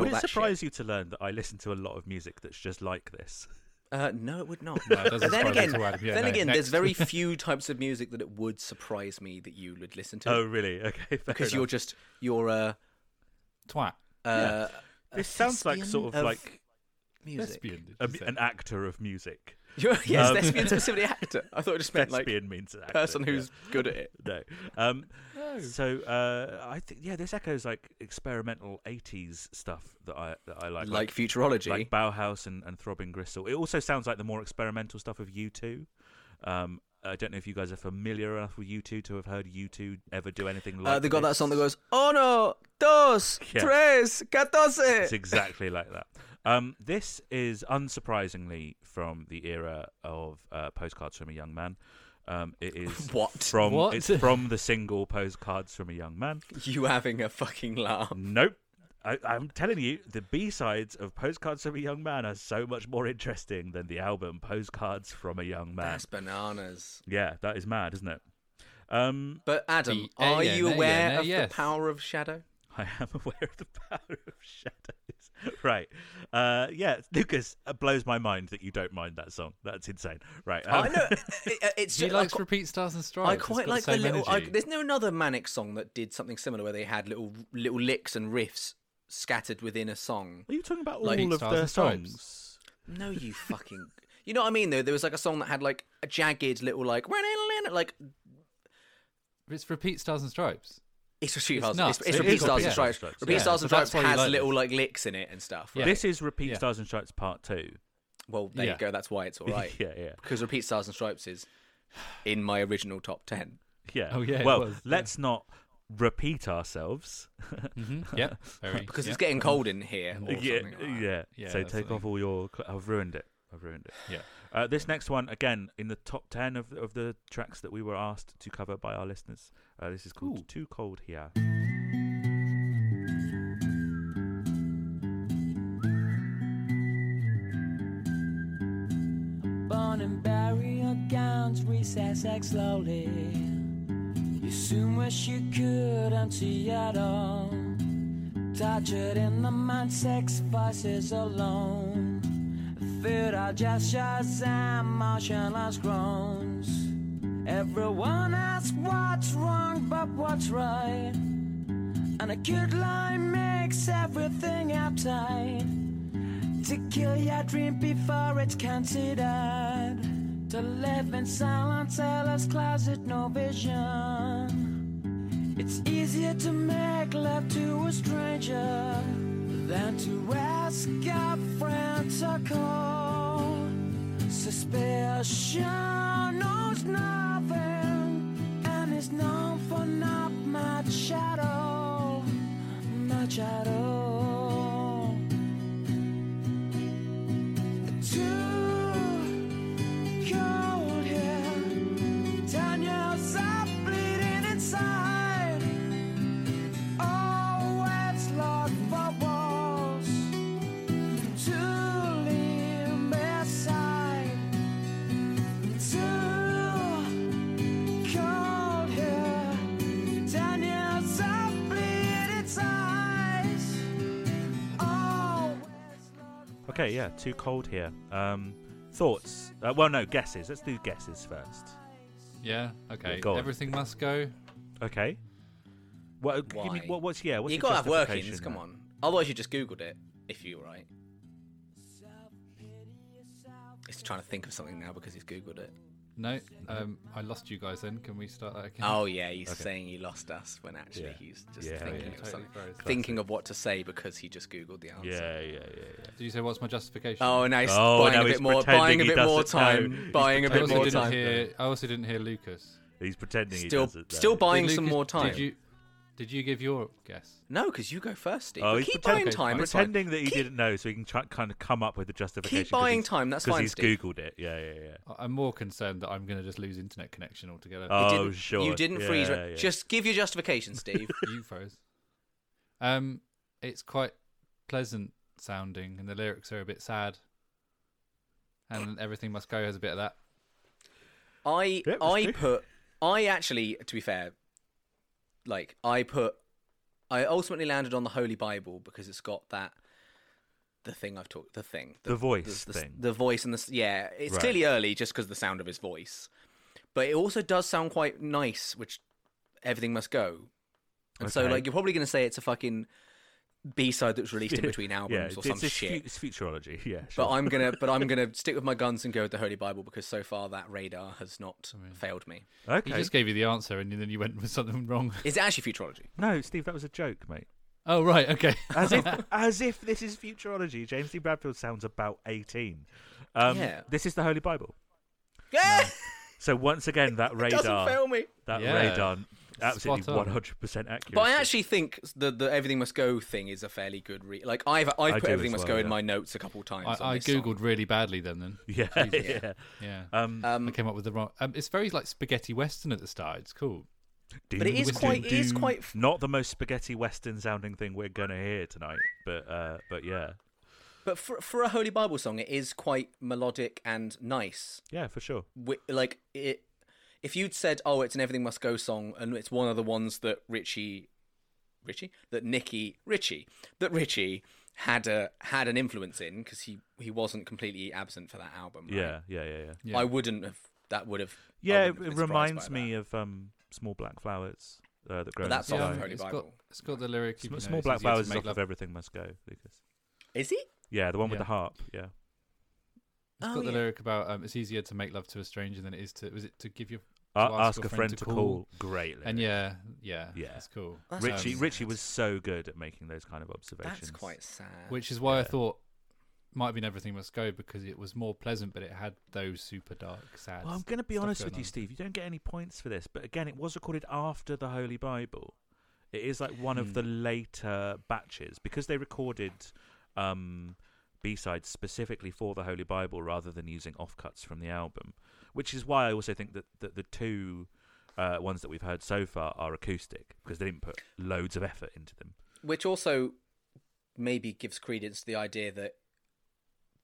Speaker 2: all
Speaker 1: Would it
Speaker 2: that
Speaker 1: surprise
Speaker 2: shit.
Speaker 1: you to learn that I listen to a lot of music that's just like this?
Speaker 2: Uh, no, it would not.
Speaker 3: it doesn't
Speaker 2: then
Speaker 3: surprise me
Speaker 2: again,
Speaker 3: at all, Adam. Yeah,
Speaker 2: then
Speaker 3: no,
Speaker 2: again,
Speaker 3: next.
Speaker 2: there's very few types of music that it would surprise me that you would listen
Speaker 1: Oh
Speaker 2: to
Speaker 1: really? Okay, fair
Speaker 2: because you're
Speaker 1: enough.
Speaker 2: just you're a
Speaker 3: Twat.
Speaker 2: uh,
Speaker 1: This sounds like
Speaker 2: thespian
Speaker 1: sort of,
Speaker 2: of
Speaker 1: like
Speaker 2: music.
Speaker 3: Lesbian. did
Speaker 1: a,
Speaker 3: you say?
Speaker 1: an actor of music.
Speaker 2: You're, yes,
Speaker 1: Um,
Speaker 2: lesbian specifically actor. I thought it just meant like
Speaker 1: Thespian means actor,
Speaker 2: person
Speaker 1: yeah.
Speaker 2: who's Oh. good at it.
Speaker 1: no. Um, So uh, I think yeah, this echoes like experimental '80s stuff that I that I like,
Speaker 2: Like futurology.
Speaker 1: like Bauhaus and, and Throbbing Gristle. It also sounds like the more experimental stuff of U2. Um, I don't know if you guys are familiar enough with U2 to have heard U2 ever do anything like.
Speaker 2: uh, they got that
Speaker 1: this.
Speaker 2: song that goes uno, dos,
Speaker 1: Yeah.
Speaker 2: tres,
Speaker 1: It's
Speaker 2: catorce.
Speaker 1: exactly like that. Um, this is unsurprisingly from the era of uh, postcards from a young man. Um, it is
Speaker 2: What?
Speaker 1: from
Speaker 3: What?
Speaker 1: it's from the single postcards from a young man.
Speaker 2: You having a fucking laugh?
Speaker 1: Nope. I, I'm telling you, the B sides of Postcards from a Young Man are so much more interesting than the album Postcards from a Young Man.
Speaker 2: That's bananas.
Speaker 1: Yeah, that is mad, isn't it? Um,
Speaker 2: But Adam,
Speaker 3: The- uh,
Speaker 2: are
Speaker 3: yeah,
Speaker 2: you
Speaker 3: no, yeah,
Speaker 2: aware
Speaker 3: no,
Speaker 2: of
Speaker 3: yes.
Speaker 2: the power of shadow?
Speaker 1: I am aware of the power of shadows. right. Uh, yeah, Lucas it blows my mind that you don't mind that song. That's insane. Right.
Speaker 2: I
Speaker 1: um,
Speaker 2: know it- it- it's
Speaker 3: He
Speaker 2: just,
Speaker 3: likes
Speaker 2: I, qu-
Speaker 3: repeat stars and stripes.
Speaker 2: I
Speaker 3: It's
Speaker 2: quite
Speaker 3: got
Speaker 2: like
Speaker 3: the,
Speaker 2: the
Speaker 3: same
Speaker 2: little. I,
Speaker 3: energy.
Speaker 2: there's no another Manic song that did something similar where they had little little licks and riffs scattered within a song.
Speaker 1: Are you talking about all
Speaker 3: Like
Speaker 1: of
Speaker 3: Stars
Speaker 1: their
Speaker 3: and Stripes.
Speaker 1: songs?
Speaker 2: No, you fucking. You know what I mean though. There was like a song that had like a jagged little like like
Speaker 3: It's repeat stars and stripes.
Speaker 2: it's for Street
Speaker 3: It's
Speaker 2: Stars.
Speaker 3: nuts.
Speaker 2: It's, it's
Speaker 3: It
Speaker 2: repeat
Speaker 3: is
Speaker 2: stars and
Speaker 3: repeat stars and
Speaker 2: stripes.
Speaker 1: stripes,
Speaker 2: Repeat
Speaker 3: yeah.
Speaker 2: stars
Speaker 3: So
Speaker 2: and
Speaker 3: that's
Speaker 2: stripes
Speaker 3: why you
Speaker 2: has
Speaker 3: like
Speaker 2: little
Speaker 3: this.
Speaker 2: like licks in it and stuff. right?
Speaker 1: This is Repeat
Speaker 3: Yeah.
Speaker 1: Stars and Stripes Part 2.
Speaker 2: Well, there
Speaker 3: Yeah.
Speaker 2: you go. That's why it's all right.
Speaker 1: yeah, yeah.
Speaker 2: Because Repeat Stars and Stripes is in my original top 10.
Speaker 1: Yeah.
Speaker 3: Oh, yeah, it
Speaker 1: Well,
Speaker 3: was, yeah.
Speaker 1: let's not repeat ourselves.
Speaker 3: Mm-hmm. Yep. Very.
Speaker 2: because
Speaker 3: yep.
Speaker 2: it's getting cold in here. Or
Speaker 1: yeah,
Speaker 2: something like that.
Speaker 1: yeah,
Speaker 3: Yeah,
Speaker 1: So
Speaker 3: that's
Speaker 1: take
Speaker 3: the
Speaker 1: off all your. Cl- I've ruined it. I've ruined it.
Speaker 3: Yeah.
Speaker 1: Uh, this next one again in the top ten of of the tracks that we were asked to cover by our listeners. Uh, this is called
Speaker 3: Ooh.
Speaker 1: "Too Cold Here."
Speaker 5: Born in burial gowns, recess act slowly. You soon wish you could empty it all. Tortured in the mind, sex voices alone. Food our gestures and motionless groans. Everyone asks what's wrong, but what's right. And a good lie makes everything uptight to kill your dream before it's considered. To live in silence, airless closet, no vision. It's easier to make love to a stranger than to ask a friend to call. Suspicion knows nothing and is known for not much at all. Much at all too cold here. Daniel's up bleeding inside. Oh, it's locked for walls. To leave my side. Too cold here. Daniel's up bleeding eyes. Oh, it's locked.
Speaker 1: Okay, yeah, "Too Cold Here." Um, thoughts? Uh, well, no, guesses. Let's do guesses first.
Speaker 3: Yeah. Okay.
Speaker 1: go on.
Speaker 3: Everything must go.
Speaker 1: Okay. What? give
Speaker 2: Why?
Speaker 1: me- what what's yeah? What's
Speaker 2: you
Speaker 1: your
Speaker 2: gotta have workings.
Speaker 1: justification
Speaker 2: Come
Speaker 1: there?
Speaker 2: on. Otherwise, you just googled it. If you were right. He's trying to think of something now because he's googled it.
Speaker 3: No. Um, I lost you guys. Then can we start that again?
Speaker 2: Oh yeah, he's saying he lost us when actually
Speaker 1: Yeah.
Speaker 2: he's just
Speaker 1: Yeah,
Speaker 3: Yeah,
Speaker 2: thinking of
Speaker 3: totally
Speaker 2: something,
Speaker 3: froze.
Speaker 2: thinking of what to say because he just googled the answer.
Speaker 1: Yeah, yeah, yeah, yeah.
Speaker 3: Did you say what's my justification?
Speaker 2: Oh, now he's
Speaker 1: Oh,
Speaker 2: buying
Speaker 1: now
Speaker 2: a
Speaker 1: he's
Speaker 2: bit more,
Speaker 1: pretending
Speaker 2: buying a
Speaker 1: he
Speaker 2: bit more
Speaker 1: doesn't know.
Speaker 2: time,
Speaker 1: He's
Speaker 2: buying a
Speaker 3: I
Speaker 2: bit
Speaker 3: also
Speaker 2: more
Speaker 3: didn't
Speaker 2: time.
Speaker 3: hear. I also didn't hear Lucas.
Speaker 1: He's pretending he
Speaker 2: Still,
Speaker 1: doesn't. know.
Speaker 2: still buying
Speaker 3: Did
Speaker 2: some
Speaker 3: Lucas-
Speaker 2: more time.
Speaker 3: Did you? Did you give your guess?
Speaker 2: No, because you go first, Steve.
Speaker 1: Oh,
Speaker 2: We
Speaker 1: he's
Speaker 2: keep
Speaker 1: pretend-
Speaker 2: buying time. it's fine.
Speaker 1: pretending that he
Speaker 2: Keep-
Speaker 1: didn't know, so he can try, kind of come up with a justification. 'cause
Speaker 2: buying
Speaker 1: he's-
Speaker 2: time, that's
Speaker 1: 'cause
Speaker 2: fine,
Speaker 1: He's
Speaker 2: Steve.
Speaker 1: googled it. Yeah, yeah, yeah.
Speaker 3: I- I'm more concerned that I'm going to just lose internet connection altogether.
Speaker 1: Oh,
Speaker 2: You didn't,
Speaker 1: sure.
Speaker 2: You didn't freeze.
Speaker 1: Yeah,
Speaker 2: right?
Speaker 1: yeah.
Speaker 2: Just give your justification, Steve.
Speaker 3: you froze. Um, it's quite pleasant sounding, and the lyrics are a bit sad. And everything must go has a bit of that.
Speaker 2: I
Speaker 1: Yeah, it was
Speaker 2: I
Speaker 1: good.
Speaker 2: put I actually to be fair, like I put I ultimately landed on the Holy Bible because it's got that the thing I've talked the thing
Speaker 1: The voice
Speaker 2: the,
Speaker 1: thing.
Speaker 2: the voice and the s- yeah it's
Speaker 1: Right.
Speaker 2: clearly early just because the sound of his voice, but it also does sound quite nice, which everything must go. And so
Speaker 1: Okay.
Speaker 2: like you're probably gonna say it's a fucking B side that was released in between albums
Speaker 1: yeah,
Speaker 2: or
Speaker 1: it's,
Speaker 2: some
Speaker 1: it's,
Speaker 2: shit.
Speaker 1: fu- It's futurology. Yeah, sure.
Speaker 2: But I'm gonna, but I'm gonna stick with my guns and go with the Holy Bible because so far that radar has not failed me.
Speaker 1: okay.
Speaker 3: He just gave you the answer, and then you went with something wrong.
Speaker 2: It's actually futurology.
Speaker 1: No, Steve, that was a joke, mate.
Speaker 3: Oh right, okay.
Speaker 1: As if, as if this is futurology. James D. Bradfield sounds about eighteen. Um,
Speaker 2: Yeah.
Speaker 1: This is the Holy Bible.
Speaker 2: Yeah,
Speaker 1: So once again, that
Speaker 2: doesn't
Speaker 1: radar,
Speaker 2: fail me.
Speaker 1: that
Speaker 3: Yeah.
Speaker 1: radar, absolutely
Speaker 3: Spot on.
Speaker 1: one hundred percent accurate.
Speaker 2: But I actually think the the everything must go thing is a fairly good re- like I've I've
Speaker 1: I
Speaker 2: put
Speaker 1: do
Speaker 2: everything
Speaker 1: as
Speaker 2: must
Speaker 1: well,
Speaker 2: go in
Speaker 1: yeah.
Speaker 2: my notes a couple times. on
Speaker 3: I, I
Speaker 2: this song.
Speaker 3: googled really badly then. Then
Speaker 1: yeah, yeah.
Speaker 3: yeah,
Speaker 1: Um,
Speaker 3: I came up with the wrong. Um, it's very like spaghetti western at the start. It's cool.
Speaker 2: but it is
Speaker 1: Doom,
Speaker 2: quite it is
Speaker 1: doom.
Speaker 2: quite f-
Speaker 1: not the most spaghetti western sounding thing we're gonna hear tonight. But uh, but yeah,
Speaker 2: but for for a Holy Bible song it is quite melodic and nice.
Speaker 1: yeah, for sure.
Speaker 2: Wi- Like it. If you'd said, "Oh, it's an Everything Must Go song," and it's one of the ones that Richie, Richie, that Nicky, Richie, that Richie had a had an influence in because he he wasn't completely absent for that album. right?
Speaker 1: Yeah, yeah, yeah, yeah.
Speaker 3: Yeah.
Speaker 2: I wouldn't have. That would have. I
Speaker 1: Yeah,
Speaker 2: wouldn't
Speaker 1: it,
Speaker 2: have been
Speaker 1: it
Speaker 2: surprised
Speaker 1: reminds
Speaker 2: by
Speaker 1: me
Speaker 2: that.
Speaker 1: of um, small black flowers uh, that grow. in
Speaker 2: that's
Speaker 1: the
Speaker 2: off
Speaker 1: sky.
Speaker 2: of Holy
Speaker 3: it's got
Speaker 2: Bible.
Speaker 3: it's got the lyric.
Speaker 1: Sm-
Speaker 3: you know,
Speaker 1: small
Speaker 3: it's
Speaker 1: black
Speaker 3: easier to
Speaker 1: flowers is
Speaker 3: make
Speaker 1: off
Speaker 3: love-
Speaker 1: of everything must go. Lucas.
Speaker 2: Is he?
Speaker 1: Yeah, the one with
Speaker 3: Yeah.
Speaker 1: the harp. Yeah.
Speaker 3: It's
Speaker 2: Oh,
Speaker 3: got the
Speaker 2: yeah.
Speaker 3: lyric about um, it's easier to make love to a stranger than it is to was it to give your to
Speaker 1: Uh, ask,
Speaker 3: your
Speaker 1: a friend, to call. Great.
Speaker 3: And
Speaker 1: lyric.
Speaker 3: yeah, yeah,
Speaker 1: Yeah.
Speaker 3: it's cool.
Speaker 2: That's
Speaker 1: Richie
Speaker 2: um,
Speaker 1: Richie was so good at making those kind of observations.
Speaker 2: That's quite sad.
Speaker 3: Which is why I
Speaker 1: Yeah.
Speaker 3: thought might have been everything must go because it was more pleasant, but it had those super dark, sad.
Speaker 1: Well, I'm going to be
Speaker 3: stuff
Speaker 1: honest
Speaker 3: going
Speaker 1: with you,
Speaker 3: on.
Speaker 1: Steve. You don't get any points for this, but again, it was recorded after the Holy Bible. It is like one of the
Speaker 3: Hmm.
Speaker 1: later batches because they recorded um, B sides specifically for the Holy Bible rather than using offcuts from the album, which is why I also think that, that the two uh, ones that we've heard so far are acoustic because they didn't put loads of effort into them.
Speaker 2: which also maybe gives credence to the idea that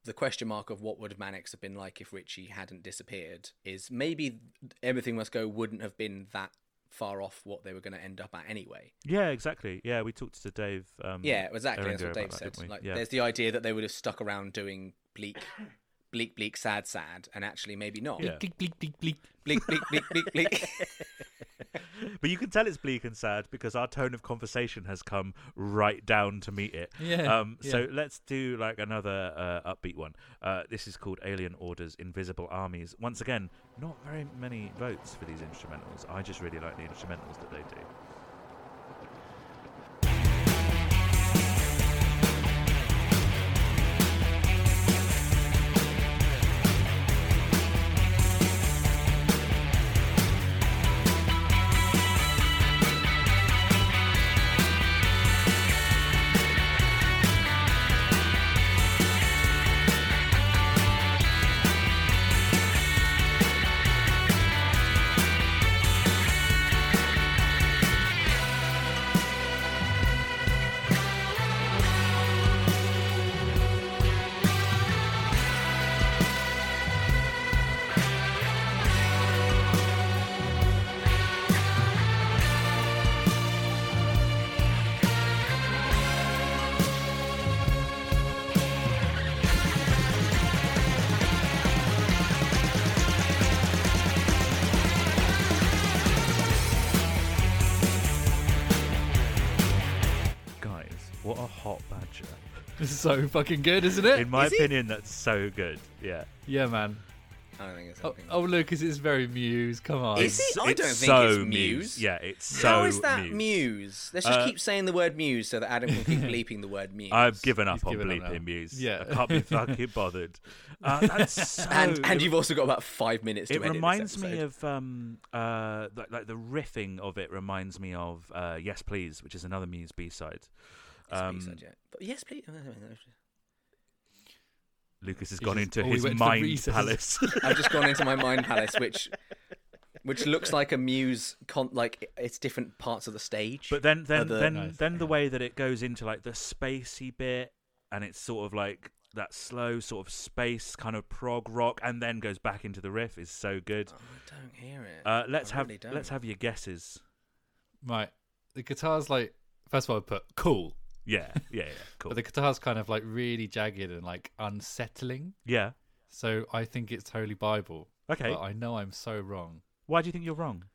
Speaker 2: the question mark of what would Mannix have been like if Richie hadn't disappeared is maybe everything must go wouldn't have been that far off what they were going to end up at anyway.
Speaker 1: Yeah, exactly. Yeah, we talked to Dave. Um,
Speaker 2: yeah, exactly. That's
Speaker 1: Erringer
Speaker 2: what Dave
Speaker 1: about that,
Speaker 2: said.
Speaker 1: didn't we?
Speaker 2: like,
Speaker 1: yeah.
Speaker 2: there's the idea that they would have stuck around doing bleak, bleak, bleak, sad, sad, and actually maybe not.
Speaker 1: Yeah.
Speaker 3: Bleak, bleak, bleak, bleak.
Speaker 2: Bleak, bleak, bleak, bleak, bleak.
Speaker 1: But you can tell it's bleak and sad because our tone of conversation has come right down to meet it.
Speaker 3: Yeah,
Speaker 1: Um, So
Speaker 3: yeah.
Speaker 1: let's do like another uh, upbeat one. Uh, this is called Alien Orders Invisible Armies. Once again, not very many votes for these instrumentals. I just really like the instrumentals that they do. Guys, what a hot badger.
Speaker 3: This is so fucking good, isn't it?
Speaker 1: In my
Speaker 2: Is it?
Speaker 1: opinion, that's so good. Yeah.
Speaker 3: yeah, man.
Speaker 2: I don't think it's
Speaker 3: Oh,
Speaker 2: anything.
Speaker 3: oh Lucas, it's very Muse. Come on.
Speaker 2: Is it? I
Speaker 1: It's
Speaker 2: don't think
Speaker 1: so
Speaker 2: it's
Speaker 1: Muse.
Speaker 2: Muse.
Speaker 1: Yeah, it's so
Speaker 2: How is that muse?
Speaker 1: Muse.
Speaker 2: Let's just
Speaker 1: Uh,
Speaker 2: keep saying the word muse so that Adam can keep bleeping the word muse.
Speaker 1: I've given up
Speaker 3: He's
Speaker 1: on
Speaker 3: given up now.
Speaker 1: bleeping Muse.
Speaker 3: Yeah.
Speaker 1: I can't be fucking bothered. Uh, that's so
Speaker 2: and and you've also got about five minutes. To
Speaker 1: it
Speaker 2: edit this
Speaker 1: reminds me
Speaker 2: episode.
Speaker 1: of um uh like, like the riffing of it reminds me of uh yes please which is another muse b-side
Speaker 2: It's
Speaker 1: um,
Speaker 2: B-side, yeah. But yes, please.
Speaker 1: lucas has
Speaker 3: He
Speaker 1: gone
Speaker 3: just-
Speaker 1: into
Speaker 3: oh, he
Speaker 1: his
Speaker 3: went to the
Speaker 1: mind
Speaker 3: recesses.
Speaker 1: palace
Speaker 2: I've just gone into my mind palace, which which looks like a muse. Con- like it's different parts of the stage.
Speaker 1: but then then
Speaker 2: Other-
Speaker 1: then
Speaker 3: Nice.
Speaker 1: then the way that it goes into like the spacey bit and it's sort of like that slow sort of space kind of prog rock and then goes back into the riff is so good
Speaker 2: I don't hear it.
Speaker 1: uh let's
Speaker 2: Oh, I
Speaker 1: have
Speaker 2: really
Speaker 1: let's
Speaker 2: don't.
Speaker 1: have your guesses
Speaker 3: Right. The guitar's like, first of all, I put cool.
Speaker 1: yeah yeah yeah cool
Speaker 3: But the guitar's kind of like really jagged and like unsettling.
Speaker 1: yeah
Speaker 3: So I think it's Holy Bible.
Speaker 1: Okay.
Speaker 3: But I know I'm so wrong.
Speaker 1: why do you think you're wrong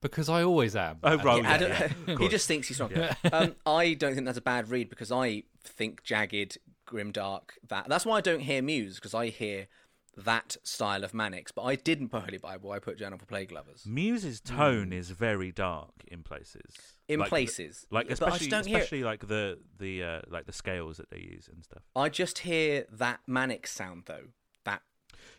Speaker 3: Because I always am.
Speaker 1: Oh,
Speaker 3: Adam.
Speaker 1: right,
Speaker 2: Yeah, Adam,
Speaker 1: yeah, yeah, of
Speaker 2: he
Speaker 1: course.
Speaker 2: just thinks he's wrong. Um, I don't think that's a bad read because I think jagged, grimdark. That that's why I don't hear muse because I hear that style of Mannix. But I didn't put Holy Bible. I put Journal for Plague Lovers.
Speaker 1: Muse's tone is very dark in places.
Speaker 2: Hmm. In
Speaker 1: Like the-
Speaker 2: places.
Speaker 1: like
Speaker 2: Yeah, but I just
Speaker 1: especially
Speaker 2: don't hear it.
Speaker 1: especially like the the uh, like the scales that they use and stuff.
Speaker 2: I just hear that Mannix sound though. That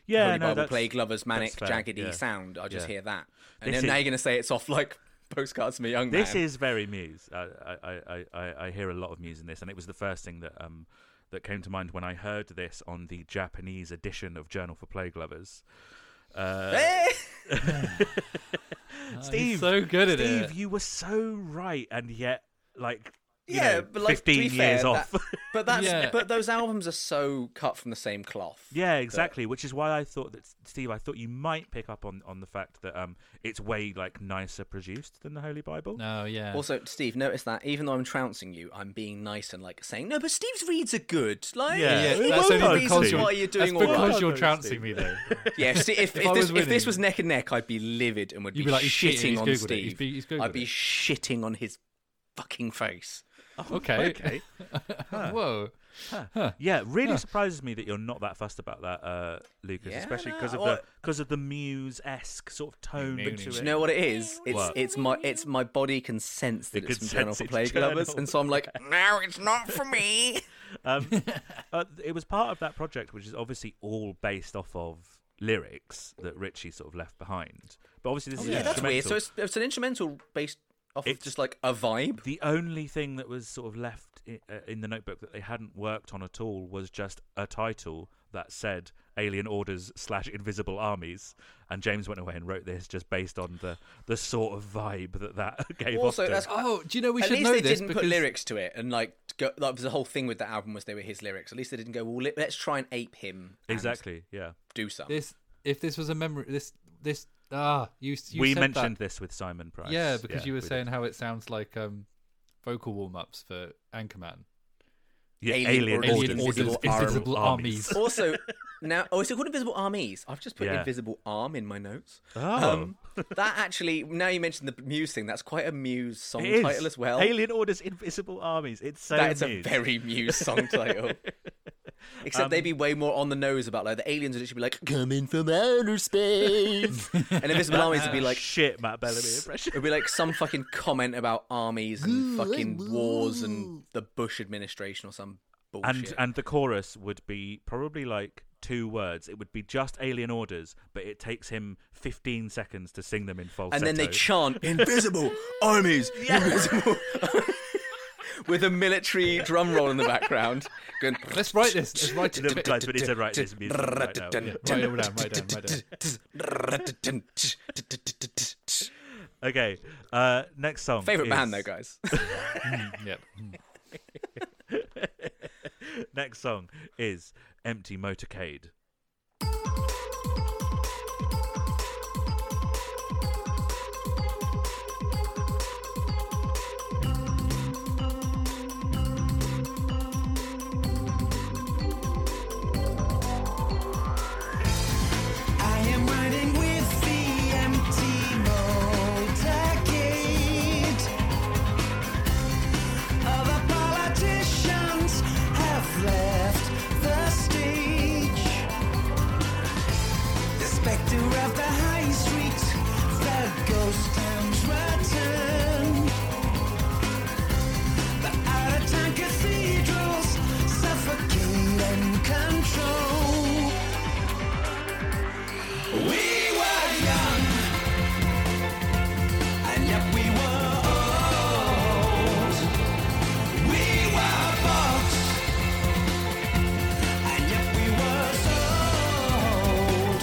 Speaker 1: Yeah,
Speaker 2: Holy
Speaker 1: no,
Speaker 2: Bible
Speaker 1: that's,
Speaker 2: Plague Lovers manic
Speaker 1: that's fair,
Speaker 2: jaggedy
Speaker 1: yeah.
Speaker 2: sound. I just
Speaker 1: Yeah.
Speaker 2: hear that, and
Speaker 1: This
Speaker 2: then now
Speaker 1: is-
Speaker 2: you're gonna say it's off like postcards from a young man.
Speaker 1: This is very Muse. I, I, I- I, I, I hear a lot of Muse in this, and it was the first thing that um that came to mind when I heard this on the Japanese edition of Journal for Plague Lovers. Uh,
Speaker 2: Eh!
Speaker 3: He's
Speaker 1: Steve,
Speaker 3: so good at
Speaker 1: Steve,
Speaker 3: it.
Speaker 1: you were so right, and yet like you
Speaker 2: yeah,
Speaker 1: know,
Speaker 2: but like to be
Speaker 1: fifteen
Speaker 2: fair,
Speaker 1: years
Speaker 2: that-
Speaker 1: off.
Speaker 2: but that's
Speaker 3: Yeah.
Speaker 2: but those albums are so cut from the same cloth.
Speaker 1: Yeah, exactly. Which is why I thought that Steve, I thought you might pick up on on the fact that um, it's way like nicer produced than the Holy Bible.
Speaker 3: No, yeah.
Speaker 2: Also, Steve, notice that even though I'm trouncing you, I'm being nice and like saying, "No, but Steve's reads are good." Like,
Speaker 1: Yeah, yeah,
Speaker 2: yeah,
Speaker 1: that's
Speaker 2: that's
Speaker 1: only
Speaker 2: the
Speaker 1: because
Speaker 2: reasons
Speaker 1: you're-
Speaker 2: why you're
Speaker 3: That's
Speaker 2: doing all
Speaker 3: because
Speaker 2: right.
Speaker 3: you're
Speaker 1: Steve.
Speaker 3: trouncing me, though.
Speaker 2: Yeah, if, if, if,
Speaker 3: I
Speaker 2: this,
Speaker 3: was
Speaker 2: if this
Speaker 3: winning-
Speaker 2: was neck and neck, I'd be livid and would
Speaker 3: You'd
Speaker 2: be,
Speaker 3: be like, "He's cheating,
Speaker 2: shitting
Speaker 3: he's
Speaker 2: on
Speaker 3: Googled it,
Speaker 2: Steve.
Speaker 3: he's be- he's Googled
Speaker 2: I'd be
Speaker 3: it."
Speaker 2: shitting on his fucking face.
Speaker 3: okay.
Speaker 1: Okay.
Speaker 3: Whoa.
Speaker 1: Yeah, really surprises me that you're not that fussed about that, uh, Lucas,
Speaker 2: Yeah,
Speaker 1: especially
Speaker 2: no,
Speaker 1: because of
Speaker 2: well-
Speaker 1: the because of the muse esque sort of tone
Speaker 3: no,
Speaker 1: to
Speaker 3: no.
Speaker 1: it.
Speaker 3: Do
Speaker 2: Do you know what it is? It's
Speaker 1: What?
Speaker 2: it's my it's my body can sense that
Speaker 1: It
Speaker 2: it's
Speaker 1: can
Speaker 2: from Journal
Speaker 1: sense
Speaker 2: for
Speaker 1: it's
Speaker 2: Plague
Speaker 1: Journal.
Speaker 2: Lovers, and so I'm like, no, it's not for me.
Speaker 1: um, uh, it was part of that project, which is obviously all based off of lyrics that Richie sort of left behind. But obvusly, this is
Speaker 2: Oh, yeah, that's weird.
Speaker 1: instrumental.
Speaker 2: So it's, it's an instrumental based off of
Speaker 1: It's-
Speaker 2: just like a vibe.
Speaker 1: The only thing that was sort of left i- uh, in the notebook that they hadn't worked on at all was just a title that said "Alien Orders" slash "Invisible Armies," and James went away and wrote this just based on the the sort of vibe that that gave
Speaker 2: Also,
Speaker 1: off. to-
Speaker 2: that's-
Speaker 3: Oh, do you know we
Speaker 2: At
Speaker 3: should
Speaker 2: least
Speaker 3: know
Speaker 2: they
Speaker 3: this
Speaker 2: didn't
Speaker 3: because
Speaker 2: put lyrics to it, and like go, that was the whole thing with that album was they were his lyrics. At least they didn't go, well, let- let's try and ape him. and
Speaker 1: exactly. Yeah,
Speaker 2: do something.
Speaker 3: this if this was a memory this this ah you, you
Speaker 1: we
Speaker 3: said
Speaker 1: mentioned
Speaker 3: that.
Speaker 1: this with Simon Price.
Speaker 3: Yeah, because you were
Speaker 1: we did.
Speaker 3: saying how it sounds like um vocal warm-ups for Anchorman.
Speaker 1: yeah,
Speaker 2: Alien
Speaker 1: Alien,
Speaker 2: Orders,
Speaker 1: Orders,
Speaker 2: Invisible
Speaker 1: Invisible,
Speaker 2: Armies.
Speaker 1: Armies.
Speaker 2: also, now oh, is it called Invisible Armies? I've just put
Speaker 1: Yeah.
Speaker 2: Invisible Arm in my notes. Um,
Speaker 1: Oh.
Speaker 2: that actually, now you mentioned the Muse thing. That's quite a Muse song
Speaker 1: It is.
Speaker 2: title as well.
Speaker 1: Alien Orders, Invisible Armies. It's so
Speaker 2: That is a
Speaker 1: amused. Um,
Speaker 2: very Muse song title. Except they'd be way more on the nose about like the aliens would literally be like coming from outer space, and Invisible Armies would be like
Speaker 1: Ah, shit, Matt Bellamy impression.
Speaker 2: It'd be like some fucking comment about armies and fucking wars and the Bush administration or some bullshit.
Speaker 1: and and the chorus would be probably like two words. It would be just Alien Orders, but it takes him 15 seconds to sing them in falsetto.
Speaker 2: And then they chant "Invisible armies, invisible," with a military drum roll in the background. Going,
Speaker 3: Let's write this. Let's write
Speaker 1: No,
Speaker 3: it.
Speaker 1: guys, we need to write this music right now. Yeah.
Speaker 3: Write it all down. Write it down. Write it down.
Speaker 1: Okay, uh, next song.
Speaker 2: Favorite
Speaker 1: is,
Speaker 2: band though, guys.
Speaker 3: Yep.
Speaker 1: Next song is Empty Motorcade.
Speaker 5: I am riding with the empty motorcade. Other politicians have left the stage. The specter of the high street, the ghost towns return. The out-of-town cathedrals suffocate and control. We were young, and yet we were old. We were bought, and yet we were sold.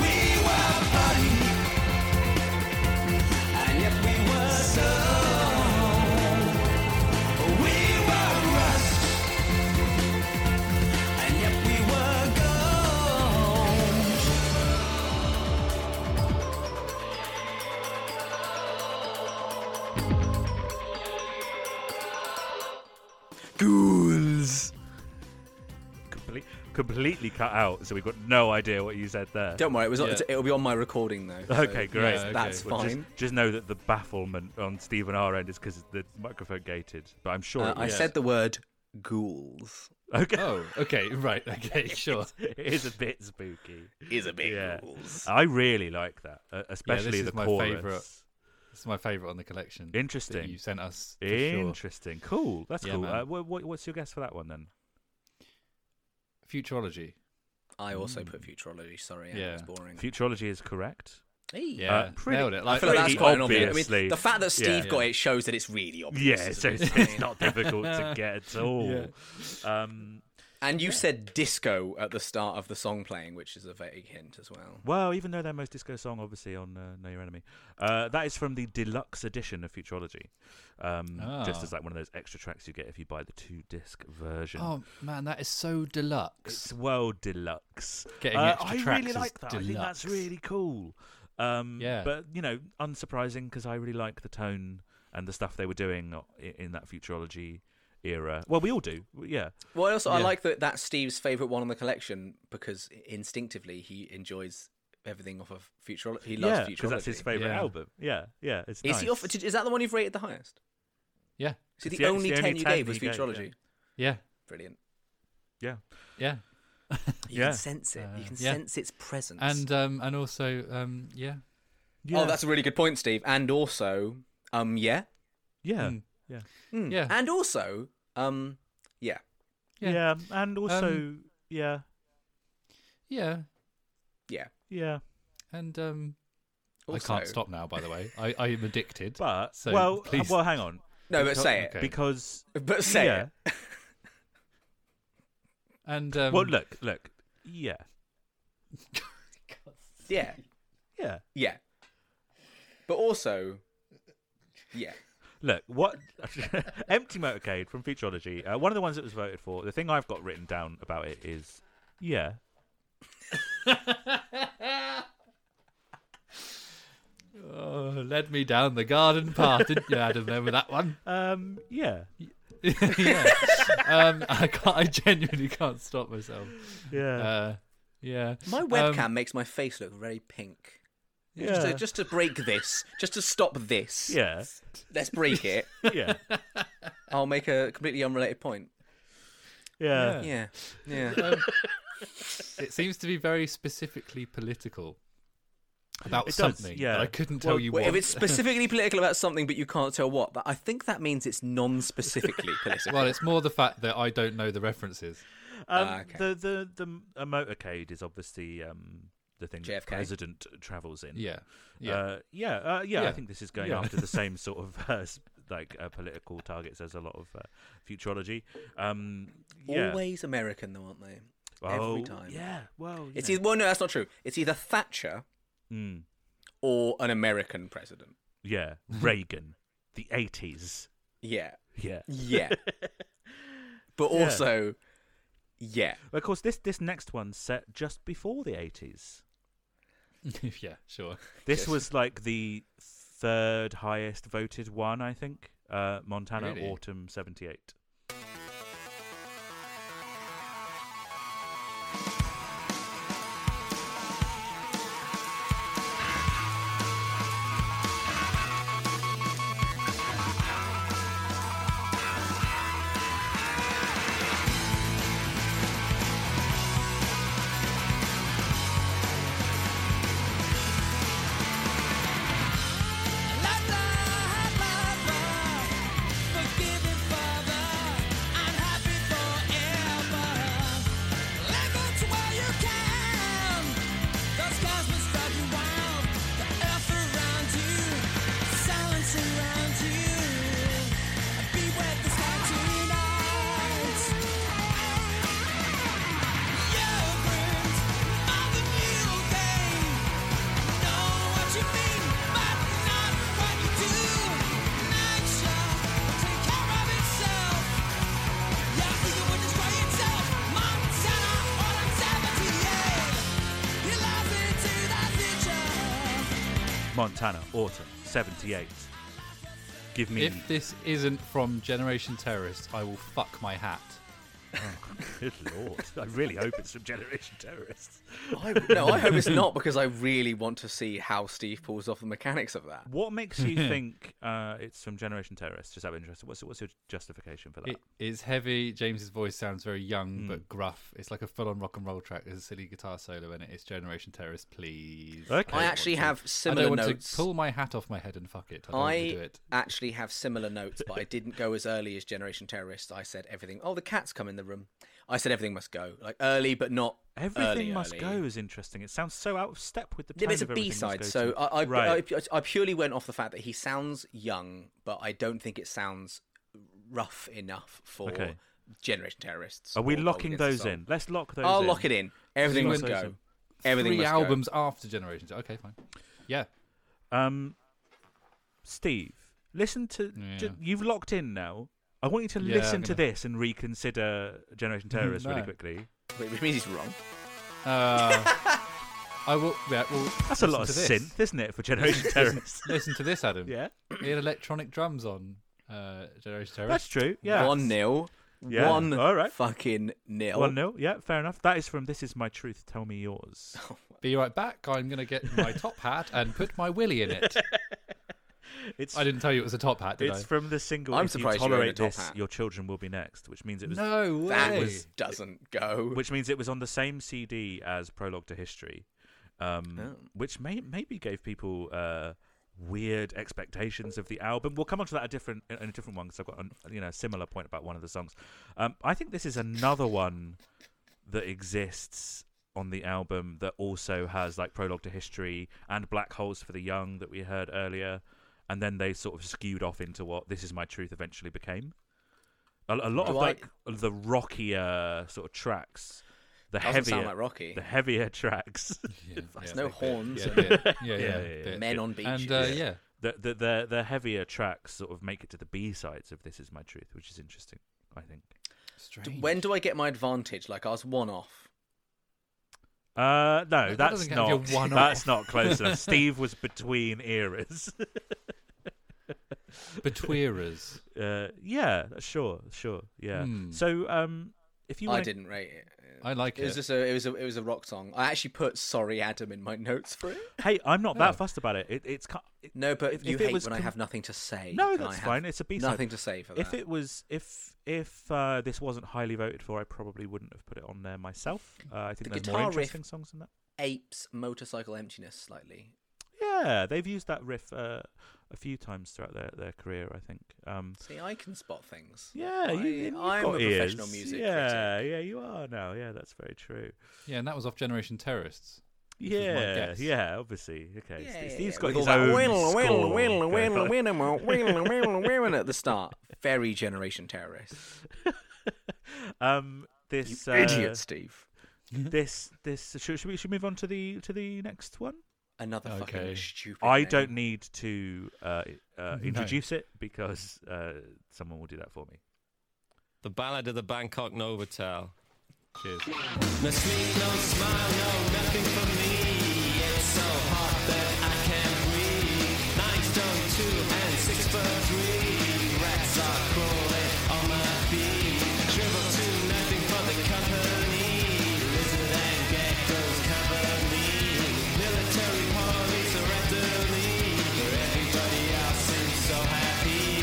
Speaker 5: We were body, and yet we were sold. We were rust, and yet we were gold.
Speaker 2: Ghouls.
Speaker 1: Comple- completely cut out, so we've got no idea what you said there.
Speaker 2: Don't worry, it was.
Speaker 3: Yeah.
Speaker 2: It'll be on my recording though. so
Speaker 1: okay, great.
Speaker 3: Yeah,
Speaker 2: That's
Speaker 3: okay.
Speaker 1: Well,
Speaker 2: fine.
Speaker 1: Just, just know that the bafflement on Steve and our end is because the microphone gated, but I'm sure.
Speaker 2: Uh,
Speaker 1: it
Speaker 2: I
Speaker 1: was.
Speaker 2: said the word ghouls.
Speaker 1: Okay.
Speaker 3: Oh, okay. Right. Okay. Sure.
Speaker 1: it is a bit spooky.
Speaker 2: Oh. Is a bit
Speaker 1: Yeah.
Speaker 2: ghouls.
Speaker 1: I really like that, uh, especially
Speaker 3: is
Speaker 1: the
Speaker 3: my
Speaker 1: chorus.
Speaker 3: favourite. This is my favourite on the collection. that
Speaker 1: Interesting.
Speaker 3: You sent us. for sure.
Speaker 1: Interesting. Cool. That's
Speaker 3: Yeah,
Speaker 1: cool.
Speaker 3: man.
Speaker 1: Uh, what, what's your guess for that one then? Uh,
Speaker 3: Futurology.
Speaker 2: I also put
Speaker 1: Mm.
Speaker 2: futurology. Sorry, yeah.
Speaker 3: Yeah.
Speaker 2: it was boring.
Speaker 1: Futurology is correct.
Speaker 2: Hey.
Speaker 3: Yeah.
Speaker 1: pretty-
Speaker 3: nailed it.
Speaker 2: I
Speaker 3: Like,
Speaker 2: feel like that's
Speaker 1: pretty
Speaker 2: quite an obvious. I
Speaker 1: obviously.
Speaker 2: mean, the fact that Steve
Speaker 1: Yeah.
Speaker 2: got it shows that it's really obvious.
Speaker 1: Yeah, so
Speaker 2: isn't
Speaker 1: it's,
Speaker 2: it?
Speaker 1: it's not difficult to get at all. Um,
Speaker 2: And you said disco at the start of the song playing, which is a vague hint as well.
Speaker 1: well, even though their most disco song, obviously, on uh, Know Your Enemy, uh, that is from the deluxe edition of Futurology. Um, Just
Speaker 3: Ah.
Speaker 1: as like one of those extra tracks you get if you buy the two disc version.
Speaker 3: oh man, that is so deluxe.
Speaker 1: It's well deluxe.
Speaker 3: Getting
Speaker 1: Uh,
Speaker 3: extra
Speaker 1: I
Speaker 3: tracks
Speaker 1: really
Speaker 3: is
Speaker 1: like that. I think that's
Speaker 3: deluxe.
Speaker 1: really cool. Um,
Speaker 3: Yeah.
Speaker 1: But you know, unsurprising because I really like the tone and the stuff they were doing o- i- in that futurology era. Well, we all do. w- Yeah.
Speaker 2: Well, also I
Speaker 3: Yeah.
Speaker 2: like that that's Steve's favorite one on the collection because instinctively he enjoys everything off of futurology. He
Speaker 1: yeah.
Speaker 2: loves futurology.
Speaker 1: Because that's his favorite
Speaker 3: Yeah.
Speaker 1: album. Yeah. Yeah. It's
Speaker 2: Is
Speaker 1: nice.
Speaker 2: he off, did- is that the one you've rated the highest?
Speaker 3: Yeah.
Speaker 2: So
Speaker 1: It's
Speaker 2: the,
Speaker 1: the- it's
Speaker 2: only
Speaker 1: the only
Speaker 2: ten you
Speaker 1: 10
Speaker 2: gave was
Speaker 1: he gave,
Speaker 2: futurology.
Speaker 1: yeah.
Speaker 3: Yeah.
Speaker 2: Brilliant.
Speaker 1: yeah.
Speaker 3: Yeah.
Speaker 2: You
Speaker 1: Yeah.
Speaker 2: can sense it. You
Speaker 3: Uh,
Speaker 2: can
Speaker 3: yeah.
Speaker 2: sense its presence.
Speaker 3: And um and also um yeah.
Speaker 1: Yeah.
Speaker 2: oh, that's a really good point, Steve. And also, um, yeah,
Speaker 1: yeah.
Speaker 3: Mm.
Speaker 1: Yeah.
Speaker 2: Hmm.
Speaker 3: Yeah.
Speaker 2: and also, um, yeah. Um,
Speaker 1: yeah.
Speaker 3: Yeah.
Speaker 1: And also, yeah.
Speaker 3: Yeah.
Speaker 2: Yeah.
Speaker 1: Yeah.
Speaker 3: And um I
Speaker 2: Also-
Speaker 3: can't stop now. By the way, I, I am addicted.
Speaker 1: But
Speaker 3: so
Speaker 1: well,
Speaker 3: please.
Speaker 1: well, hang on,
Speaker 2: No, but say
Speaker 3: okay.
Speaker 1: because
Speaker 2: it. But say
Speaker 1: yeah.
Speaker 2: it.
Speaker 3: and um,
Speaker 1: Well, look, look, yeah,
Speaker 2: Yeah.
Speaker 1: yeah.
Speaker 2: Yeah. But also, yeah.
Speaker 1: Look, what empty motorcade from Futurology? Uh, one of the ones that was voted for. The thing I've got written down about it is, yeah,
Speaker 3: oh, led me down the garden path, didn't you, Adam? There with that one.
Speaker 1: um, yeah,
Speaker 3: yeah. Um, I can't. I genuinely can't stop myself.
Speaker 1: yeah,
Speaker 3: Uh, yeah.
Speaker 2: My
Speaker 3: Um,
Speaker 2: webcam makes my face look very pink.
Speaker 1: yeah,
Speaker 2: Just, to, just to break this, just to stop this.
Speaker 1: yeah,
Speaker 2: Let's break it.
Speaker 1: yeah,
Speaker 2: I'll make a completely unrelated point.
Speaker 1: yeah.
Speaker 2: Yeah. Yeah.
Speaker 3: it seems to be very specifically political about
Speaker 1: It does,
Speaker 3: something.
Speaker 1: yeah.
Speaker 3: but I couldn't tell
Speaker 1: Well,
Speaker 3: you
Speaker 2: Wait,
Speaker 3: what.
Speaker 2: if it's specifically political about something, but you can't tell what, but I think that means it's non-specifically political.
Speaker 3: well, it's more the fact that I don't know the references.
Speaker 1: Um,
Speaker 2: Ah, okay.
Speaker 1: The the the a motorcade is obviously um, the thing that the
Speaker 2: JFK.
Speaker 1: president travels in.
Speaker 3: Yeah. Yeah.
Speaker 1: uh, yeah, uh, yeah, I
Speaker 3: Yeah.
Speaker 1: think this is going
Speaker 3: Yeah.
Speaker 1: after the same sort of uh, s- like uh, political targets as a lot of uh, futurology. Um, yeah.
Speaker 2: Always American, though, aren't they?
Speaker 1: oh,
Speaker 2: every time.
Speaker 1: Yeah. Well, you
Speaker 2: It's
Speaker 1: know.
Speaker 2: either, well, no, that's not true. It's either Thatcher Hmm.
Speaker 1: Mm,
Speaker 2: or an American president.
Speaker 1: yeah. Reagan, the eighties.
Speaker 2: Yeah.
Speaker 1: Yeah.
Speaker 2: Yeah. but
Speaker 1: Yeah.
Speaker 2: also, yeah.
Speaker 1: Of course, this this next one's set just before the eighties. Uh,
Speaker 3: yeah. Sure.
Speaker 1: This was like the third highest voted one, I think. Uh, Montana
Speaker 3: Really?
Speaker 1: Autumn seventy eight.
Speaker 4: Thank you
Speaker 1: Montana Autumn seventy eight. Give me
Speaker 3: If this isn't from Generation Terrorist, I will fuck my hat.
Speaker 1: Good lord. I really hope it's from Generation Terrorists.
Speaker 2: I, no, I hope it's not because I really want to see how Steve pulls off the mechanics of that.
Speaker 1: What makes you think uh, it's from Generation Terrorists? Just out of interest. What's, what's your justification for that?
Speaker 3: It is heavy. James's voice sounds very young
Speaker 1: Hmm.
Speaker 3: but gruff. It's like a full-on rock and roll track. There's a silly guitar solo in it. It's Generation Terrorist, please.
Speaker 1: okay.
Speaker 2: I actually have
Speaker 3: I
Speaker 2: similar
Speaker 3: don't want
Speaker 2: notes.
Speaker 3: to pull my hat off my head and fuck it. I don't want to do
Speaker 2: I
Speaker 3: it.
Speaker 2: actually have similar notes, but I didn't go as early as Generation Terrorists. I said everything. Oh, the cat's come in the room. I said everything must go like early, but not
Speaker 1: Everything
Speaker 2: early,
Speaker 1: Must
Speaker 2: early.
Speaker 1: Go is interesting. It sounds so out of step with the
Speaker 2: Yeah,
Speaker 1: tone
Speaker 2: but it's a
Speaker 1: of Everything
Speaker 2: B
Speaker 1: Must
Speaker 2: side,
Speaker 1: Go
Speaker 2: so
Speaker 1: to-
Speaker 2: I I,
Speaker 1: right.
Speaker 2: I I purely went off the fact that he sounds young, but I don't think it sounds rough enough for
Speaker 1: Okay.
Speaker 2: Generation Terrorists.
Speaker 1: Are we
Speaker 2: or
Speaker 1: locking
Speaker 2: Guardians
Speaker 1: those
Speaker 2: of the Soul.
Speaker 1: in? Let's lock those
Speaker 2: I'll
Speaker 1: in.
Speaker 2: lock it in. Everything
Speaker 3: Lock
Speaker 2: must
Speaker 3: those
Speaker 2: go.
Speaker 3: in.
Speaker 2: Everything
Speaker 3: Three
Speaker 2: must
Speaker 3: albums after Generation Terrorist. Okay, fine. Yeah.
Speaker 1: Um, Steve, listen to. ju-
Speaker 3: Yeah.
Speaker 1: you've locked in now. I want you to
Speaker 3: Yeah,
Speaker 1: listen
Speaker 3: I'm
Speaker 1: to
Speaker 3: gonna- Mm,
Speaker 1: this and reconsider Generation Terrorists really
Speaker 3: No.
Speaker 1: quickly.
Speaker 2: go. Which means he's wrong.
Speaker 3: Uh, I will. Yeah, well,
Speaker 1: That's a
Speaker 3: listen
Speaker 1: lot of
Speaker 3: to this.
Speaker 1: synth, isn't it, for Generation Terrorists?
Speaker 3: Listen to this, Adam.
Speaker 1: yeah,
Speaker 3: He had electronic drums on uh, Generation
Speaker 1: that's
Speaker 3: Terrorist.
Speaker 1: true. Yeah,
Speaker 2: One nil.
Speaker 1: Yeah.
Speaker 2: One
Speaker 1: All right.
Speaker 2: fucking nil.
Speaker 1: One nil. oh, Yeah, fair enough. That is from This Is My Truth. Tell me yours.
Speaker 3: Be right back. I'm going to get my top hat and put my willy in it.
Speaker 1: It's
Speaker 3: I didn't tell you it was a top hat, did
Speaker 1: it's
Speaker 3: I?
Speaker 1: from the single.
Speaker 2: I'm
Speaker 1: if
Speaker 2: surprised
Speaker 1: you
Speaker 2: you own a
Speaker 1: tolerate
Speaker 2: top
Speaker 1: this,
Speaker 2: hat.
Speaker 1: your children will be next, which means it was
Speaker 3: no way.
Speaker 2: That was, doesn't go.
Speaker 1: which means it was on the same CD as Prologue to History, um,
Speaker 2: Oh.
Speaker 1: which may, maybe gave people uh, weird expectations of the album. We'll come on to that a different in a different one because I've got an, you know a similar point about one of the songs. Um, I think this is another one that exists on the album that also has like Prologue to History and Black Holes for the Young that we heard earlier, and then they sort of skewed off into what This Is My Truth eventually became. A, a lot of
Speaker 2: Do I-
Speaker 1: like the rockier sort of tracks, the
Speaker 2: Doesn't
Speaker 1: heavier,
Speaker 2: sound like Rocky.
Speaker 1: the heavier tracks.
Speaker 2: There's no horns.
Speaker 3: Yeah,
Speaker 2: and
Speaker 3: bit. yeah, yeah,
Speaker 1: yeah.
Speaker 3: bit.
Speaker 2: Men on beach.
Speaker 3: And uh, yeah.
Speaker 1: the the the, the heavier tracks sort of make it to the B sides of This Is My Truth, which is interesting. I think.
Speaker 3: strange.
Speaker 2: When do I get my advantage? Like I was one off.
Speaker 1: Uh, no,
Speaker 3: that
Speaker 1: that's
Speaker 3: doesn't count if
Speaker 1: not.
Speaker 3: you're one
Speaker 1: That's not close enough. Steve was between eras.
Speaker 3: Betweerers.
Speaker 1: Uh, yeah, sure, sure, yeah.
Speaker 3: Hmm.
Speaker 1: So, um, if you
Speaker 2: I
Speaker 1: want,
Speaker 2: didn't rate it.
Speaker 3: I like
Speaker 2: It was
Speaker 3: it.
Speaker 2: just a it was a it was a rock song. I actually put "Sorry Adam" in my notes for it.
Speaker 1: hey, I'm not
Speaker 3: No.
Speaker 2: Oh.
Speaker 1: that fussed about it. it it's ki- it,
Speaker 2: No, but
Speaker 1: If-
Speaker 2: you
Speaker 1: if it
Speaker 2: hate
Speaker 1: was
Speaker 2: when I
Speaker 1: com-
Speaker 2: have nothing to say.
Speaker 1: no,
Speaker 2: and I
Speaker 1: that's
Speaker 2: have
Speaker 1: fine. It's a B side.
Speaker 2: Nothing to say for that.
Speaker 1: If it was, if if uh, this wasn't highly voted for, I probably wouldn't have put it on there myself. Uh, I think
Speaker 2: The
Speaker 1: there's more
Speaker 2: guitar riff-
Speaker 1: interesting songs than that.
Speaker 2: apes motorcycle emptiness slightly.
Speaker 1: Yeah, they've used that riff uh, a few times throughout their, their career, I think. Um,
Speaker 2: See, I can spot things.
Speaker 1: yeah,
Speaker 2: I,
Speaker 1: you, you've
Speaker 2: I'm
Speaker 1: got
Speaker 2: a
Speaker 1: ears.
Speaker 2: professional music
Speaker 1: Yeah, yeah, you are now. Yeah, that's very true.
Speaker 3: Yeah, and that was off Generation Terrorists. This is my
Speaker 1: Yeah,
Speaker 3: guess.
Speaker 1: yeah, obviously. Okay,
Speaker 2: critic. Yeah,
Speaker 1: Steve-
Speaker 2: yeah,
Speaker 1: Steve's
Speaker 2: yeah,
Speaker 1: got
Speaker 2: with
Speaker 1: his
Speaker 2: all that
Speaker 1: own
Speaker 2: whirl,
Speaker 1: score.
Speaker 2: whirl, whirl,
Speaker 1: going
Speaker 2: whirl,
Speaker 1: on.
Speaker 2: whirl, whirl, whirl, whirl at the start. Very generation terrorist.
Speaker 1: um,
Speaker 2: You
Speaker 1: this uh,
Speaker 2: idiot, Steve.
Speaker 1: This this should, should we should we move on to the to the next one?
Speaker 2: Another
Speaker 3: Okay.
Speaker 2: fucking stupid.
Speaker 1: I
Speaker 2: name.
Speaker 1: don't need to uh, uh,
Speaker 3: No.
Speaker 1: introduce it because uh, someone will do that for me.
Speaker 6: The Ballad of the Bangkok Novotel.
Speaker 3: Cheers.
Speaker 6: No sleep, no smile, no nothing for me. It's so hot that I can't breathe. Nine stone two and six foot three. Rats are crawling on my feet. Dribble to nothing for the company. Lizard and geckos cover me. Military police are after me. But everybody else seems so happy.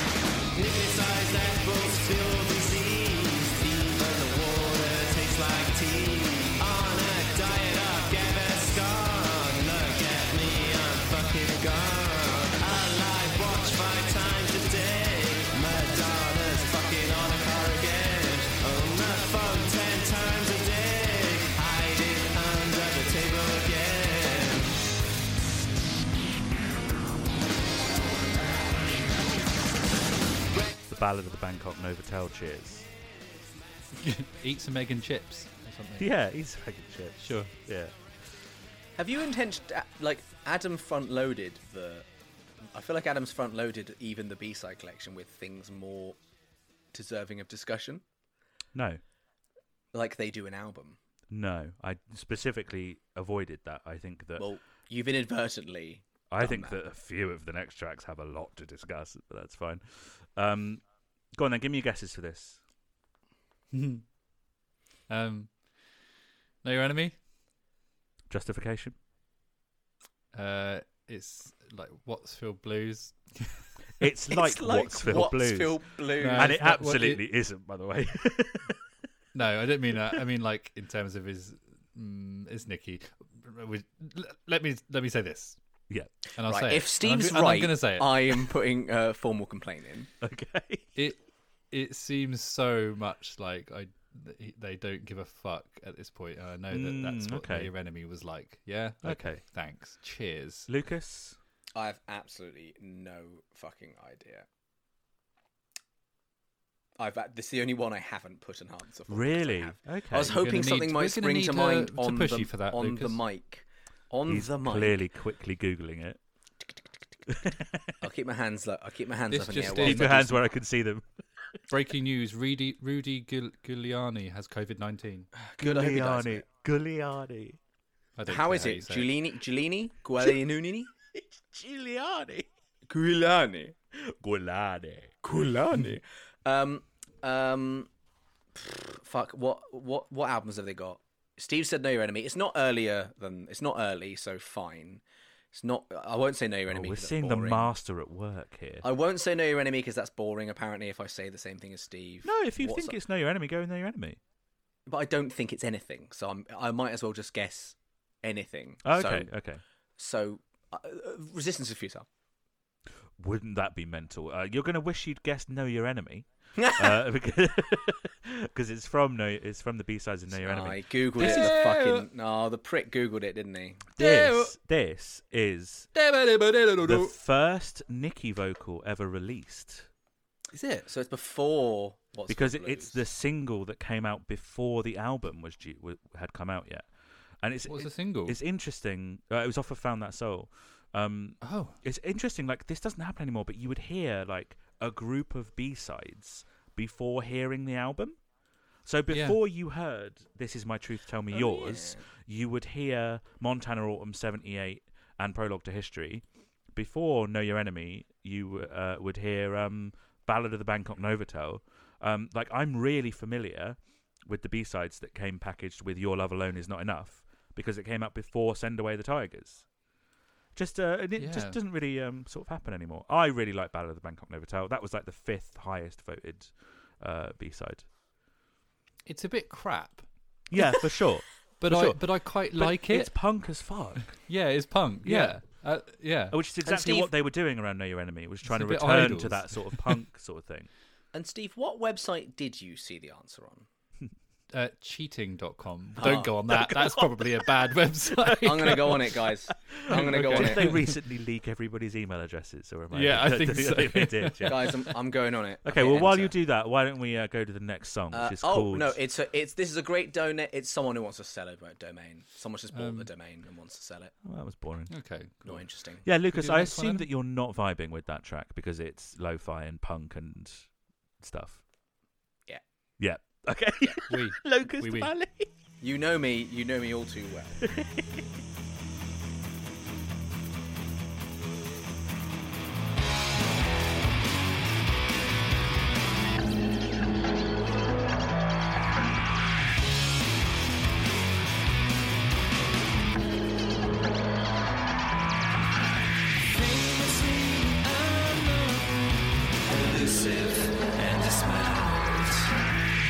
Speaker 6: Hypnotized apples feel disease. Even the water tastes like tea. On a diet of Gaviscon. Look at me, I'm fucking gone. I live watch five times a day. Madonna's fucking on a car again. On the phone ten times a day. Hiding under the table again.
Speaker 1: The Ballad of the Bangkok Novotel. Cheers.
Speaker 3: Eat some egg and chips or something.
Speaker 1: Yeah, he's fucking shit.
Speaker 3: Sure.
Speaker 1: Yeah.
Speaker 2: Have you intention like Adam front loaded the? I feel like Adam's front loaded even the B side collection with things more deserving of discussion,
Speaker 1: No,
Speaker 2: like they do an album.
Speaker 1: no. I specifically avoided that. I think that
Speaker 2: Well, you've inadvertently.
Speaker 1: I
Speaker 2: done
Speaker 1: think
Speaker 2: that.
Speaker 1: that a few of the next tracks have a lot to discuss, but that's fine. Um, go on then, give me your guesses for this.
Speaker 3: um, know your enemy.
Speaker 1: Justification.
Speaker 3: Uh, it's like Wattsfield Blues.
Speaker 1: It's, like, Wattsville Blues,
Speaker 2: Wattsfield Blues.
Speaker 3: No,
Speaker 1: and it
Speaker 3: it's not what it-
Speaker 1: absolutely is isn't, by the way.
Speaker 3: No, I don't mean that. I mean like in terms of his mm, is Nicky. We- l- Let me let me say this,
Speaker 1: yeah.
Speaker 3: and I'll
Speaker 2: Right,
Speaker 3: say it.
Speaker 2: If Steve's
Speaker 3: and I'm, go- and
Speaker 2: right,
Speaker 3: I'm gonna say it.
Speaker 2: I am putting a formal complaint in.
Speaker 1: Okay.
Speaker 3: it it seems so much like I th- they don't give a fuck at this point. And I know that that's
Speaker 1: Mm,
Speaker 3: what
Speaker 1: okay.
Speaker 3: your enemy was like. Yeah.
Speaker 1: Okay.
Speaker 3: Thanks. Cheers.
Speaker 1: Lucas.
Speaker 2: I have absolutely no fucking idea. I've this is the only one I haven't put an answer for. because I
Speaker 1: Really?
Speaker 2: have-
Speaker 1: Okay.
Speaker 2: I was
Speaker 3: You're
Speaker 2: hoping
Speaker 3: gonna
Speaker 2: something
Speaker 3: need-
Speaker 2: might
Speaker 3: we're gonna
Speaker 2: spring
Speaker 3: need
Speaker 2: to
Speaker 3: to-
Speaker 2: mind
Speaker 3: to
Speaker 2: on
Speaker 3: push
Speaker 2: the
Speaker 3: you for that,
Speaker 2: on the
Speaker 3: Lucas.
Speaker 2: mic. On
Speaker 1: He's
Speaker 2: the mic.
Speaker 1: clearly quickly googling it.
Speaker 2: I'll keep my hands low. I'll keep my hands
Speaker 3: This
Speaker 2: up in the air.
Speaker 3: just
Speaker 2: while
Speaker 3: is-
Speaker 1: Keep
Speaker 3: Keep
Speaker 2: I
Speaker 1: your
Speaker 2: do
Speaker 1: hands
Speaker 2: some-
Speaker 1: where I can see them.
Speaker 3: Breaking news: Rudy Rudy Giul- Giuliani has COVID nineteen.
Speaker 2: Good, I hope he dies of
Speaker 1: Giuliani.
Speaker 2: it.
Speaker 1: Giuliani.
Speaker 3: I don't
Speaker 2: How
Speaker 3: care
Speaker 2: is
Speaker 3: you
Speaker 2: it?
Speaker 3: say
Speaker 2: Giuliani? Giuliani? Guadagnini?
Speaker 1: Giuliani.
Speaker 2: Giuliani.
Speaker 1: Giuliani.
Speaker 2: Kulani. um, um, fuck. What what what albums have they got? Steve said "Know Your Enemy." It's not earlier than it's not early, so fine. It's not. I won't say "Know Your
Speaker 1: Oh,
Speaker 2: Enemy."
Speaker 1: we're
Speaker 2: 'cause that's
Speaker 1: seeing the
Speaker 2: boring.
Speaker 1: master at work here.
Speaker 2: I won't say "Know Your Enemy" because that's boring. Apparently, if I say the same thing as Steve.
Speaker 1: No, if you
Speaker 2: What's
Speaker 1: think
Speaker 2: up-
Speaker 1: it's Know Your Enemy, go and Know Your Enemy.
Speaker 2: but I don't think it's anything, so I'm, I might as well just guess anything.
Speaker 1: Okay,
Speaker 2: So,
Speaker 1: okay.
Speaker 2: so uh, uh, Resistance is futile.
Speaker 1: Wouldn't that be mental? Uh, you're going to wish you'd guessed Know Your Enemy. because it's from no, it's from the B sides of No Your Enemy.
Speaker 2: I googled
Speaker 1: This
Speaker 2: it.
Speaker 1: is-
Speaker 2: The fucking no, the prick googled it, didn't he?
Speaker 1: This this is the first Nicki vocal ever released
Speaker 2: Is it? So it's before what's
Speaker 1: because
Speaker 2: Called
Speaker 1: it, it's the
Speaker 2: Blues.
Speaker 1: single that came out before the album was due, w- had come out yet, and it's
Speaker 3: What was
Speaker 1: it-
Speaker 3: the single?
Speaker 1: It's interesting. Uh, it was off of Found That Soul. Um,
Speaker 3: Oh,
Speaker 1: it's interesting like this doesn't happen anymore but you would hear like a group of b-sides before hearing the album so
Speaker 3: Yeah. Oh,
Speaker 1: before you heard this is my truth tell me yours you would hear montana autumn 78 and prologue to history before know your enemy you uh, would hear um, ballad of the bangkok novotel um, like i'm really familiar with the b-sides that came packaged with your love alone is not enough because it came out before send away the tigers just uh, and it
Speaker 3: Yeah.
Speaker 1: just doesn't really um, sort of happen anymore. I really like Ballad of the Bangkok Novotel. That was like the fifth highest voted uh, B side.
Speaker 3: it's a bit crap,
Speaker 1: Yeah, for sure.
Speaker 3: but
Speaker 1: For
Speaker 3: I
Speaker 1: sure.
Speaker 3: but I quite
Speaker 1: But
Speaker 3: like it.
Speaker 1: It's punk as fuck,
Speaker 3: yeah, it's punk.
Speaker 1: Yeah.
Speaker 3: Yeah, yeah, uh, yeah.
Speaker 1: which is exactly
Speaker 2: Steve-
Speaker 1: what they were doing around Know Your Enemy, was trying
Speaker 3: a
Speaker 1: to
Speaker 3: bit
Speaker 1: return to
Speaker 3: idols.
Speaker 1: that sort of punk sort of thing.
Speaker 2: And Steve, what website did you see the answer on?
Speaker 3: Uh, cheating.com. Don't go on that. That's probably a bad website.
Speaker 2: I'm gonna go on it, guys. I'm gonna go on
Speaker 1: Did they
Speaker 2: it,
Speaker 1: recently leak everybody's email addresses? Or am I
Speaker 3: Yeah, I think so.
Speaker 1: they did. Yeah.
Speaker 2: guys. I'm, I'm going on it.
Speaker 1: okay, well, while
Speaker 2: enter.
Speaker 1: you do that, why don't we uh, go to the next song, which
Speaker 2: Uh,
Speaker 1: is
Speaker 2: oh
Speaker 1: called
Speaker 2: no! It's a, it's this is a great donate. It's someone who wants to sell a bo- domain. Someone's just bought
Speaker 1: Um,
Speaker 2: the domain and wants to sell it.
Speaker 1: Well, Oh, that was boring.
Speaker 3: Okay. cool.
Speaker 2: Not interesting.
Speaker 1: Yeah, Lucas,
Speaker 3: the
Speaker 1: I
Speaker 3: next one,
Speaker 1: assume
Speaker 3: Adam?
Speaker 1: that you're not vibing with that track because it's lo-fi and punk and stuff.
Speaker 2: Yeah.
Speaker 1: Yeah. Okay.
Speaker 3: We.
Speaker 1: Locust
Speaker 3: Oui, oui.
Speaker 1: Valley.
Speaker 2: You know me. You know me all too well.
Speaker 5: elusive and dismantled.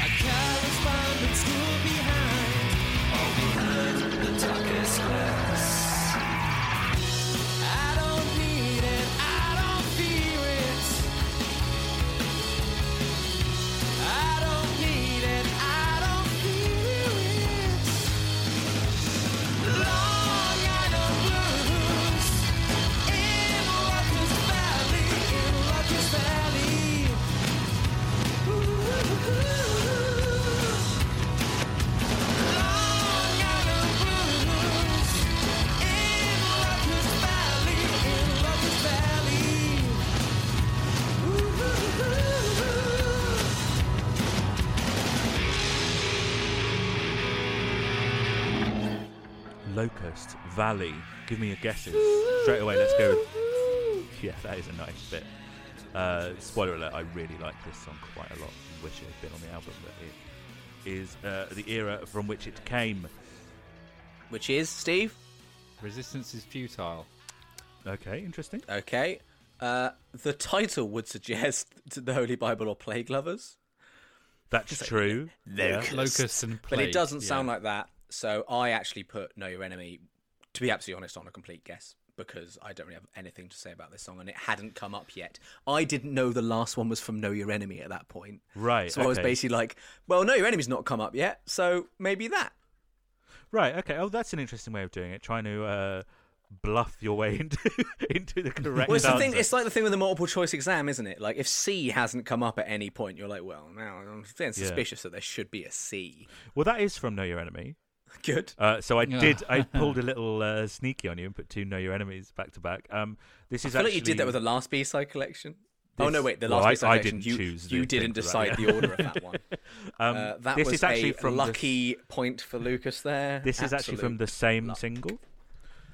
Speaker 5: A correspondence school behind, all behind the darkest glass. I don't need it, I don't fear it. I don't need it, I don't fear it. Long Island blues. In Rutgers Valley, in Rutgers Valley. Ooh. Long Island blues. In Rutgers Valley, in Rutgers Valley. Ooh.
Speaker 1: Locust Valley. Give me your guesses straight away. Let's go. With... Yeah, that is a nice bit. Uh, spoiler alert: I really like this song quite a lot. Wish it had been on the album, but it is uh, the era from which it came.
Speaker 2: Which is Steve.
Speaker 3: Resistance is futile.
Speaker 1: Okay, interesting.
Speaker 2: Okay. Uh, the title would suggest to the Holy Bible or Plague Lovers,
Speaker 1: That's true. Yeah.
Speaker 3: Locusts and plague.
Speaker 2: but it doesn't sound like that. So I actually put Know Your Enemy, to be absolutely honest, on a complete guess because I don't really have anything to say about this song and it hadn't come up yet. I didn't know the last one was from Know Your Enemy at that point.
Speaker 1: Right.
Speaker 2: So I was
Speaker 1: okay.
Speaker 2: basically like, well, Know Your Enemy's not come up yet, so maybe that.
Speaker 1: Right. Okay. Oh, that's an interesting way of doing it. Trying to uh, bluff your way into into the correct.
Speaker 2: Well, it's the thing.
Speaker 1: answer.
Speaker 2: It's like the thing with the multiple choice exam, isn't it? Like if C hasn't come up at any point, you're like, well, now I'm feeling
Speaker 1: Yeah.
Speaker 2: suspicious that there should be a C.
Speaker 1: Well, that is from Know Your Enemy.
Speaker 2: Good.
Speaker 1: Uh, so I
Speaker 3: Yeah.
Speaker 1: did. I pulled a little uh, sneaky on you and put two Know Your Enemies back to back. Um, this is
Speaker 2: I feel
Speaker 1: actually
Speaker 2: like you did that with the last B side collection. oh
Speaker 1: This-
Speaker 2: no, wait, the
Speaker 1: well,
Speaker 2: last
Speaker 1: I-
Speaker 2: B side
Speaker 1: I
Speaker 2: collection.
Speaker 1: didn't
Speaker 2: you
Speaker 1: choose the
Speaker 2: you
Speaker 1: thing
Speaker 2: didn't
Speaker 1: for that,
Speaker 2: decide
Speaker 1: yeah.
Speaker 2: the order of that one.
Speaker 1: um,
Speaker 2: Uh, that
Speaker 1: this
Speaker 2: was
Speaker 1: is actually
Speaker 2: a
Speaker 1: from the-
Speaker 2: lucky point for Lucas there.
Speaker 1: this is actually from the
Speaker 2: Absolute
Speaker 1: same
Speaker 2: luck.
Speaker 1: single.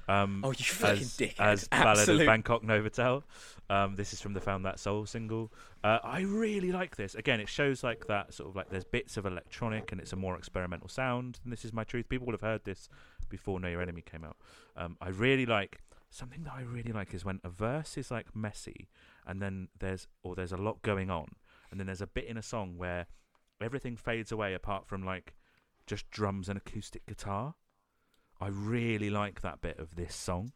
Speaker 1: Um,
Speaker 2: Oh, you fucking
Speaker 1: as,
Speaker 2: dickhead.
Speaker 1: As Ballad of
Speaker 2: Absolute-
Speaker 1: Bangkok Novotel. Um, this is from the Found That Soul single. Uh, I really like this. Again, it shows like that sort of like there's bits of electronic and it's a more experimental sound. And this is my truth. People would have heard this before Know Your Enemy came out. Um, I really like something that I really like is when a verse is like messy and then there's or there's a lot going on and then there's a bit in a song where everything fades away apart from like just drums and acoustic guitar. I really like that bit of this song.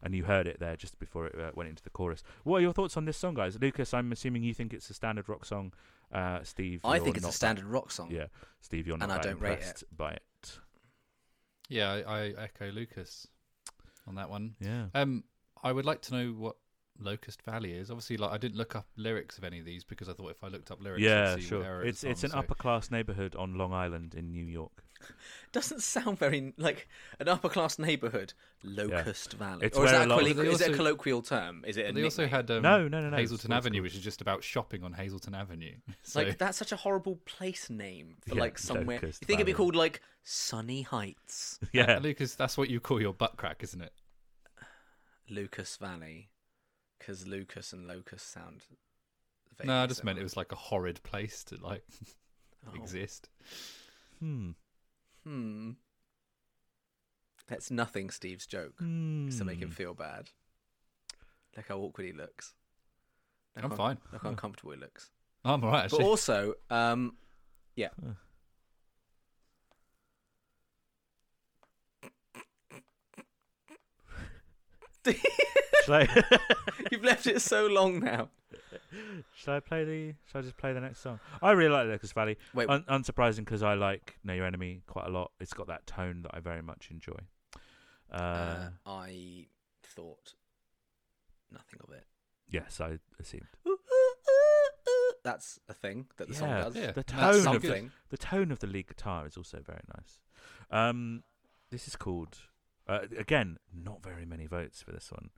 Speaker 1: and you heard it there just before it uh, went into the chorus. What are your thoughts on this song, guys? Lucas, I'm assuming you think it's a standard rock song. Uh, Steve,
Speaker 2: I
Speaker 1: you're
Speaker 2: think it's a
Speaker 1: not that-
Speaker 2: standard rock song.
Speaker 1: yeah, Steve, you're not
Speaker 2: and I
Speaker 1: that
Speaker 2: don't rate it.
Speaker 1: impressed by it.
Speaker 3: Yeah, I, I echo Lucas on that one.
Speaker 1: Yeah,
Speaker 3: Um, I would like to know what Locust Valley is. Obviously, like I didn't look up lyrics of any of these because I thought if I looked up lyrics, I'd
Speaker 1: yeah,
Speaker 3: see what era
Speaker 1: sure.
Speaker 3: it
Speaker 1: It's
Speaker 3: was
Speaker 1: it's
Speaker 3: from,
Speaker 1: an
Speaker 3: so-
Speaker 1: upper class neighborhood on Long Island in New York.
Speaker 2: Doesn't sound very like an upper class neighborhood. Locust Valley,
Speaker 1: It's
Speaker 2: or is
Speaker 1: where
Speaker 2: that
Speaker 1: a
Speaker 2: a
Speaker 1: lot of-
Speaker 2: colloquial,
Speaker 3: They
Speaker 2: is it a
Speaker 3: also-
Speaker 2: colloquial term? Is it? A
Speaker 3: But they also
Speaker 2: nickname?
Speaker 3: had um,
Speaker 1: No, no, no, no, it's
Speaker 3: Hazelton
Speaker 1: what it's
Speaker 3: Avenue,
Speaker 1: called.
Speaker 3: which is just about shopping on Hazelton Avenue. So,
Speaker 2: Like that's such a horrible place name for
Speaker 1: Yeah,
Speaker 2: like somewhere. You
Speaker 1: Locust
Speaker 2: think it'd be
Speaker 1: Valley.
Speaker 2: called like Sunny Heights,
Speaker 1: Yeah,
Speaker 3: Lucas, that's what you call your butt crack, isn't it?
Speaker 2: Lucas Valley, because Lucas and Locust sound.
Speaker 3: no, I
Speaker 2: vaguely
Speaker 3: just meant
Speaker 2: similar.
Speaker 3: it was like a horrid place to like
Speaker 2: Oh,
Speaker 3: exist.
Speaker 1: hmm.
Speaker 2: Hmm. That's nothing. Steve's joke is to
Speaker 1: hmm.
Speaker 3: Hmm.
Speaker 2: make him feel bad. Look how awkward he looks. Look
Speaker 3: I'm
Speaker 2: how-
Speaker 3: fine.
Speaker 2: Look how uncomfortable he looks.
Speaker 3: I'm alright.
Speaker 2: But
Speaker 3: Actually,
Speaker 2: also, um,
Speaker 1: Should I,
Speaker 2: you've left it so long now.
Speaker 1: should I play the? Should I just play the next song? I really like Locust Valley.
Speaker 2: Wait.
Speaker 1: Un- unsurprising because I like Know Your Enemy quite a lot. It's got that tone that I very much enjoy. Uh,
Speaker 2: Uh, I thought nothing of it.
Speaker 1: yes, I assumed.
Speaker 2: That's a thing that the song does.
Speaker 3: Yeah.
Speaker 1: the
Speaker 3: That's
Speaker 1: tone of
Speaker 2: something.
Speaker 1: the, the tone of the lead guitar is also very nice. Um, this is called uh, again. Not very many votes for this one.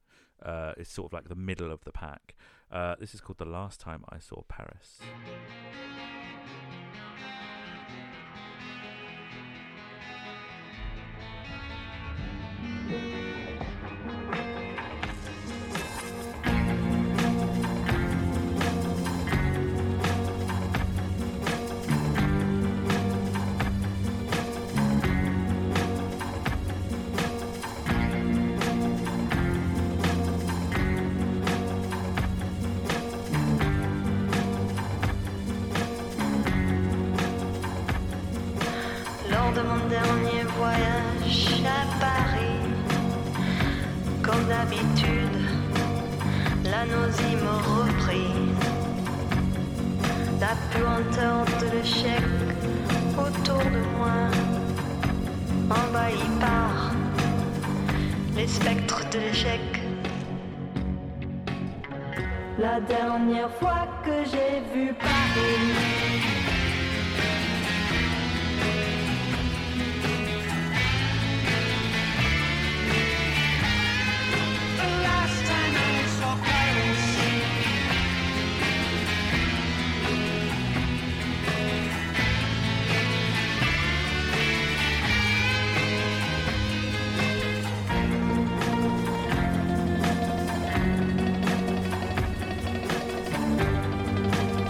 Speaker 1: Uh, it's sort of like the middle of the pack. Uh, this is called "The Last Time I Saw Paris."
Speaker 7: Lors de mon dernier voyage à Paris, comme d'habitude, la nausée me reprit. La puanteur de l'échec autour de moi, envahi par les spectres de l'échec. La dernière fois que j'ai vu Paris.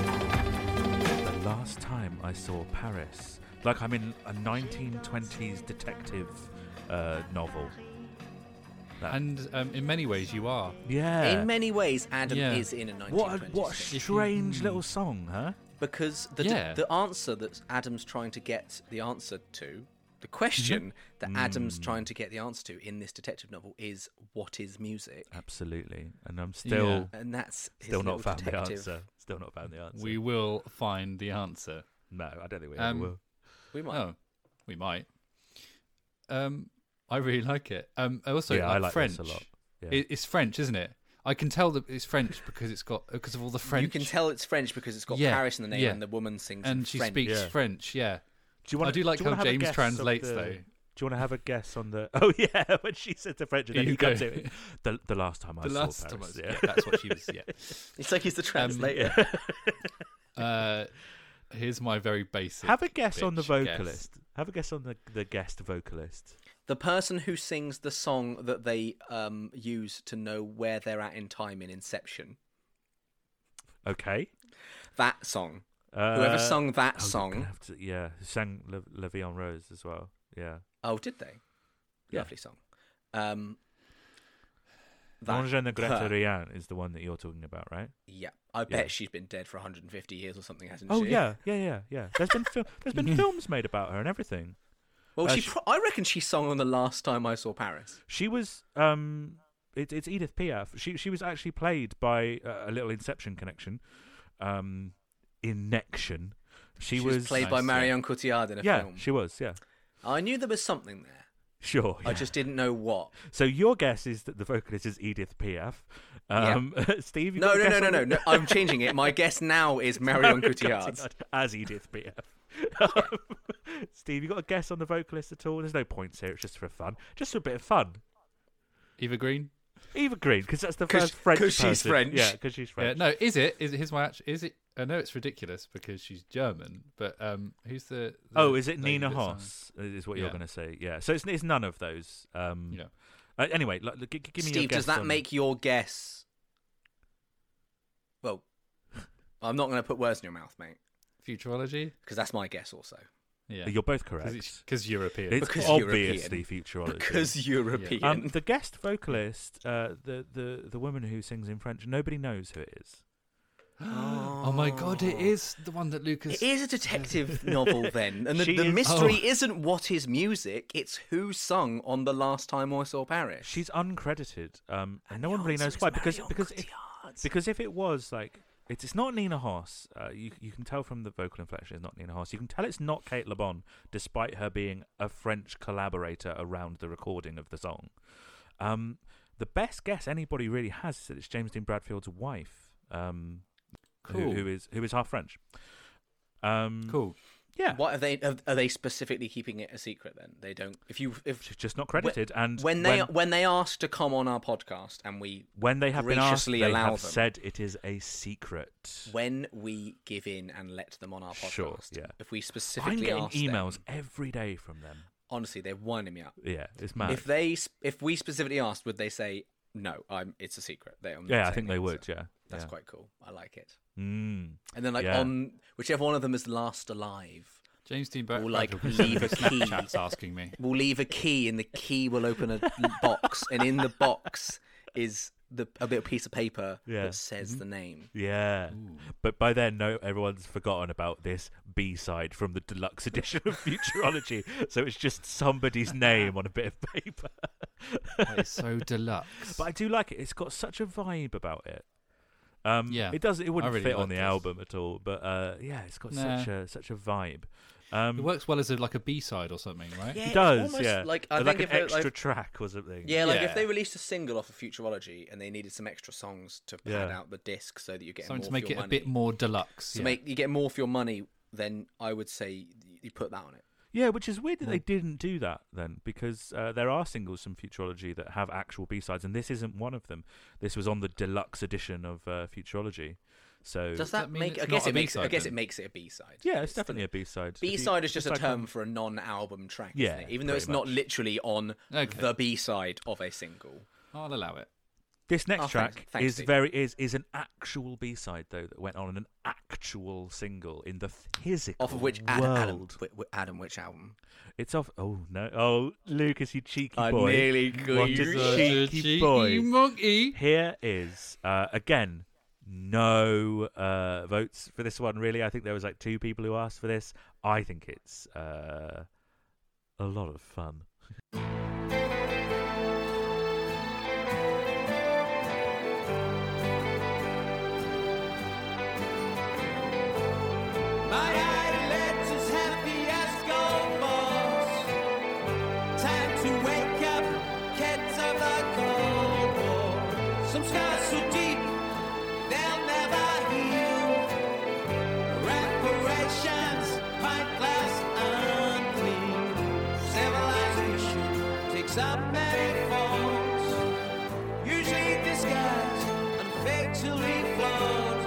Speaker 1: The last time I saw Paris, like I'm in a 1920s detective uh, novel. That-
Speaker 3: and um, in many ways, you are.
Speaker 1: yeah,
Speaker 2: In many ways, Adam
Speaker 3: Yeah.
Speaker 2: is in a 1920s.
Speaker 1: what a, what a
Speaker 2: thing.
Speaker 3: Hmm.
Speaker 1: strange little song, huh?
Speaker 2: because the
Speaker 3: Yeah.
Speaker 2: the answer that Adam's trying to get the answer to, the question
Speaker 3: Mm-hmm.
Speaker 2: that Adam's
Speaker 1: Mm.
Speaker 2: trying to get the answer to in this detective novel is what is music,
Speaker 1: Absolutely, and I'm still
Speaker 2: and that's his
Speaker 1: Uh, still not
Speaker 2: little
Speaker 1: found the
Speaker 2: detective.
Speaker 1: answer. Still not found the answer.
Speaker 3: We will find the answer.
Speaker 1: no, I don't think we
Speaker 3: Um,
Speaker 1: ever will.
Speaker 2: We might.
Speaker 3: Oh, we might. Um, I really like it. Um, I also
Speaker 1: Yeah, I like
Speaker 3: French.
Speaker 1: this a lot. Yeah.
Speaker 3: It, it's French, isn't it? I can tell that it's French because it's got because of all the Oh, French.
Speaker 2: You can tell it's French because it's got
Speaker 3: Yeah,
Speaker 2: Paris in the name,
Speaker 3: yeah.
Speaker 2: and the woman sings in
Speaker 3: and she
Speaker 2: French.
Speaker 3: speaks
Speaker 1: Yeah.
Speaker 3: French. Yeah,
Speaker 1: Do you
Speaker 3: I do like
Speaker 1: wanna
Speaker 3: how
Speaker 1: have a
Speaker 3: James
Speaker 1: guess of
Speaker 3: translates,
Speaker 1: the-
Speaker 3: though.
Speaker 1: Do you want to have a guess on the? Oh yeah, when she said to French, and
Speaker 3: Here
Speaker 1: then he
Speaker 3: you go.
Speaker 1: comes in. The, the last time I
Speaker 3: the
Speaker 1: saw
Speaker 3: last time I
Speaker 1: Paris.
Speaker 3: was,
Speaker 1: yeah.
Speaker 3: yeah, that's what she was. Yeah.
Speaker 2: It's like he's the
Speaker 3: um,
Speaker 2: translator.
Speaker 3: Uh, here's my very basic.
Speaker 1: Have a guess on the
Speaker 3: bitch guess.
Speaker 1: vocalist. Have a guess on the, the guest vocalist.
Speaker 2: The person who sings the song that they um, use to know where they're at in time in Inception.
Speaker 1: Okay.
Speaker 2: That song.
Speaker 1: Uh,
Speaker 2: Whoever sung that
Speaker 1: oh, you're gonna
Speaker 2: song.
Speaker 1: have to- yeah, who sang Le, Le'Veon Rose as well. Yeah.
Speaker 2: Oh, did they?
Speaker 1: Yeah.
Speaker 2: Lovely song. Um,
Speaker 1: Mange and the Greta
Speaker 2: her.
Speaker 1: Ryan is the one that you're talking about, right?
Speaker 2: Yeah, I bet
Speaker 1: Yeah.
Speaker 2: she's been dead for 150 years or something, hasn't
Speaker 1: Oh
Speaker 2: she?
Speaker 1: yeah, yeah, yeah, yeah. There's been fil- there's been films made about her and everything.
Speaker 2: Well,
Speaker 1: Uh,
Speaker 2: she.
Speaker 1: she-
Speaker 2: Pro- I reckon she sung on the last time I saw Paris.
Speaker 1: She was um
Speaker 8: It's it's Edith Piaf. She she was actually played by uh, a little Inception connection, um, Inection. She,
Speaker 2: She was, played by
Speaker 9: Nice, yeah.
Speaker 2: Marion Cotillard in a
Speaker 8: yeah,
Speaker 2: film.
Speaker 8: she was. Yeah,
Speaker 2: I knew there was something there.
Speaker 8: sure.
Speaker 2: I
Speaker 8: yeah.
Speaker 2: just didn't know what.
Speaker 8: So your guess is that the vocalist is Edith Piaf. Um, Steve, you
Speaker 2: No,
Speaker 8: got a
Speaker 2: no,
Speaker 8: guess
Speaker 2: no,
Speaker 8: on
Speaker 2: no, no,
Speaker 8: it?
Speaker 2: no. I'm changing it. My guess now is Marion Cotillard.
Speaker 8: Cotillard as Edith Piaf. Um, Steve, you got a guess on the vocalist at all? There's no points here. It's just for fun, just for a bit of fun.
Speaker 3: Eva Green.
Speaker 8: Eva Green, because that's the
Speaker 2: 'Cause-
Speaker 8: first French
Speaker 2: 'cause she's
Speaker 8: person.
Speaker 2: French.
Speaker 8: Yeah, because she's
Speaker 3: Yeah,
Speaker 8: French.
Speaker 3: Uh, no, is it? Is it? Here's my actual. Is it? I know it's ridiculous because she's German, but um, who's the? the
Speaker 8: Oh, is it
Speaker 3: lady
Speaker 8: Nina
Speaker 3: that sang?
Speaker 8: Haas? Is what you're
Speaker 3: Yeah.
Speaker 8: going to say? Yeah. So it's, it's none of those. Um,
Speaker 3: Yeah.
Speaker 8: uh, anyway, like, g- g- give me your
Speaker 2: Steve,
Speaker 8: guess.
Speaker 2: does that
Speaker 8: on-
Speaker 2: make your guess? Well, I'm not going to put words in your mouth, mate,
Speaker 3: Futurology.
Speaker 2: because that's my guess also.
Speaker 3: Yeah,
Speaker 8: You're both correct. It's,
Speaker 3: because European.
Speaker 2: Because
Speaker 8: obviously futurology.
Speaker 2: Because European.
Speaker 8: um, the guest vocalist, uh, the the the woman who sings in French, nobody knows who it is.
Speaker 3: oh my god, it is the one that Lucas.
Speaker 2: It is a detective novel then, and the,
Speaker 8: She
Speaker 2: the
Speaker 8: is-
Speaker 2: mystery
Speaker 3: Oh.
Speaker 2: isn't what is music; it's who sung on the last time I saw Paris.
Speaker 8: She's uncredited, um, and no
Speaker 2: the
Speaker 8: one really
Speaker 2: answer
Speaker 8: knows
Speaker 2: is
Speaker 8: why. Because
Speaker 2: Marion
Speaker 8: because if,
Speaker 2: Cotillard.
Speaker 8: because if it was like it's it's not Nina Haas, uh, you you can tell from the vocal inflection it's not Nina Haas. You can tell it's not Kate Le Bon, despite her being a French collaborator around the recording of the song. Um, the best guess anybody really has is that it's James Dean Bradfield's wife, um, who-
Speaker 3: Cool.
Speaker 8: who is who is half French. Um,
Speaker 3: cool.
Speaker 8: Yeah,
Speaker 2: What are they? Are, are they specifically keeping it a secret? Then they don't. If you if
Speaker 8: she's just not credited. and
Speaker 2: when they
Speaker 8: when,
Speaker 2: when they ask to come on our podcast and we
Speaker 8: when they have been asked, they
Speaker 2: graciously allow
Speaker 8: have
Speaker 2: them.
Speaker 8: said it is a secret.
Speaker 2: when we give in and let them on our podcast,
Speaker 8: Sure, yeah.
Speaker 2: if we
Speaker 8: I'm
Speaker 2: specifically
Speaker 8: getting
Speaker 2: ask
Speaker 8: emails
Speaker 2: them-
Speaker 8: every day from them.
Speaker 2: honestly, they're winding me up.
Speaker 8: Yeah, it's mad.
Speaker 2: If they s- if we specifically asked, would they say no? I'm. It's a secret. They. I'm not
Speaker 8: yeah, I
Speaker 2: saying
Speaker 8: think
Speaker 2: the
Speaker 8: they
Speaker 2: answer."
Speaker 8: would. Yeah,
Speaker 2: That's
Speaker 8: yeah.
Speaker 2: quite cool. I like it.
Speaker 8: Mm.
Speaker 2: And then like
Speaker 8: Yeah.
Speaker 2: on whichever one of them is last alive,
Speaker 3: James Dean Bradford
Speaker 2: Or, like,
Speaker 3: will be sending
Speaker 2: leave
Speaker 3: me
Speaker 2: a key.
Speaker 3: Snapchats asking me.
Speaker 2: we'll leave a key, and the key will open a box, and in the box is the a bit of piece of paper
Speaker 8: Yeah. Mm-hmm.
Speaker 2: that says the name.
Speaker 8: Yeah, but by then, no, everyone's forgotten about this B side from the deluxe edition of Futurology. so it's just somebody's name on a bit of paper.
Speaker 3: That is so deluxe.
Speaker 8: But I do like it. It's got such a vibe about it. Um,
Speaker 3: Yeah,
Speaker 8: it does. It wouldn't
Speaker 3: I really
Speaker 8: fit on
Speaker 3: like
Speaker 8: the
Speaker 3: this.
Speaker 8: album at all. But uh, yeah, it's got
Speaker 3: Nah.
Speaker 8: such a such a vibe. Um,
Speaker 3: it works well as a, like a B side or something, right?
Speaker 2: Yeah,
Speaker 8: it
Speaker 2: it's
Speaker 8: does.
Speaker 2: almost
Speaker 8: yeah,
Speaker 2: Like I
Speaker 8: like
Speaker 2: think
Speaker 8: an
Speaker 2: if it-
Speaker 8: extra
Speaker 2: like-
Speaker 8: track or something.
Speaker 2: yeah, like
Speaker 3: Yeah.
Speaker 2: if they released a single off of Futurology and they needed some extra songs to pad
Speaker 8: Yeah.
Speaker 2: out the disc so that you get
Speaker 3: Something
Speaker 2: more
Speaker 3: to make
Speaker 2: for
Speaker 3: it
Speaker 2: your
Speaker 3: a
Speaker 2: money,
Speaker 3: bit more deluxe.
Speaker 2: to
Speaker 3: yeah.
Speaker 2: make you get more for your money, then I would say you put that on it.
Speaker 8: Yeah, which is weird that they didn't do that then, because uh, there are singles from Futurology that have actual B sides, and this isn't one of them. This was on the deluxe edition of uh, Futurology, so
Speaker 2: Does
Speaker 3: that
Speaker 2: that,
Speaker 3: mean
Speaker 2: make?
Speaker 3: it's
Speaker 2: I guess
Speaker 3: not a
Speaker 2: it makes. It, I
Speaker 3: B-side
Speaker 2: guess
Speaker 3: then?
Speaker 2: it makes it a B side.
Speaker 8: yeah, it's definitely a B side.
Speaker 2: B side is just a term for a non-album track,
Speaker 8: Yeah,
Speaker 2: isn't it? even though
Speaker 8: pretty
Speaker 2: it's not
Speaker 8: much.
Speaker 2: literally on
Speaker 3: Okay.
Speaker 2: the B side of a single.
Speaker 3: I'll allow it.
Speaker 8: This next
Speaker 2: Oh,
Speaker 8: track
Speaker 2: thanks- thanks,
Speaker 8: is
Speaker 2: Steve.
Speaker 8: very is is an actual B side though that went on an actual single in the physical
Speaker 2: Off of which Ad-
Speaker 8: world.
Speaker 2: Adam, wi- wi- Adam, which album?
Speaker 8: It's off. Oh no! Oh, Lucas, you cheeky
Speaker 2: I
Speaker 8: boy!
Speaker 2: nearly
Speaker 8: what
Speaker 2: got
Speaker 8: is
Speaker 2: you.
Speaker 8: a cheeky,
Speaker 3: Cheeky
Speaker 8: boy?
Speaker 3: monkey.
Speaker 8: Here is uh, again no uh, votes for this one. Really, I think there was like two people who asked for this. I think it's uh, a lot of fun.
Speaker 10: My eyelids as happy as gold balls. Time to wake up, kids of the Cold War. Some scars so deep they'll never heal. Reparations, pointless, unclean. Civilization takes up many forms, usually disguised and fatally flawed.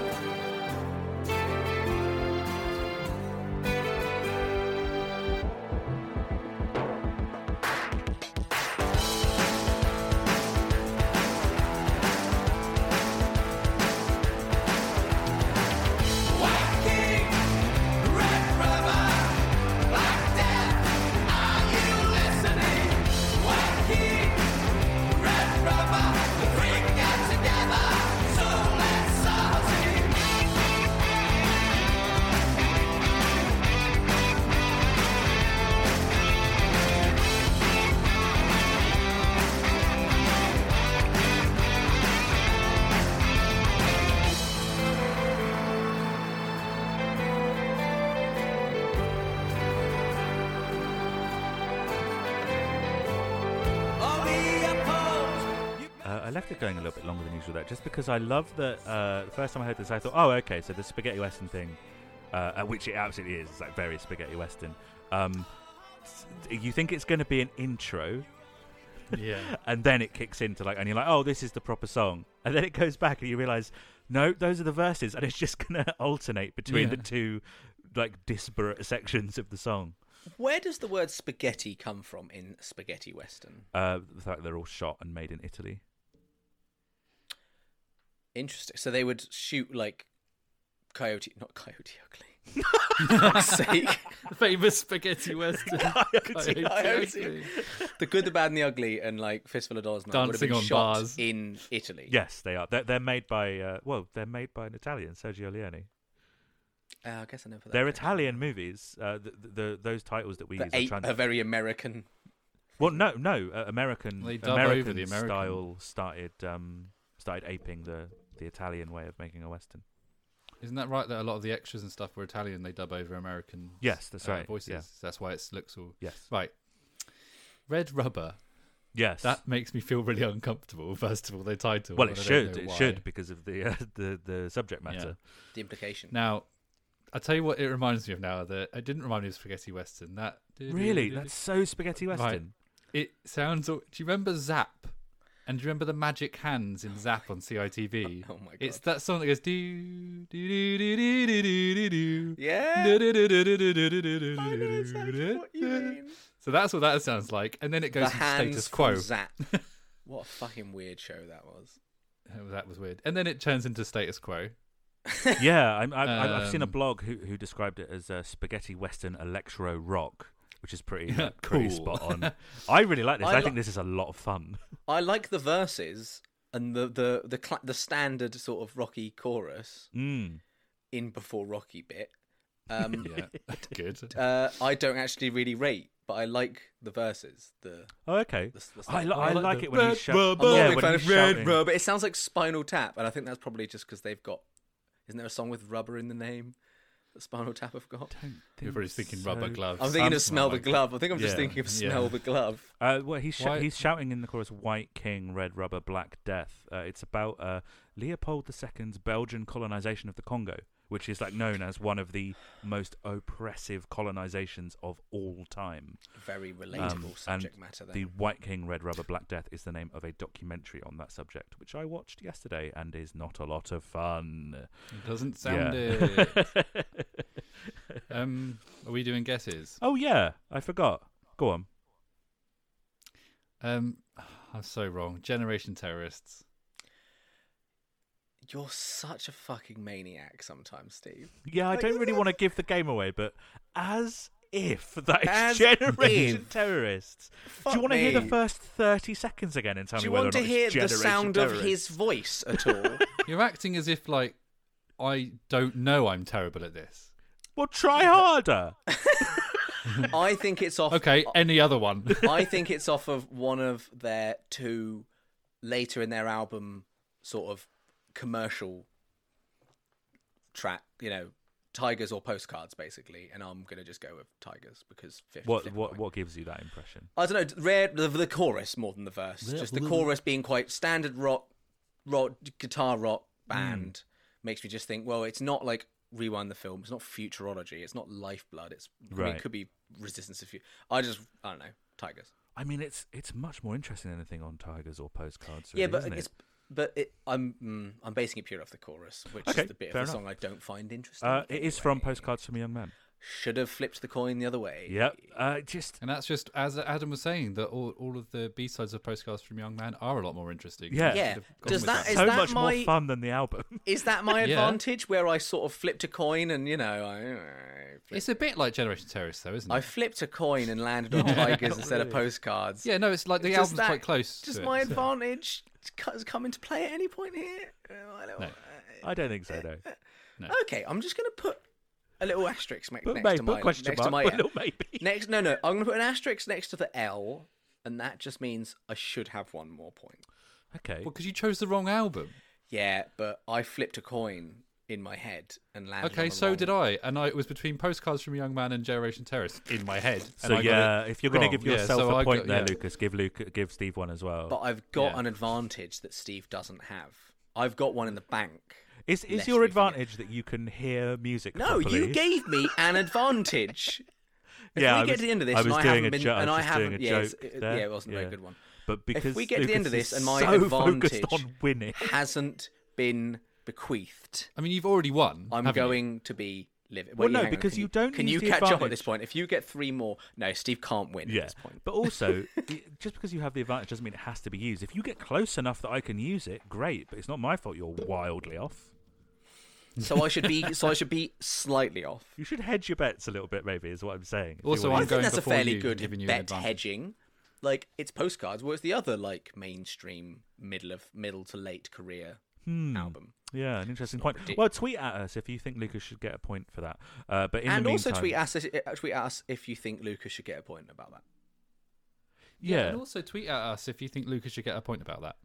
Speaker 11: Together, so let's
Speaker 1: Uh, left it going a little bit longer than usual there, just because I love that. Uh, the first time I heard this, I thought, oh, okay, so the spaghetti western thing, uh, uh, which it absolutely is. It's like very spaghetti western. Um, s- you think it's going to be an intro,
Speaker 3: Yeah.
Speaker 1: and then it kicks into like, and you're like, oh, this is the proper song, and then it goes back, and you realize, no, those are the verses, and it's just going to alternate between the
Speaker 3: Yeah.
Speaker 1: two like disparate sections of the song.
Speaker 2: Where does the word spaghetti come from in spaghetti western?
Speaker 1: Uh, the fact that they're all shot and made in Italy.
Speaker 2: Interesting. So they would shoot like coyote, not coyote ugly. Fuck's sake.
Speaker 3: Famous spaghetti western.
Speaker 1: Coyote
Speaker 2: Ugly. The good, the bad, and the ugly, and like fistful of dollars. and that would have
Speaker 3: Dancing
Speaker 2: been
Speaker 3: on
Speaker 2: shot
Speaker 3: bars.
Speaker 2: in Italy.
Speaker 1: Yes, they are. They're, they're made by uh, well, they're made by an Italian, Sergio Leone.
Speaker 2: Uh, I guess I never.
Speaker 1: They're Italian movies. Uh, the, the those titles that we
Speaker 2: The
Speaker 1: use
Speaker 2: eight
Speaker 1: are
Speaker 2: are
Speaker 1: trans-
Speaker 2: very American.
Speaker 1: well, no, no, uh, American
Speaker 3: They dub over
Speaker 1: American,
Speaker 3: the American.
Speaker 1: style started um, started aping the the Italian way of making a western.
Speaker 3: Isn't that right that a lot of the extras and stuff were Italian? They dub over American.
Speaker 1: Yes, that's
Speaker 3: uh,
Speaker 1: right,
Speaker 3: Voices.
Speaker 1: yeah.
Speaker 3: That's why it looks all
Speaker 1: Yes,
Speaker 3: right. Red rubber.
Speaker 1: yes.
Speaker 3: That makes me feel really uncomfortable. First of all, the title.
Speaker 1: well,
Speaker 3: and
Speaker 1: it
Speaker 3: I don't
Speaker 1: should
Speaker 3: know
Speaker 1: it
Speaker 3: why.
Speaker 1: should because of the uh, the the subject matter.
Speaker 2: The implication.
Speaker 3: Now, I tell you what, it reminds me of now that it didn't remind me of spaghetti western. That
Speaker 1: Really, that's so spaghetti western.
Speaker 3: it sounds. Do you remember Zap? And do you remember the magic hands in Zap on CITV?
Speaker 2: Oh my God.
Speaker 3: It's that song that goes do do do do do do do do do.
Speaker 2: Yeah.
Speaker 3: Do, do, do, do, do, do, do, do, do, do,
Speaker 2: I know
Speaker 3: do,
Speaker 2: exactly what you
Speaker 3: do.
Speaker 2: mean.
Speaker 3: So that's what that sounds like, and then it
Speaker 2: The
Speaker 3: goes into
Speaker 2: hands
Speaker 3: status
Speaker 2: from
Speaker 3: quo.
Speaker 2: Zap. What a fucking weird show that was.
Speaker 3: Oh, that was weird, and then it turns into status quo.
Speaker 1: yeah, I'm, I'm, I've- I've seen a
Speaker 3: Um,
Speaker 1: blog who, who described it as a spaghetti western electro rock, which is pretty
Speaker 3: Yeah,
Speaker 1: pretty
Speaker 3: cool.
Speaker 1: spot on. I really like this. I,
Speaker 2: I
Speaker 1: think
Speaker 2: li-
Speaker 1: this is a lot of fun.
Speaker 2: I like the verses and the the the, cla the standard sort of Rocky chorus
Speaker 1: Mm.
Speaker 2: in before Rocky bit. Um,
Speaker 3: Yeah, good.
Speaker 2: uh, I don't actually really rate, but I like the verses. The
Speaker 1: Oh, okay.
Speaker 2: the, the
Speaker 1: I,
Speaker 2: style.
Speaker 1: li- I
Speaker 3: like
Speaker 1: like
Speaker 3: the
Speaker 1: it when you
Speaker 3: red
Speaker 1: shout.
Speaker 3: rubber.
Speaker 2: I'm not
Speaker 1: yeah,
Speaker 2: a big
Speaker 1: when
Speaker 2: fan
Speaker 1: he's
Speaker 2: of red
Speaker 1: shouting.
Speaker 2: rubber. It sounds like Spinal Tap, and I think that's probably just because they've got. Isn't there a song with rubber in the name that Spinal Tap have got?
Speaker 3: Everybody's thinking rubber
Speaker 1: so.
Speaker 3: gloves.
Speaker 2: I'm thinking
Speaker 1: Something
Speaker 2: of Smell the
Speaker 1: like that.
Speaker 2: Glove. I think I'm just
Speaker 1: Yeah,
Speaker 2: thinking of
Speaker 3: yeah.
Speaker 2: Smell the Glove.
Speaker 1: Uh, well, he's sh-
Speaker 3: Why-
Speaker 1: he's shouting in the chorus, "White King, Red Rubber, Black Death." Uh, it's about uh, Leopold II's Belgian colonization of the Congo, which is like known as one of the most oppressive colonizations of all time.
Speaker 2: Very relatable
Speaker 1: Um,
Speaker 2: subject
Speaker 1: and
Speaker 2: matter.
Speaker 1: The
Speaker 2: Then.
Speaker 1: White King, Red Rubber, Black Death is the name of a documentary on that subject, which I watched yesterday and is not a lot of fun.
Speaker 3: It doesn't sound
Speaker 1: Yeah.
Speaker 3: it. Um, are we doing guesses?
Speaker 1: oh yeah, I forgot. Go on.
Speaker 3: Um, I'm so wrong. Generation terrorists.
Speaker 2: You're such a fucking maniac sometimes, Steve.
Speaker 1: Yeah, I don't really want to give the game away, but as if that is
Speaker 2: As
Speaker 1: Generation
Speaker 2: if.
Speaker 1: Terrorists.
Speaker 2: Fuck
Speaker 1: Do you want to hear the
Speaker 2: me.
Speaker 1: first 30 seconds again and tell
Speaker 2: Do you
Speaker 1: me whether
Speaker 2: want
Speaker 1: or
Speaker 2: to
Speaker 1: not
Speaker 2: hear
Speaker 1: it's
Speaker 2: the
Speaker 1: Generation
Speaker 2: sound of his
Speaker 1: Terrorists?
Speaker 2: voice at all?
Speaker 3: You're acting as if like I don't know. I'm terrible at this.
Speaker 1: Well, try harder.
Speaker 2: I think it's off.
Speaker 3: Okay, any other one?
Speaker 2: I think it's off of one of their two later in their album sort of commercial track, you know, Tigers or postcards basically, and I'm going to just go with Tigers because 50
Speaker 1: What what what gives you that impression?
Speaker 2: I don't know, rare the, the chorus more than the verse. just the chorus being quite standard rock rock guitar rock
Speaker 1: Hmm.
Speaker 2: band makes me just think, well, it's not like rewind the film, it's not futurology, it's not lifeblood, it's I mean,
Speaker 1: Right.
Speaker 2: it could be resistance if you I just I don't know, Tigers.
Speaker 1: I mean, it's it's much more interesting than anything on Tigers or postcards.
Speaker 2: yeah,
Speaker 1: really,
Speaker 2: but
Speaker 1: isn't it?
Speaker 2: it's but it, I'm mm, I'm basing it pure off the chorus, which
Speaker 1: Okay,
Speaker 2: is the bit of the
Speaker 1: fair
Speaker 2: song I don't find interesting.
Speaker 1: uh, it is from
Speaker 2: anyway.
Speaker 1: Postcards from a Young Man.
Speaker 2: Should have flipped the coin the other way.
Speaker 1: Yep. Uh, just
Speaker 3: and that's just as Adam was saying that all, all of the B sides of postcards from Young Man are a lot more interesting.
Speaker 1: Yeah.
Speaker 3: We
Speaker 2: Yeah.
Speaker 3: should have gone
Speaker 2: Does
Speaker 3: with
Speaker 2: that- is
Speaker 1: so much more
Speaker 2: my-
Speaker 1: fun than the album.
Speaker 2: Is that my
Speaker 3: Yeah.
Speaker 2: advantage where I sort of flipped a coin and you know I, I flipped
Speaker 3: It's a bit like Generation Terrorists, though, isn't it?
Speaker 2: I flipped a coin and landed on tigers instead of postcards.
Speaker 3: yeah, no, it's like the
Speaker 2: Does
Speaker 3: album's
Speaker 2: that-
Speaker 3: quite close.
Speaker 2: Does
Speaker 3: to
Speaker 2: my
Speaker 3: it, so-
Speaker 2: advantage has come into play at any point here? Uh, I don't-
Speaker 3: No.
Speaker 1: I don't
Speaker 2: Uh,
Speaker 1: think so, though.
Speaker 2: Okay, I'm just going to put a little asterisk ma-
Speaker 1: But
Speaker 2: next
Speaker 1: maybe,
Speaker 2: to my
Speaker 1: but question
Speaker 2: next
Speaker 1: mark,
Speaker 2: to my
Speaker 1: but
Speaker 2: L.
Speaker 1: no, maybe.
Speaker 2: next. No, no, I'm going to put an asterisk next to the L, and that just means I should have one more point.
Speaker 1: Okay.
Speaker 3: Well, because you chose the wrong album.
Speaker 2: Yeah, but I flipped a coin in my head and landed.
Speaker 3: Okay, so did I, and I, it was between postcards from a young man and Generation Terrorist in my head. and
Speaker 1: So
Speaker 3: I got
Speaker 1: yeah,
Speaker 3: it
Speaker 1: if you're going
Speaker 3: wrong.
Speaker 1: to give
Speaker 3: Yeah,
Speaker 1: yourself
Speaker 3: so
Speaker 1: a
Speaker 3: I
Speaker 1: point
Speaker 3: got-
Speaker 1: there,
Speaker 3: yeah.
Speaker 1: Lucas, give Luke, give Steve one as well.
Speaker 2: But I've got
Speaker 1: Yeah.
Speaker 2: an advantage that Steve doesn't have. I've got one in the bank.
Speaker 1: is is
Speaker 2: lest
Speaker 1: your
Speaker 2: we forget.
Speaker 1: advantage that you can hear music?
Speaker 2: No, you
Speaker 1: properly?
Speaker 2: gave me an advantage. If
Speaker 1: Yeah,
Speaker 2: we
Speaker 1: I
Speaker 2: get
Speaker 1: was-
Speaker 2: to the end of this,
Speaker 1: I
Speaker 2: and
Speaker 1: was
Speaker 2: I
Speaker 1: doing
Speaker 2: haven't
Speaker 1: a
Speaker 2: been,
Speaker 1: jo- I
Speaker 2: and
Speaker 1: was
Speaker 2: I
Speaker 1: just doing
Speaker 2: haven't,
Speaker 1: a
Speaker 2: yeah, it's-
Speaker 1: joke
Speaker 2: it-
Speaker 1: there.
Speaker 2: yeah, it wasn't a
Speaker 1: Yeah.
Speaker 2: very good one.
Speaker 1: But because
Speaker 2: we get to the end of
Speaker 1: Lucas
Speaker 2: this and
Speaker 1: is
Speaker 2: my
Speaker 1: so focused
Speaker 2: advantage-
Speaker 1: on winning,
Speaker 2: Hasn't been bequeathed.
Speaker 3: I mean, you've already won.
Speaker 2: I'm
Speaker 3: haven't you?
Speaker 2: going to be livid.
Speaker 1: Well,
Speaker 2: Wait,
Speaker 1: no,
Speaker 2: hang on,
Speaker 1: because
Speaker 2: can
Speaker 1: you don't
Speaker 2: Can
Speaker 1: use
Speaker 2: you
Speaker 1: the
Speaker 2: catch up at this
Speaker 1: advantage.
Speaker 2: point? If you get three more, no, Steve can't win
Speaker 1: yeah.
Speaker 2: at this point.
Speaker 1: But also, i- just because you have the advantage doesn't mean it has to be used. If you get close enough that I can use it, great. But it's not my fault. You're wildly off.
Speaker 2: so I should be. So I should be slightly off.
Speaker 1: You should hedge your bets a little bit, maybe, is what I'm saying. If you
Speaker 3: Also,
Speaker 1: wanna-
Speaker 3: I'm
Speaker 2: I think that's a
Speaker 3: before
Speaker 2: fairly
Speaker 3: you,
Speaker 2: good
Speaker 3: giving you an
Speaker 2: bet
Speaker 3: advantage.
Speaker 2: hedging. Like it's postcards, whereas the other like mainstream middle of middle to late career
Speaker 3: Hmm.
Speaker 2: album.
Speaker 1: Yeah, an interesting point.
Speaker 2: ridic-
Speaker 1: Well, tweet at us if you think Lucas should get a point for that. Uh, but in
Speaker 2: and
Speaker 1: the
Speaker 2: also
Speaker 1: meantime,
Speaker 2: tweet us uh, tweet at us if you think Lucas should get a point about that.
Speaker 1: Yeah,
Speaker 3: And also tweet at us if you think Lucas should get a point about that.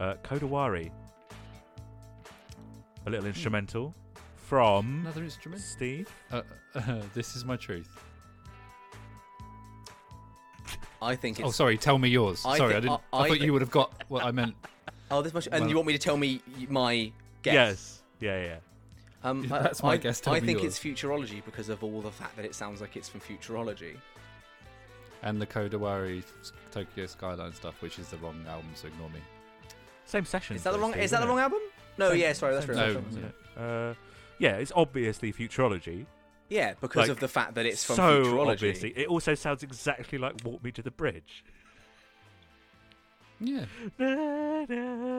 Speaker 1: uh, Kodawari, a little instrumental from
Speaker 3: Another instrument.
Speaker 1: Steve.
Speaker 3: Uh, uh, this is my truth.
Speaker 2: I think it's
Speaker 3: Oh, sorry. Tell me yours.
Speaker 2: I
Speaker 3: sorry,
Speaker 2: thi-
Speaker 3: I didn't.
Speaker 2: I-
Speaker 3: I,
Speaker 2: I
Speaker 3: thought
Speaker 2: thi-
Speaker 3: you would have got what I meant.
Speaker 2: Oh, this much. And
Speaker 3: Well-
Speaker 2: you want me to tell me y- my guess?
Speaker 1: Yes. Yeah, yeah.
Speaker 2: Um,
Speaker 3: Yeah,
Speaker 2: I-
Speaker 3: that's my
Speaker 2: I,
Speaker 3: guess, tell
Speaker 2: I
Speaker 3: me
Speaker 2: think
Speaker 3: yours.
Speaker 2: it's futurology because of all the fact that it sounds like it's from futurology.
Speaker 3: And the Kodawari Tokyo Skyline stuff, which is the wrong album, so ignore me.
Speaker 1: Same session.
Speaker 2: Is that the
Speaker 1: though,
Speaker 2: wrong?
Speaker 1: Steve,
Speaker 2: Is that the
Speaker 1: isn't
Speaker 2: wrong
Speaker 1: it?
Speaker 2: album? No,
Speaker 1: Same-
Speaker 2: yeah, sorry, that's
Speaker 1: same
Speaker 2: right.
Speaker 1: session, isn't it? Uh, yeah, it's obviously futurology.
Speaker 2: Yeah, because
Speaker 1: Like,
Speaker 2: of the fact that it's from
Speaker 1: so
Speaker 2: futurology.
Speaker 1: obviously, it also sounds exactly like "Walk Me to the Bridge."
Speaker 3: Yeah,
Speaker 1: Na, na, na,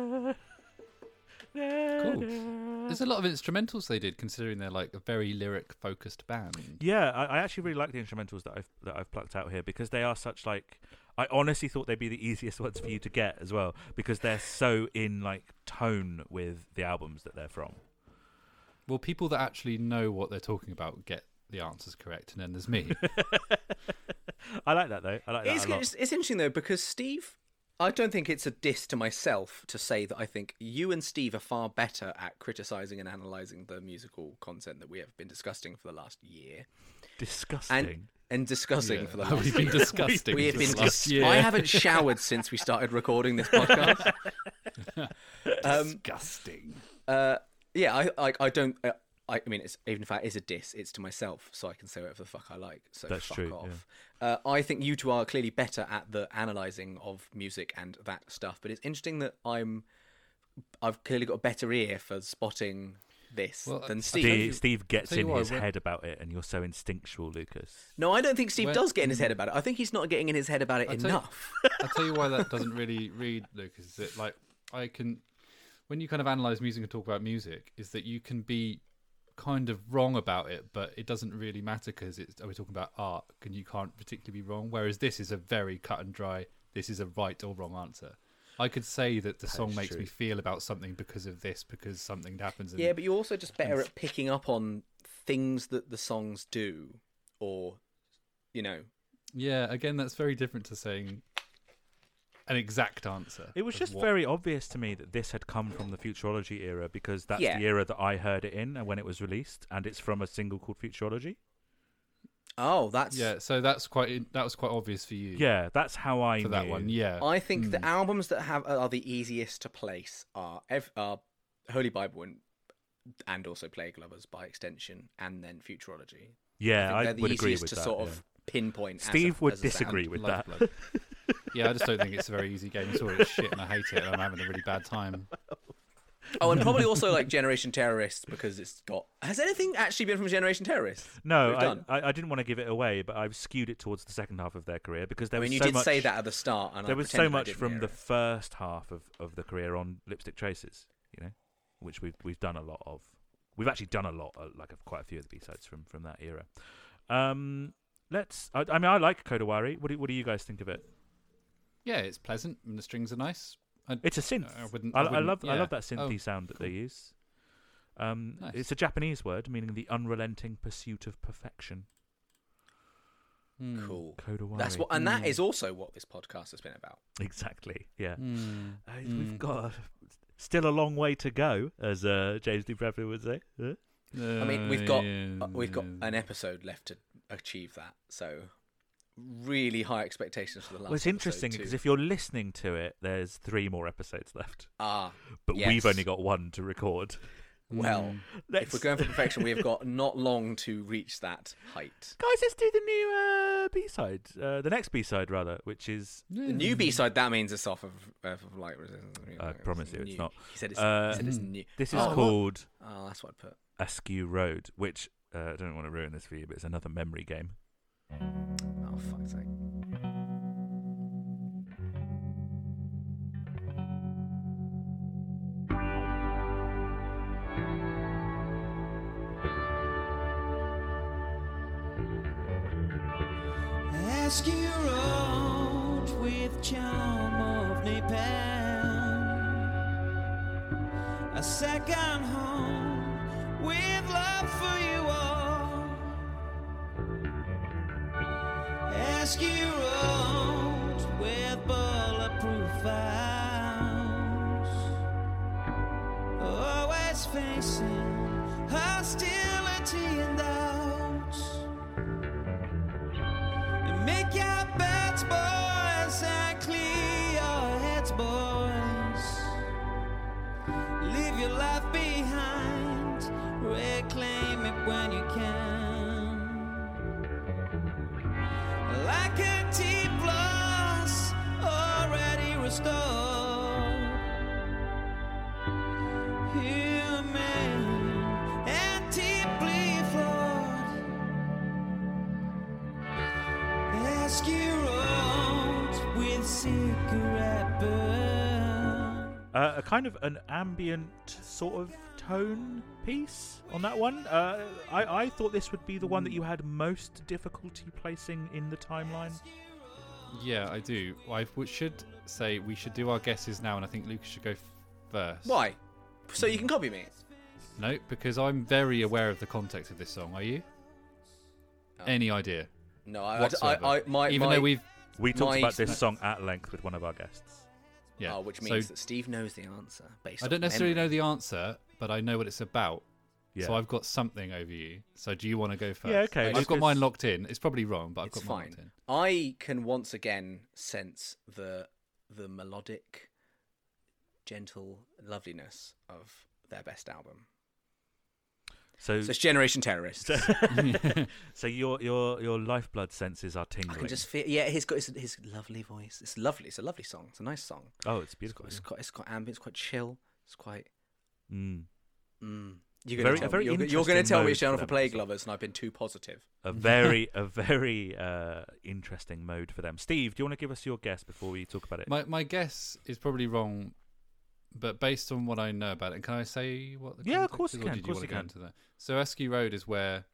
Speaker 3: cool.
Speaker 1: na.
Speaker 3: There's a lot of instrumentals they did, considering they're like a very lyric focused band.
Speaker 1: Yeah, I, I actually really like the instrumentals that I've that I've plucked out here because they are such like I honestly thought they'd be the easiest ones for you to get as well because they're so in like tone with the albums that they're from.
Speaker 3: Well, people that actually know what they're talking about get the answers correct, and then there's me.
Speaker 1: I like that though. I like that
Speaker 2: It's,
Speaker 1: a lot.
Speaker 2: it's, it's interesting though because Steve, I don't think it's a diss to myself to say that I think you and Steve are far better at criticizing and analyzing the musical content that we have been discussing for the last year and
Speaker 1: Disgusting.
Speaker 2: and discussing
Speaker 3: Yeah,
Speaker 2: for the last.
Speaker 3: We've been disgusting.
Speaker 2: We have
Speaker 3: since
Speaker 2: been.
Speaker 3: last
Speaker 2: Dis-
Speaker 3: year.
Speaker 2: I haven't showered since we started recording this podcast. um,
Speaker 3: disgusting.
Speaker 2: uh, yeah, I like. I don't. Uh, I, I mean, it's even if that is a diss, it's to myself, so I can say whatever the fuck I like. So
Speaker 1: That's
Speaker 2: fuck
Speaker 1: true,
Speaker 2: off. Uh, I think you two are clearly better at the analysing of music and that stuff, but it's interesting that I'm. I've clearly got a better ear for spotting this
Speaker 3: Well, I-
Speaker 2: than
Speaker 3: I
Speaker 2: Steve.
Speaker 3: think-
Speaker 1: Steve, Steve gets
Speaker 3: tell you
Speaker 1: in
Speaker 3: what, I
Speaker 1: his
Speaker 3: went-
Speaker 1: head about it, and you're so instinctual, Lucas.
Speaker 2: No, I don't think Steve
Speaker 3: Well-
Speaker 2: does get in his head about it. I think he's not getting in his head about it
Speaker 3: I tell you-
Speaker 2: enough.
Speaker 3: I'll tell you why that doesn't really read, Lucas. Is it like I can, when you kind of analyze music and talk about music, is that you can be kind of wrong about it, but it doesn't really matter because it's are we talking about art, and you can't particularly be wrong. Whereas this is a very cut and dry. This is a right or wrong answer. I could say that the song makes me feel about something because of this, because something happens. And
Speaker 2: yeah, but you're also just better at picking up on things that the songs do, or you know,
Speaker 3: Yeah, again, that's very different to saying an exact answer.
Speaker 1: It was
Speaker 3: of
Speaker 1: just
Speaker 3: what-
Speaker 1: very obvious to me that this had come from the Futurology era because that's
Speaker 2: Yeah.
Speaker 1: the era that I heard it in and when it was released, and it's from a single called Futurology.
Speaker 2: oh, that's
Speaker 3: yeah. So that's quite in- that was quite obvious for you.
Speaker 1: Yeah, that's how I
Speaker 3: for that
Speaker 1: knew.
Speaker 3: one. Yeah,
Speaker 2: I think
Speaker 1: Hmm.
Speaker 2: the albums that have are the easiest to place are ev- are Holy Bible and and also Plague Lovers by extension, and then Futurology.
Speaker 1: yeah,
Speaker 2: I
Speaker 1: I,
Speaker 2: think they're
Speaker 1: would
Speaker 2: the
Speaker 1: agree
Speaker 2: easiest
Speaker 1: with
Speaker 2: to
Speaker 1: that.
Speaker 2: sort
Speaker 1: yeah.
Speaker 2: of pinpoint. as a-
Speaker 1: Steve would
Speaker 2: as a sound.
Speaker 1: disagree with that.
Speaker 3: Lifeblood. yeah, I just don't think it's a very easy game at all. It's shit, and I hate it, and I'm having a really bad time.
Speaker 2: Oh, and probably also like Generation Terrorists because it's got. Has anything actually been from Generation Terrorists?
Speaker 1: No,
Speaker 2: We've
Speaker 1: I,
Speaker 2: done.
Speaker 1: I, I didn't want to give it away, but I've skewed it towards the second half of their career because there
Speaker 2: I mean,
Speaker 1: was
Speaker 2: you
Speaker 1: so
Speaker 2: did
Speaker 1: much.
Speaker 2: say that at the start, and I
Speaker 1: there was so
Speaker 2: pretended I
Speaker 1: much
Speaker 2: didn't
Speaker 1: from
Speaker 2: hear
Speaker 1: the
Speaker 2: it.
Speaker 1: first half of, of the career on Lipstick Traces, you know, which we've we've done a lot of. We've actually done a lot, uh, like of quite a few of the B sides from from that era. Um, let's. I, I mean, I like Kodawari. What do, what do you guys think of it?
Speaker 3: Yeah, it's pleasant, and the strings are nice. I,
Speaker 1: It's a synth.
Speaker 3: Uh, I wouldn't-
Speaker 1: I,
Speaker 3: I wouldn't-
Speaker 1: love. I
Speaker 3: yeah.
Speaker 1: love that synthy
Speaker 3: Oh,
Speaker 1: sound that they use. Um,
Speaker 3: Nice.
Speaker 1: It's a Japanese word meaning the unrelenting pursuit of perfection.
Speaker 3: Hmm.
Speaker 2: cool.
Speaker 1: Kodawari.
Speaker 2: That's what, and that is also what this podcast has been about.
Speaker 1: Exactly. Yeah.
Speaker 3: Hmm.
Speaker 1: Uh,
Speaker 3: Mm.
Speaker 1: We've got a, still a long way to go, as uh, James D. Bradley would say. Huh?
Speaker 2: I mean, we've got
Speaker 3: Uh,
Speaker 2: uh, we've got
Speaker 1: Mm.
Speaker 3: yeah.
Speaker 2: an episode left to achieve that, so really high expectations for the last.
Speaker 1: Well, it's
Speaker 2: episode
Speaker 1: interesting
Speaker 2: too.
Speaker 1: because if you're listening to it, there's three more episodes left,
Speaker 2: ah,
Speaker 1: but
Speaker 2: Yes.
Speaker 1: we've only got one to record.
Speaker 3: Uh,
Speaker 2: well, if
Speaker 1: Let's-
Speaker 2: we're going for perfection, we have got not long to reach that height.
Speaker 1: guys, let's do the new uh, B side, uh, the next B side rather, which is
Speaker 2: The new B side that means it's off of Earth of Light Resistance.
Speaker 1: Mm. I promise you, it's
Speaker 2: new.
Speaker 1: not.
Speaker 2: He said it's,
Speaker 1: Uh,
Speaker 2: he said it's new.
Speaker 1: this is
Speaker 2: oh, what-
Speaker 1: called
Speaker 2: Oh, that's what I put.
Speaker 1: Askew Road, which uh, I don't want to ruin this for you, but it's another memory game.
Speaker 2: Oh fuck's sake.
Speaker 6: Askew Road with charm of Nepal. A second home with love for you all. Askew Road with bulletproof vows. Always facing hostility and doubts. Make your beds, boys, and clear your heads, boys. Leave your life behind, reclaim it when you can. Like a tea plus already restored. Human and deeply flawed. Askew roads with cigarette burn.
Speaker 1: Uh, a kind of an ambient sort of tone piece on that one. Uh, I, I thought this would be the one
Speaker 2: Hmm.
Speaker 1: that you had most difficulty placing in the timeline.
Speaker 3: Yeah, I do. I w- should say we should do our guesses now, and I think Lucas should go f- first.
Speaker 2: Why? So you can copy me.
Speaker 3: No, because I'm very aware of the context of this song. Are you? Any idea?
Speaker 2: No, Oh. I, I,
Speaker 3: whatsoever?
Speaker 2: I, I my,
Speaker 3: Even
Speaker 2: my,
Speaker 3: though we've
Speaker 1: We talked
Speaker 2: My-
Speaker 1: about this song at length with one of our guests.
Speaker 3: yeah,
Speaker 2: oh, which
Speaker 3: so
Speaker 2: means that Steve knows the answer based.
Speaker 3: I don't
Speaker 2: off
Speaker 3: necessarily
Speaker 2: memory.
Speaker 3: know the answer, but I know what it's about.
Speaker 1: Yeah.
Speaker 3: So I've got something over you. So do you want to go first?
Speaker 1: Yeah, okay,
Speaker 3: I've
Speaker 1: Lucas.
Speaker 3: got mine locked in. It's probably wrong, but I've
Speaker 2: It's
Speaker 3: got mine
Speaker 2: fine.
Speaker 3: locked in.
Speaker 2: I can once again sense the the melodic, gentle loveliness of their best album.
Speaker 1: So,
Speaker 2: So it's Generation Terrorists.
Speaker 1: so your your your lifeblood senses are
Speaker 2: I
Speaker 1: tingling.
Speaker 2: can just feel. Yeah, he's got his, his lovely voice. It's lovely. It's a lovely song. It's a nice song.
Speaker 1: Oh, it's
Speaker 2: It's
Speaker 1: beautiful.
Speaker 2: got, it's got, it's got ambient. It's quite chill. It's quite.
Speaker 1: Mm.
Speaker 2: Mm. You're gonna
Speaker 1: Very- a
Speaker 2: tell,
Speaker 1: very
Speaker 2: you're, you're gonna
Speaker 1: interesting
Speaker 2: tell me
Speaker 1: mode
Speaker 2: it's channel
Speaker 1: for
Speaker 2: for
Speaker 1: them.
Speaker 2: Plague Lovers, and I've been too positive.
Speaker 1: A very a very uh, interesting mode for them. Steve, do you want to give us your guess before we talk about it?
Speaker 3: My my guess is probably wrong, but based on what I know about it, and can I say what? The
Speaker 1: Yeah, of
Speaker 3: context
Speaker 1: course
Speaker 3: is, or
Speaker 1: you can,
Speaker 3: did
Speaker 1: of course
Speaker 3: wanna
Speaker 1: you
Speaker 3: go
Speaker 1: can.
Speaker 3: into that? So Eskew Road is where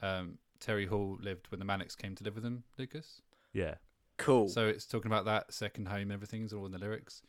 Speaker 3: um, Terry Hall lived when the Manics came to live with him, Lucas.
Speaker 1: yeah. Oh.
Speaker 2: Cool.
Speaker 3: So it's talking about that second home, everything's all in the lyrics.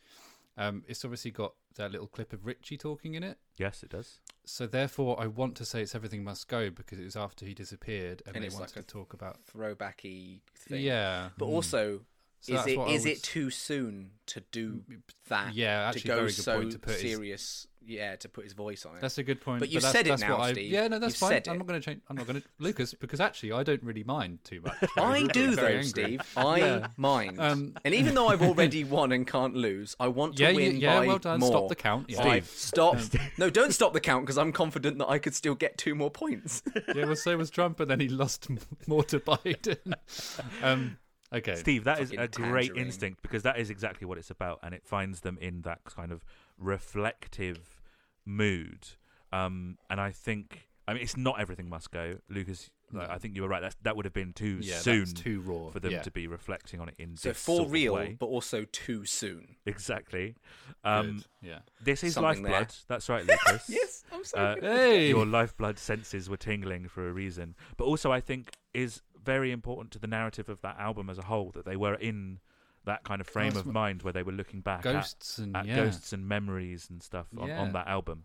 Speaker 3: Um, it's obviously got that little clip of Richie talking in it.
Speaker 1: Yes, it does.
Speaker 3: So therefore, I want to say it's everything must go because it was after he disappeared, and,
Speaker 2: And
Speaker 3: they
Speaker 2: it's
Speaker 3: wanted
Speaker 2: like
Speaker 3: to talk about.
Speaker 2: throwbacky thing.
Speaker 3: Yeah,
Speaker 1: Hmm.
Speaker 3: Mm.
Speaker 2: But also,
Speaker 3: So
Speaker 2: is
Speaker 3: that's
Speaker 2: it
Speaker 3: what I
Speaker 2: is
Speaker 3: was-
Speaker 2: it too soon to do that?
Speaker 3: Yeah, actually,
Speaker 2: to go
Speaker 3: very good
Speaker 2: so
Speaker 3: point to put his-
Speaker 2: serious. Yeah, to put his voice on it.
Speaker 3: That's a good point.
Speaker 2: But you've
Speaker 3: that's,
Speaker 2: said it
Speaker 3: that's
Speaker 2: now,
Speaker 3: what I,
Speaker 2: Steve.
Speaker 3: Yeah, no, that's
Speaker 2: You've
Speaker 3: fine.
Speaker 2: said
Speaker 3: I'm
Speaker 2: it.
Speaker 3: not going to change. I'm not going to Lucas because actually I don't really mind too much.
Speaker 2: I
Speaker 3: really
Speaker 2: do
Speaker 3: get
Speaker 2: though,
Speaker 3: very angry.
Speaker 2: Steve. I
Speaker 3: Yeah.
Speaker 2: mind.
Speaker 3: Um,
Speaker 2: and even though I've already won and can't lose, I want to
Speaker 3: Yeah, you-
Speaker 2: win
Speaker 3: yeah,
Speaker 2: by
Speaker 3: well done.
Speaker 2: more.
Speaker 3: Stop the count, yeah.
Speaker 2: I-
Speaker 3: Steve. Um,
Speaker 2: stop. no, don't stop the count because I'm confident that I could still get two more points.
Speaker 3: yeah, well, so was Trump, and then he lost m- more to Biden. um, okay,
Speaker 8: Steve, that is
Speaker 2: Fucking
Speaker 8: a great
Speaker 2: tangerine.
Speaker 8: instinct because that is exactly what it's about, and it finds them in that kind of reflective mood. Um, and I think, I mean, it's not everything must go, Lucas. Like, I think you were right. That's, that would have been too
Speaker 3: Yeah, that's
Speaker 8: soon,
Speaker 3: too raw,
Speaker 8: for them
Speaker 3: yeah.
Speaker 8: to be reflecting on it in
Speaker 2: so
Speaker 8: this
Speaker 2: for
Speaker 8: sort of
Speaker 2: real,
Speaker 8: way.
Speaker 2: but also too soon.
Speaker 8: exactly.
Speaker 3: Good.
Speaker 8: Um,
Speaker 3: yeah.
Speaker 8: this is
Speaker 2: Something there.
Speaker 8: lifeblood. That's right, Lucas.
Speaker 2: Yes, I'm so
Speaker 8: Uh,
Speaker 2: good.
Speaker 3: Hey,
Speaker 8: your lifeblood senses were tingling for a reason. But also, I think is very important to the narrative of that album as a whole that they were in that kind of frame
Speaker 3: that's
Speaker 8: of
Speaker 3: m-
Speaker 8: mind where they were looking back at-
Speaker 3: Ghosts
Speaker 8: at,
Speaker 3: and- yeah.
Speaker 8: ghosts and memories and stuff on,
Speaker 3: Yeah.
Speaker 8: on that album.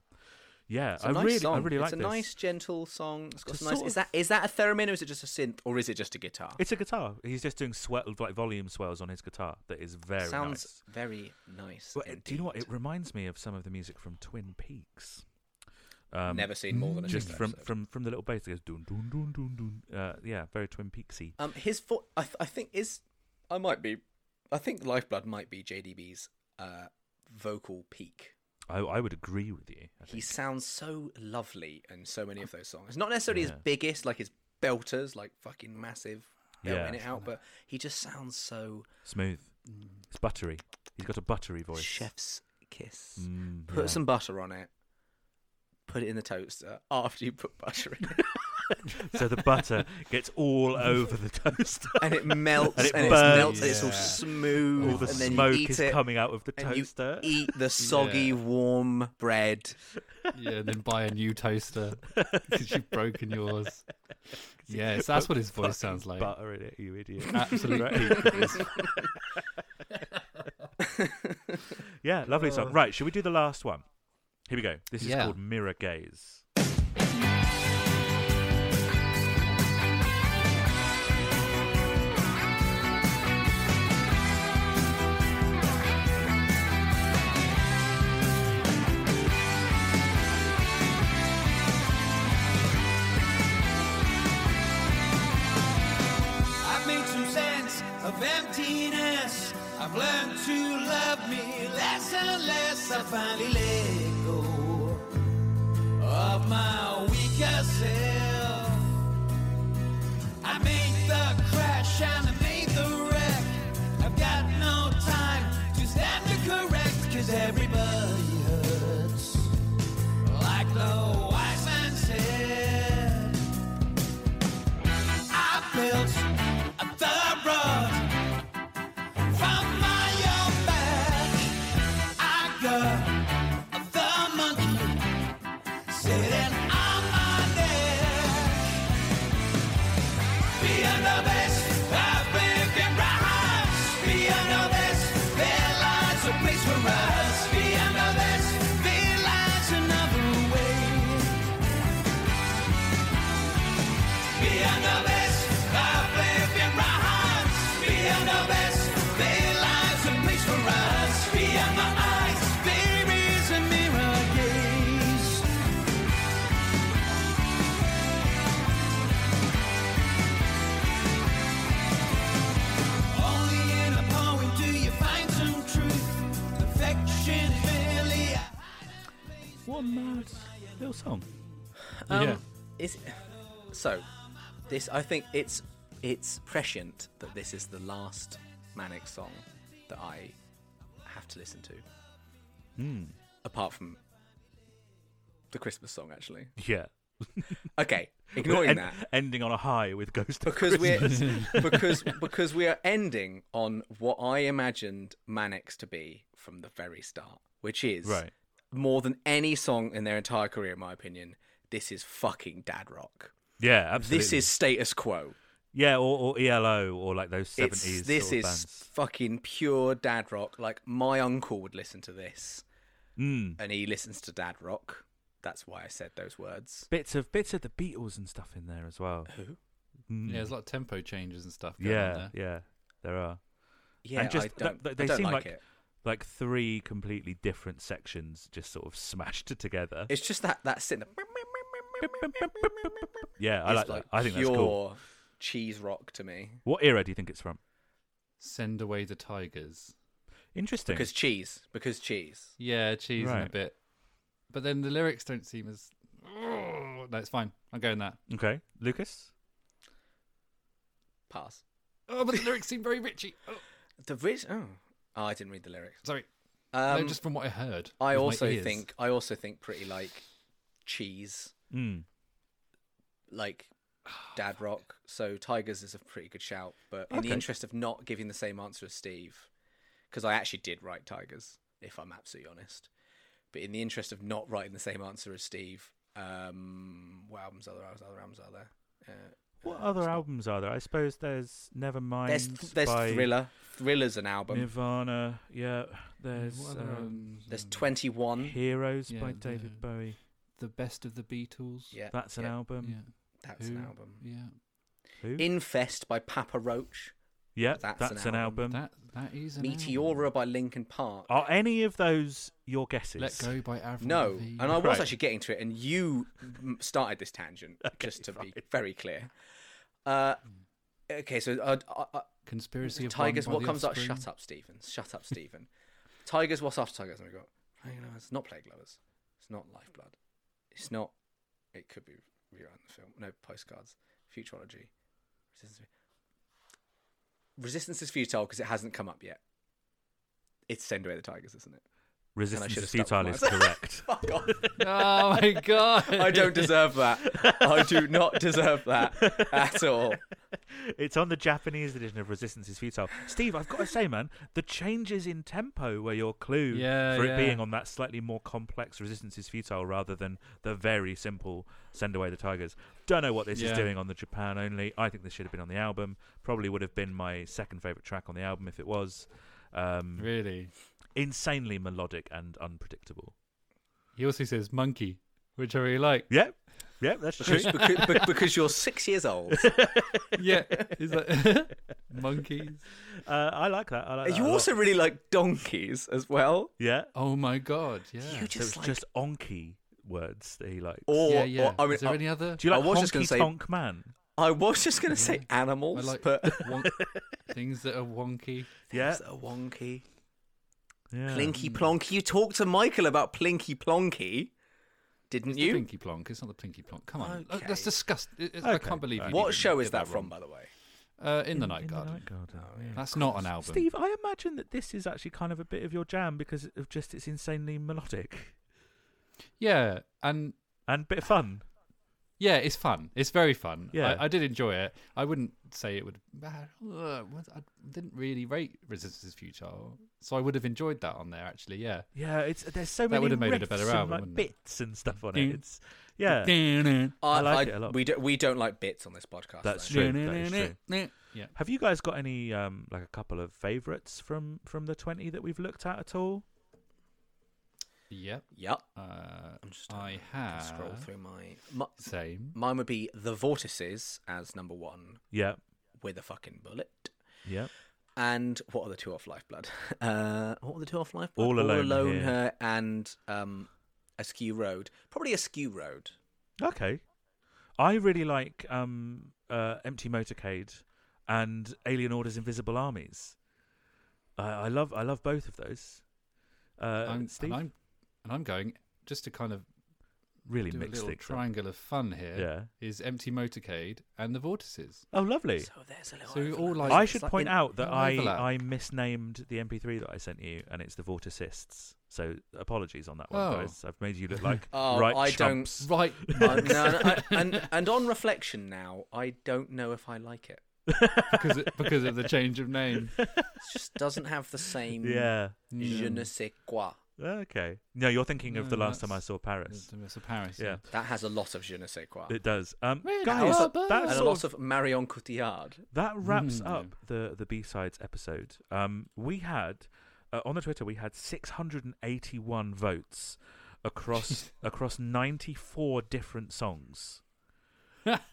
Speaker 8: Yeah,
Speaker 2: It's a
Speaker 8: I
Speaker 2: nice
Speaker 8: really,
Speaker 2: song.
Speaker 8: I really
Speaker 2: it's
Speaker 8: like
Speaker 2: a
Speaker 8: this.
Speaker 2: nice, gentle song. It's got
Speaker 8: It's
Speaker 2: some
Speaker 8: a
Speaker 2: nice.
Speaker 8: sort
Speaker 2: Is
Speaker 8: of-
Speaker 2: that is that a theremin or is it just a synth or is it just a guitar?
Speaker 8: It's a guitar. He's just doing swell, like volume swells on his guitar. That is very
Speaker 2: Sounds
Speaker 8: nice.
Speaker 2: very nice.
Speaker 8: Well, it- do you know what? It
Speaker 2: indeed.
Speaker 8: reminds me of some of the music from Twin Peaks. Um,
Speaker 2: Never seen more than a
Speaker 8: just
Speaker 2: single
Speaker 8: from,
Speaker 2: episode.
Speaker 8: from from the little bass that goes dun dun dun dun dun. Uh, yeah, very Twin Peaksy.
Speaker 2: Um, his vo- I, th- I think is I might be I think Lifeblood might be JDB's uh, vocal peak.
Speaker 8: I, I would agree with you. I
Speaker 2: He
Speaker 8: think.
Speaker 2: sounds so lovely in so many of those songs. Not necessarily
Speaker 8: Yeah.
Speaker 2: his biggest, like his belters, like fucking massive,
Speaker 8: Yeah.
Speaker 2: belting it out, but he just sounds so
Speaker 8: smooth.
Speaker 2: Mm.
Speaker 8: It's buttery. He's got a buttery voice.
Speaker 2: chef's kiss.
Speaker 8: Mm,
Speaker 2: Put
Speaker 8: yeah.
Speaker 2: some butter on it. Put it in the toaster after you put butter in it,
Speaker 8: so the butter gets all over the toaster.
Speaker 2: and it melts
Speaker 8: And
Speaker 2: and,
Speaker 8: it
Speaker 2: it
Speaker 8: burns.
Speaker 2: melts and it's all
Speaker 3: Yeah.
Speaker 2: smooth.
Speaker 8: all the
Speaker 2: and then
Speaker 8: smoke
Speaker 2: you eat
Speaker 8: is
Speaker 2: it,
Speaker 8: coming out of the
Speaker 2: and you
Speaker 8: toaster.
Speaker 2: eat the soggy
Speaker 3: Yeah.
Speaker 2: warm bread.
Speaker 3: yeah, and then buy a new toaster because you've broken yours. Yes, that's what his voice sounds like.
Speaker 8: Butter in it, you idiot.
Speaker 3: Absolute
Speaker 8: Right. yeah, lovely
Speaker 2: Oh.
Speaker 8: song. Right, should we do the last one? Here we go. This is
Speaker 3: Yeah.
Speaker 8: called Mirror Gaze.
Speaker 5: I've made some sense of emptiness. I've learned to love me less and less. I finally let go of my weaker self. I made the crash and I made the wreck. I've got no time to stand to correct, cause everybody hurts. Like the wise man said. I built a third road from my own back. I got a third monkey sitting on my neck. Be a novice, I've lived in rise. Be a novice, there lies a place for us. Be a novice, there lies another way. Be the best, I've lived in rhymes. Be the best, there lies a place for us. Beyond my eyes, there is a mirror gaze. Only in a poem do you find some truth. Affection is merely a
Speaker 8: What a mad little song.
Speaker 2: Um,
Speaker 3: Yeah.
Speaker 2: Is so. This I think it's it's prescient that this is the last Manic song that I have to listen to. Hmm. Apart from the Christmas song, actually.
Speaker 8: Yeah.
Speaker 2: Okay, ignoring
Speaker 8: En-
Speaker 2: that
Speaker 8: Ending on a high with Ghost of
Speaker 2: because
Speaker 8: Christmas.
Speaker 2: we're because because we are ending on what I imagined Manics to be from the very start, which is
Speaker 8: Right.
Speaker 2: more than any song in their entire career, in my opinion. This is fucking dad rock.
Speaker 8: Yeah, absolutely.
Speaker 2: This is status quo.
Speaker 8: Yeah, or, or ELO or like those
Speaker 2: It's-
Speaker 8: seventies.
Speaker 2: this
Speaker 8: sort of
Speaker 2: is
Speaker 8: bands.
Speaker 2: fucking pure dad rock. Like my uncle would listen to this,
Speaker 8: Mm.
Speaker 2: and he listens to dad rock. That's why I said those words.
Speaker 1: Bits of bits of the Beatles and stuff in there as well.
Speaker 2: Who?
Speaker 1: Mm.
Speaker 3: Yeah, there's a lot of tempo changes and stuff. Going on
Speaker 1: yeah,
Speaker 3: there.
Speaker 1: yeah, there are.
Speaker 2: Yeah,
Speaker 1: just
Speaker 2: I
Speaker 1: that-
Speaker 2: don't,
Speaker 1: that
Speaker 2: I
Speaker 1: they
Speaker 2: don't
Speaker 1: seem
Speaker 2: like,
Speaker 1: like-
Speaker 2: it.
Speaker 1: Like three completely different sections just sort of smashed together.
Speaker 2: It's just that that synth.
Speaker 1: Yeah, I
Speaker 2: is,
Speaker 1: like, that. I think that's cool.
Speaker 2: pure Cheese rock to me
Speaker 1: What era do you think it's from?
Speaker 3: Send away the tigers.
Speaker 1: Interesting.
Speaker 2: because cheese because cheese.
Speaker 3: Yeah, cheese and a
Speaker 1: Right.
Speaker 3: bit. But then the lyrics don't seem as. No, it's fine. I'm going that.
Speaker 1: okay, Lucas.
Speaker 2: Pass.
Speaker 3: Oh, but the lyrics seem very richy. Oh,
Speaker 2: The rich. Oh, oh I didn't read the lyrics.
Speaker 3: sorry.
Speaker 2: Um,
Speaker 3: no, just from what I heard.
Speaker 2: I
Speaker 3: with my
Speaker 2: also
Speaker 3: ears.
Speaker 2: think I also think pretty like cheese
Speaker 1: Mm.
Speaker 2: like dad rock. So Tigers is a pretty good shout, but in
Speaker 1: Okay.
Speaker 2: the interest of not giving the same answer as Steve, because I actually did write Tigers, if I'm absolutely honest. But in the interest of not writing the same answer as Steve, um, what albums are there? What other albums are there? Uh,
Speaker 1: What
Speaker 2: uh,
Speaker 1: other
Speaker 2: it's not-
Speaker 1: albums are there? I suppose there's Nevermind.
Speaker 2: There's there's
Speaker 1: by
Speaker 2: Thriller. Thriller's an album.
Speaker 1: Nirvana. Yeah, there's
Speaker 3: What other
Speaker 1: um,
Speaker 3: albums
Speaker 2: There's
Speaker 3: are there?
Speaker 2: 21.
Speaker 1: Heroes
Speaker 3: Yeah,
Speaker 1: by
Speaker 3: the-
Speaker 1: David Bowie.
Speaker 3: The best of the Beatles. Um,
Speaker 2: Yeah,
Speaker 1: That's an
Speaker 2: yeah,
Speaker 1: album.
Speaker 3: Yeah.
Speaker 2: That's an
Speaker 3: Who?
Speaker 2: album.
Speaker 3: Yeah.
Speaker 1: Who?
Speaker 2: Infest by Papa Roach.
Speaker 1: yeah,
Speaker 2: that's an
Speaker 1: that's, an album.
Speaker 3: That that is an
Speaker 2: Meteora
Speaker 3: album.
Speaker 2: by Linkin Park.
Speaker 3: Oh,
Speaker 1: Are any of those your guesses?
Speaker 3: Let go by Avril.
Speaker 2: No,
Speaker 3: Lavigne.
Speaker 2: and I was
Speaker 1: Right.
Speaker 2: actually getting to it, and you m- started this tangent,
Speaker 1: Okay,
Speaker 2: just to be
Speaker 1: fine.
Speaker 2: very clear. Uh, okay, so uh, uh, uh,
Speaker 3: conspiracy of
Speaker 2: Tigers,
Speaker 3: One by
Speaker 2: what
Speaker 3: The
Speaker 2: comes up?
Speaker 3: Offspring.
Speaker 2: Shut up, Stephen. Shut up, Stephen. Tigers, what's after Tigers? Have we got? Plague Lovers. It's not Plague Lovers. It's not Lifeblood. It's not. It could be rerun the film. No, postcards. Futurology. Resistance, Resistance is futile because it hasn't come up yet. It's Send Away the Tigers, isn't it? And I
Speaker 1: Resistance
Speaker 2: should
Speaker 1: to
Speaker 2: have stuck
Speaker 1: Futile
Speaker 2: with
Speaker 1: is
Speaker 2: mine.
Speaker 1: correct.
Speaker 2: Fuck off.
Speaker 3: Oh my god!
Speaker 2: I don't deserve that. I do not deserve that at all.
Speaker 1: it's on the Japanese edition of Resistance is Futile. Steve, I've got to say, man, the changes in tempo were your clue
Speaker 3: Yeah,
Speaker 1: for it
Speaker 3: yeah.
Speaker 1: being on that slightly more complex Resistance is Futile rather than the very simple Send Away the Tigers. Don't know what this is
Speaker 3: Yeah.
Speaker 1: doing on the Japan only. I think this should have been on the album. Probably would have been my second favourite track on the album if it was. Um,
Speaker 3: Really?
Speaker 1: Insanely melodic and unpredictable.
Speaker 3: He also says monkey, which I really like.
Speaker 1: Yep. Yep, that's true.
Speaker 2: Because, because, be- because you're six years old.
Speaker 3: yeah, is that monkeys?
Speaker 1: Uh, I like that. I like that a
Speaker 2: You
Speaker 1: lot.
Speaker 2: also really like donkeys as well.
Speaker 1: Yeah.
Speaker 3: Oh my god! Yeah.
Speaker 2: You
Speaker 1: So it's
Speaker 2: just like
Speaker 1: just onky words that he likes.
Speaker 2: or,
Speaker 3: yeah, yeah.
Speaker 2: or- I mean, uh,
Speaker 3: is there
Speaker 2: I,
Speaker 3: any other?
Speaker 1: Do you
Speaker 2: I
Speaker 1: like
Speaker 2: was just gonna
Speaker 1: honky
Speaker 2: say-
Speaker 1: tonk man?
Speaker 2: I was just going to say
Speaker 3: I
Speaker 2: animals,
Speaker 3: like
Speaker 2: but
Speaker 3: wonk- things that are wonky.
Speaker 1: Yeah.
Speaker 2: Is that a wonky
Speaker 1: yeah.
Speaker 2: plinky plonky. You talked to Michael about plinky plonky, didn't
Speaker 3: It's
Speaker 2: you?
Speaker 3: the plinky plonk. It's not the plinky plonk. Come on, Look,
Speaker 2: Okay.
Speaker 3: that's disgusting. It- it- I
Speaker 1: Okay,
Speaker 3: can't believe
Speaker 1: right.
Speaker 3: you.
Speaker 2: What
Speaker 3: didn't
Speaker 2: show
Speaker 3: get
Speaker 2: is that
Speaker 3: that
Speaker 2: from,
Speaker 3: wrong.
Speaker 2: by the way?
Speaker 3: Uh, in, the Night Garden. That's not an album.
Speaker 1: Steve, I imagine that this is actually kind of a bit of your jam because of just it's insanely melodic
Speaker 3: Yeah, and
Speaker 1: and bit of fun.
Speaker 3: yeah, it's fun. It's very fun.
Speaker 1: Yeah.
Speaker 3: I, I did enjoy it. I wouldn't say it would. Uh, I didn't really rate Resistance is Futile, so I would have enjoyed that on there actually. Yeah.
Speaker 1: Yeah, it's there's so
Speaker 3: That
Speaker 1: many
Speaker 3: would have made it a
Speaker 1: riffs
Speaker 3: better
Speaker 1: and,
Speaker 3: album,
Speaker 1: like
Speaker 3: wouldn't it?
Speaker 1: bits and stuff on
Speaker 3: Ding.
Speaker 1: it. It's yeah, I like it a lot.
Speaker 2: We don't, we don't like bits on this podcast.
Speaker 1: that's
Speaker 2: though.
Speaker 1: true. That is true.
Speaker 3: Yeah.
Speaker 1: Have you guys got any um like a couple of favourites from from the twenty that we've looked at at all?
Speaker 3: Yep.
Speaker 2: Yep.
Speaker 3: Uh,
Speaker 2: I'm just.
Speaker 3: I
Speaker 2: gonna
Speaker 3: have
Speaker 2: scroll through my. my
Speaker 3: same.
Speaker 2: mine would be the vortices as number one
Speaker 1: Yeah,
Speaker 2: with a fucking bullet.
Speaker 1: yeah.
Speaker 2: And what are the two off Lifeblood? Uh, what were the two off Lifeblood?
Speaker 1: All Alone Here.
Speaker 2: Her and um, Askew Road. Probably Askew Road.
Speaker 1: Okay. I really like um, uh, Empty Motorcade and Alien Order's Invisible Armies. I I love I love both of those. Uh,
Speaker 3: I'm,
Speaker 1: Steve,
Speaker 3: and I'm and I'm going just to kind of
Speaker 1: really
Speaker 3: do a
Speaker 1: mixed
Speaker 3: little
Speaker 1: things. up.
Speaker 3: triangle of fun here.
Speaker 1: Yeah.
Speaker 3: Is empty motorcade and the vortices.
Speaker 1: Oh, lovely.
Speaker 2: So there's a little.
Speaker 3: So you all
Speaker 2: overlap.
Speaker 3: like-
Speaker 1: I
Speaker 3: it's
Speaker 1: should
Speaker 2: like
Speaker 1: point
Speaker 2: in-
Speaker 1: out that
Speaker 3: an
Speaker 1: I,
Speaker 3: overlap.
Speaker 1: I misnamed the MP3 that I sent you, and it's the Vorticists. So apologies on that one,
Speaker 3: Oh.
Speaker 1: guys. I've made you look like
Speaker 2: Oh,
Speaker 1: right
Speaker 2: I don't-
Speaker 1: chumps.
Speaker 3: Right.
Speaker 2: Uh, no, no, I- and, and on reflection now, I don't know if I like it.
Speaker 3: because it, because of the change of name.
Speaker 2: It just doesn't have the same
Speaker 1: Yeah.
Speaker 2: je ne sais quoi.
Speaker 1: Okay. No, you're thinking of
Speaker 3: No,
Speaker 1: the last time I
Speaker 3: that's-
Speaker 1: saw Paris.
Speaker 3: It's a Paris.
Speaker 1: Yeah.
Speaker 2: That has a lot of je ne sais quoi.
Speaker 1: It does. Um,
Speaker 3: Really?
Speaker 1: guys,
Speaker 3: Oh,
Speaker 1: that
Speaker 3: but-
Speaker 2: and
Speaker 1: sort
Speaker 2: a
Speaker 1: of
Speaker 2: lot of Marion Cotillard.
Speaker 1: that wraps
Speaker 3: Mm.
Speaker 1: up the the b-sides episode um we had uh, on the twitter we had 681 votes
Speaker 8: across across 94 different songs.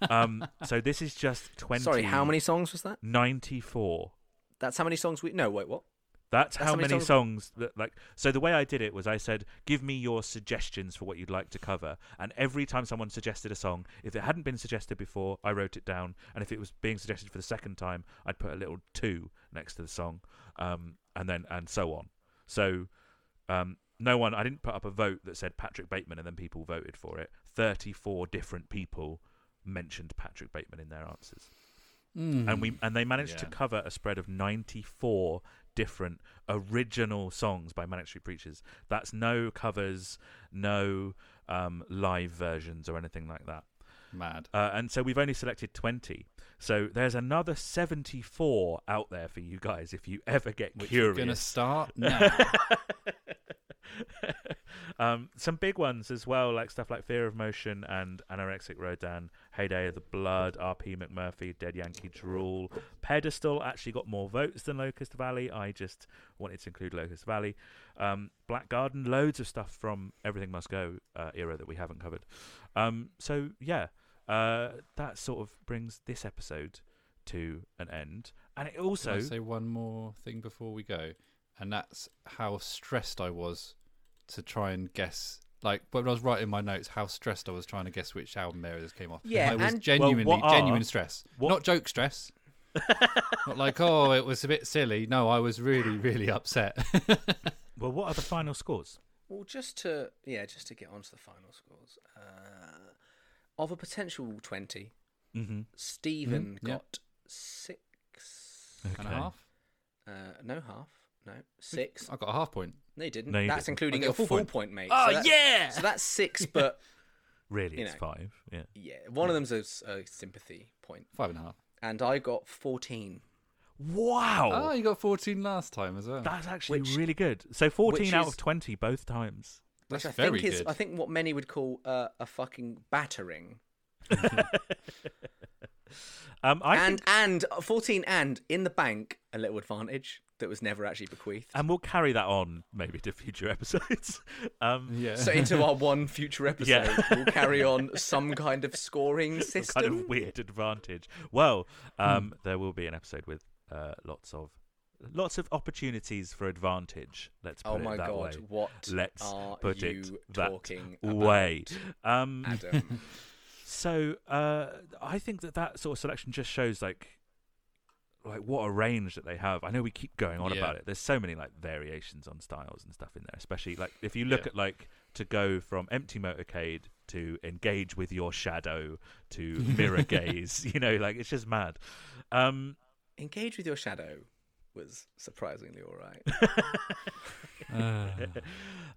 Speaker 8: um, so this is just 20.
Speaker 2: Sorry, how many songs was that?
Speaker 8: 94.
Speaker 2: That's how many songs we. No, wait, what?
Speaker 8: That's,
Speaker 2: That's
Speaker 8: how
Speaker 2: how many
Speaker 8: many songs that like. So the way I did it was I said, "Give me your suggestions for what you'd like to cover." And every time someone suggested a song, if it hadn't been suggested before, I wrote it down. And if it was being suggested for the second time, I'd put a little two next to the song, um, and then and so on. So um, no one. I didn't put up a vote that said Patrick Bateman, and then people voted for it. Thirty-four different people mentioned Patrick Bateman in their answers
Speaker 3: Hmm,
Speaker 8: and we and they managed to
Speaker 3: Mm. Yeah.
Speaker 8: cover a spread of 94 different original songs by Manic Street Preachers. That's no covers, no um, live versions or anything like that.
Speaker 3: Mad.
Speaker 8: Uh, and so we've only selected 20. So there's another 74 out there for you guys if you ever get curious.
Speaker 3: Gonna start now.
Speaker 8: um, some big ones as well, like stuff like Fear of Motion and Anorexic Rodan, Heyday of the Blood, RP McMurphy, Dead Yankee Drool. Pedestal actually got more votes than Locust Valley. I just wanted to include Locust Valley. Um, Black Garden, loads of stuff from Everything Must Go uh, era that we haven't covered. Um, so, yeah, uh, that sort of brings this episode to an end. And it
Speaker 3: Can
Speaker 8: also.
Speaker 3: I say one more thing before we go, and that's how stressed I was to try and guess. Like when I was writing my notes, how stressed I was trying to guess which album era this came off.
Speaker 2: Yeah,
Speaker 3: I was
Speaker 2: and-
Speaker 3: genuinely
Speaker 8: Well, what are-
Speaker 3: genuine stress,
Speaker 8: what-
Speaker 3: not joke stress. not like oh, it was a bit silly. No, I was really, really upset.
Speaker 8: Well, what are the final scores?
Speaker 2: Well, just to yeah, just to get onto the final scores. Uh, of a potential twenty,
Speaker 8: Mm-hmm.
Speaker 2: Stephen
Speaker 3: Mhm, yeah.
Speaker 2: got six.
Speaker 3: And a half.
Speaker 2: Uh, no half. No six.
Speaker 3: I got a half point.
Speaker 2: No, you didn't.
Speaker 8: No, you
Speaker 2: that's
Speaker 8: didn't.
Speaker 2: including
Speaker 3: I get
Speaker 2: a
Speaker 3: a full
Speaker 2: full
Speaker 3: point.
Speaker 2: point, mate. Oh so that's,
Speaker 8: yeah!
Speaker 2: So that's six, but
Speaker 8: Really,
Speaker 2: You
Speaker 8: it's
Speaker 2: know.
Speaker 8: five. Yeah.
Speaker 2: yeah, one of them's a, s- a sympathy point,
Speaker 3: Five and a half.
Speaker 2: and I got fourteen.
Speaker 8: Wow.
Speaker 3: Oh, you got 14 last time as well.
Speaker 8: That's actually
Speaker 2: Which-
Speaker 8: really good. So 14
Speaker 2: which
Speaker 8: out
Speaker 2: is-
Speaker 8: of 20 both times.
Speaker 3: That's
Speaker 2: which I
Speaker 3: very
Speaker 2: think is,
Speaker 3: good.
Speaker 2: I think what many would call uh, a fucking battering.
Speaker 8: Um, I
Speaker 2: and
Speaker 8: think,
Speaker 2: and uh, fourteen and in the bank a little advantage that was never actually bequeathed.
Speaker 8: and we'll carry that on maybe to future episodes. um,
Speaker 3: yeah.
Speaker 2: So into our one future episode,
Speaker 8: Yeah.
Speaker 2: we'll carry on some kind of scoring system. Hmm.
Speaker 8: kind of weird advantage. Well, um, there will be an episode with uh, lots of lots of opportunities for advantage. Let's put
Speaker 2: Oh
Speaker 8: it
Speaker 2: my
Speaker 8: that
Speaker 2: god!
Speaker 8: way.
Speaker 2: What
Speaker 8: Let's
Speaker 2: are
Speaker 8: put
Speaker 2: you
Speaker 8: it that
Speaker 2: talking
Speaker 8: way. Um,
Speaker 2: about, Adam?
Speaker 8: So uh, I think that that sort of selection just shows like like what a range that they have. I know we keep going on
Speaker 3: Yeah.
Speaker 8: about it. There's so many like variations on styles and stuff in there, especially like if you look
Speaker 3: Yeah.
Speaker 8: at like to go from empty motorcade to engage with your shadow to mirror gaze. You know, like it's just mad. Um,
Speaker 2: Engage with your shadow was surprisingly all right.
Speaker 3: Ah.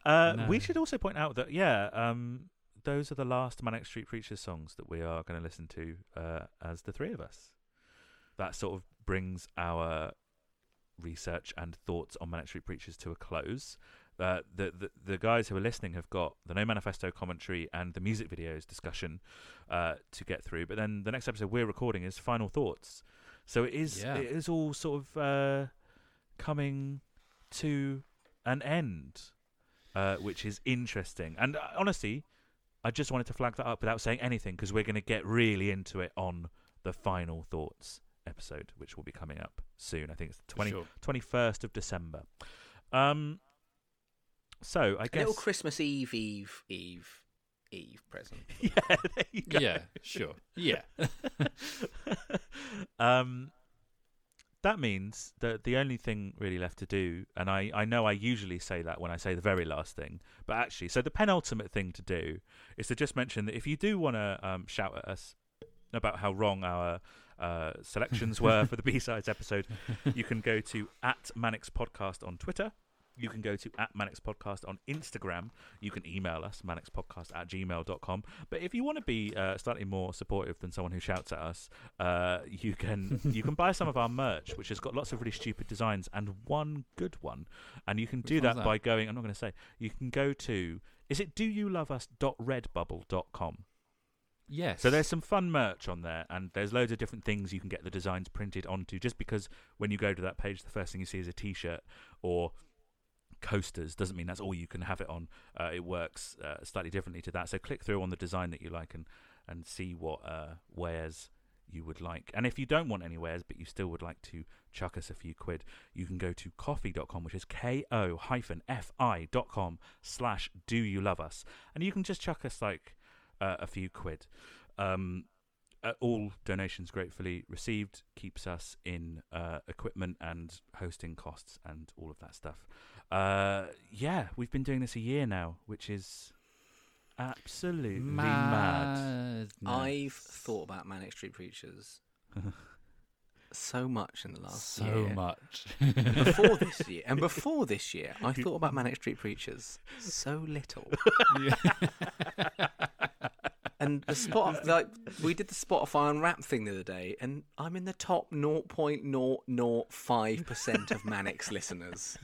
Speaker 8: Uh, We
Speaker 3: No.
Speaker 8: should also point out that yeah, um, those are the last Manic Street Preachers songs that we are going to listen to uh, as the three of us. That sort of brings our research and thoughts on Manic Street Preachers to a close. Uh, the, the the guys who are listening have got the No Manifesto commentary and the music videos discussion uh, to get through. But then the next episode we're recording is final thoughts. So it is
Speaker 3: Yeah.
Speaker 8: it is all sort of uh, coming to an end, uh, which is interesting. And uh, honestly, I just wanted to flag that up without saying anything because we're going to get really into it on the final thoughts episode, which will be coming up soon. I think it's the 20,
Speaker 3: Sure.
Speaker 8: 21st of December. Um, so I
Speaker 2: A
Speaker 8: guess
Speaker 2: little Christmas Eve, Eve, Eve, Eve present.
Speaker 8: yeah, there you go.
Speaker 3: yeah, sure. Yeah.
Speaker 8: um, that means that the only thing really left to do, and I, I know I usually say that when I say the very last thing, but actually, so the penultimate thing to do is to just mention that if you do want to um, shout at us about how wrong our uh, selections were for the B sides episode, you can go to at Manix Podcast on Twitter. You can go to at Manix Podcast on Instagram. You can email us, manixpodcast at gmail.com. But if you want to be uh, slightly more supportive than someone who shouts at us, uh, you can you can buy some of our merch, which has got lots of really stupid designs and one good one. And you can do
Speaker 3: one's
Speaker 8: that,
Speaker 3: that?
Speaker 8: by going, I'm not going to say, you can go to, is it doyouloveus.redbubble.com?
Speaker 3: yes.
Speaker 8: So there's some fun merch on there, and there's loads of different things you can get the designs printed onto. Just because when you go to that page, the first thing you see is a T-shirt or
Speaker 1: coasters. Doesn't mean that's all you can have it on. Uh, it works uh, slightly differently to that. So click through on the design that you like and and see what uh, wares you would like. And if you don't want any wares, but you still would like to chuck us a few quid, you can go to coffee.com, which is ko fi.com slash do you love us. And you can just chuck us like uh, a few quid. Um, uh, all donations gratefully received keeps us in uh, equipment and hosting costs and all of that stuff. Uh, yeah, we've been doing this a year now, which is absolutely mad.
Speaker 2: I've thought about Manic Street Preachers so much in the
Speaker 1: Oh,
Speaker 2: last
Speaker 3: so
Speaker 2: year.
Speaker 3: much.
Speaker 2: before this year, and before this year, I thought about Manic Street Preachers so little. and the spot like we did the Spotify Unwrapped thing the other day, and I'm in the top 0.005 percent of Manic's listeners.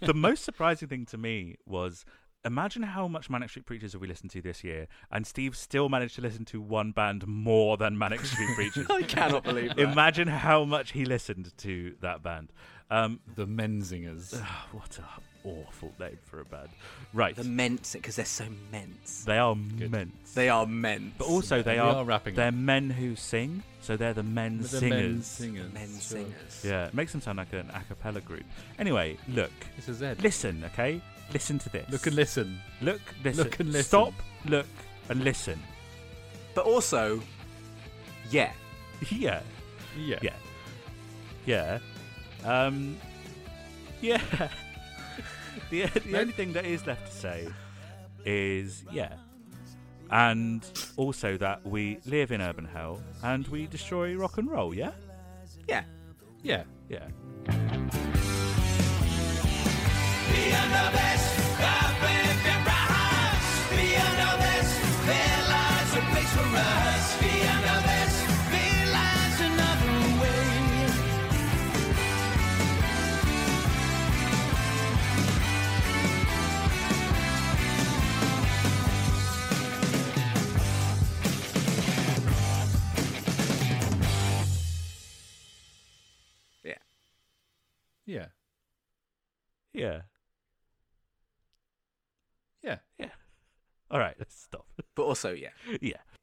Speaker 1: the most surprising thing to me was imagine how much Manic Street Preachers have we listened to this year, and Steve still managed to listen to one band more than Manic Street Preachers.
Speaker 2: I cannot believe that.
Speaker 1: imagine how much he listened to that band. Um,
Speaker 3: the Menzingers.
Speaker 1: ah, what an awful name for a band. Right,
Speaker 2: the Ments, because they're so Ments.
Speaker 1: they are immense.
Speaker 2: They are Ments.
Speaker 1: But also, they
Speaker 3: We
Speaker 1: are,
Speaker 3: are wrapping
Speaker 1: they're
Speaker 3: up.
Speaker 1: men who sing, so they're the men
Speaker 3: The
Speaker 1: singers.
Speaker 3: men singers.
Speaker 2: Men singers.
Speaker 1: Yeah, it makes them sound like an a cappella group. Anyway, look,
Speaker 3: It's a Z.
Speaker 1: listen, okay? Listen to this.
Speaker 3: Look and listen.
Speaker 1: Look, listen.
Speaker 3: Look and listen.
Speaker 1: Stop, look, and listen.
Speaker 2: But also, yeah.
Speaker 1: Yeah,
Speaker 3: Yeah.
Speaker 1: yeah, yeah. Um, yeah. the the only thing that is left to say is yeah, and also that we live in urban hell and we destroy rock and roll. Yeah,
Speaker 2: Yeah.
Speaker 3: Yeah.
Speaker 1: yeah.
Speaker 2: Yeah.
Speaker 3: Yeah.
Speaker 1: Yeah.
Speaker 3: Yeah.
Speaker 1: Yeah. All right, let's stop.
Speaker 2: But also, yeah.
Speaker 1: yeah.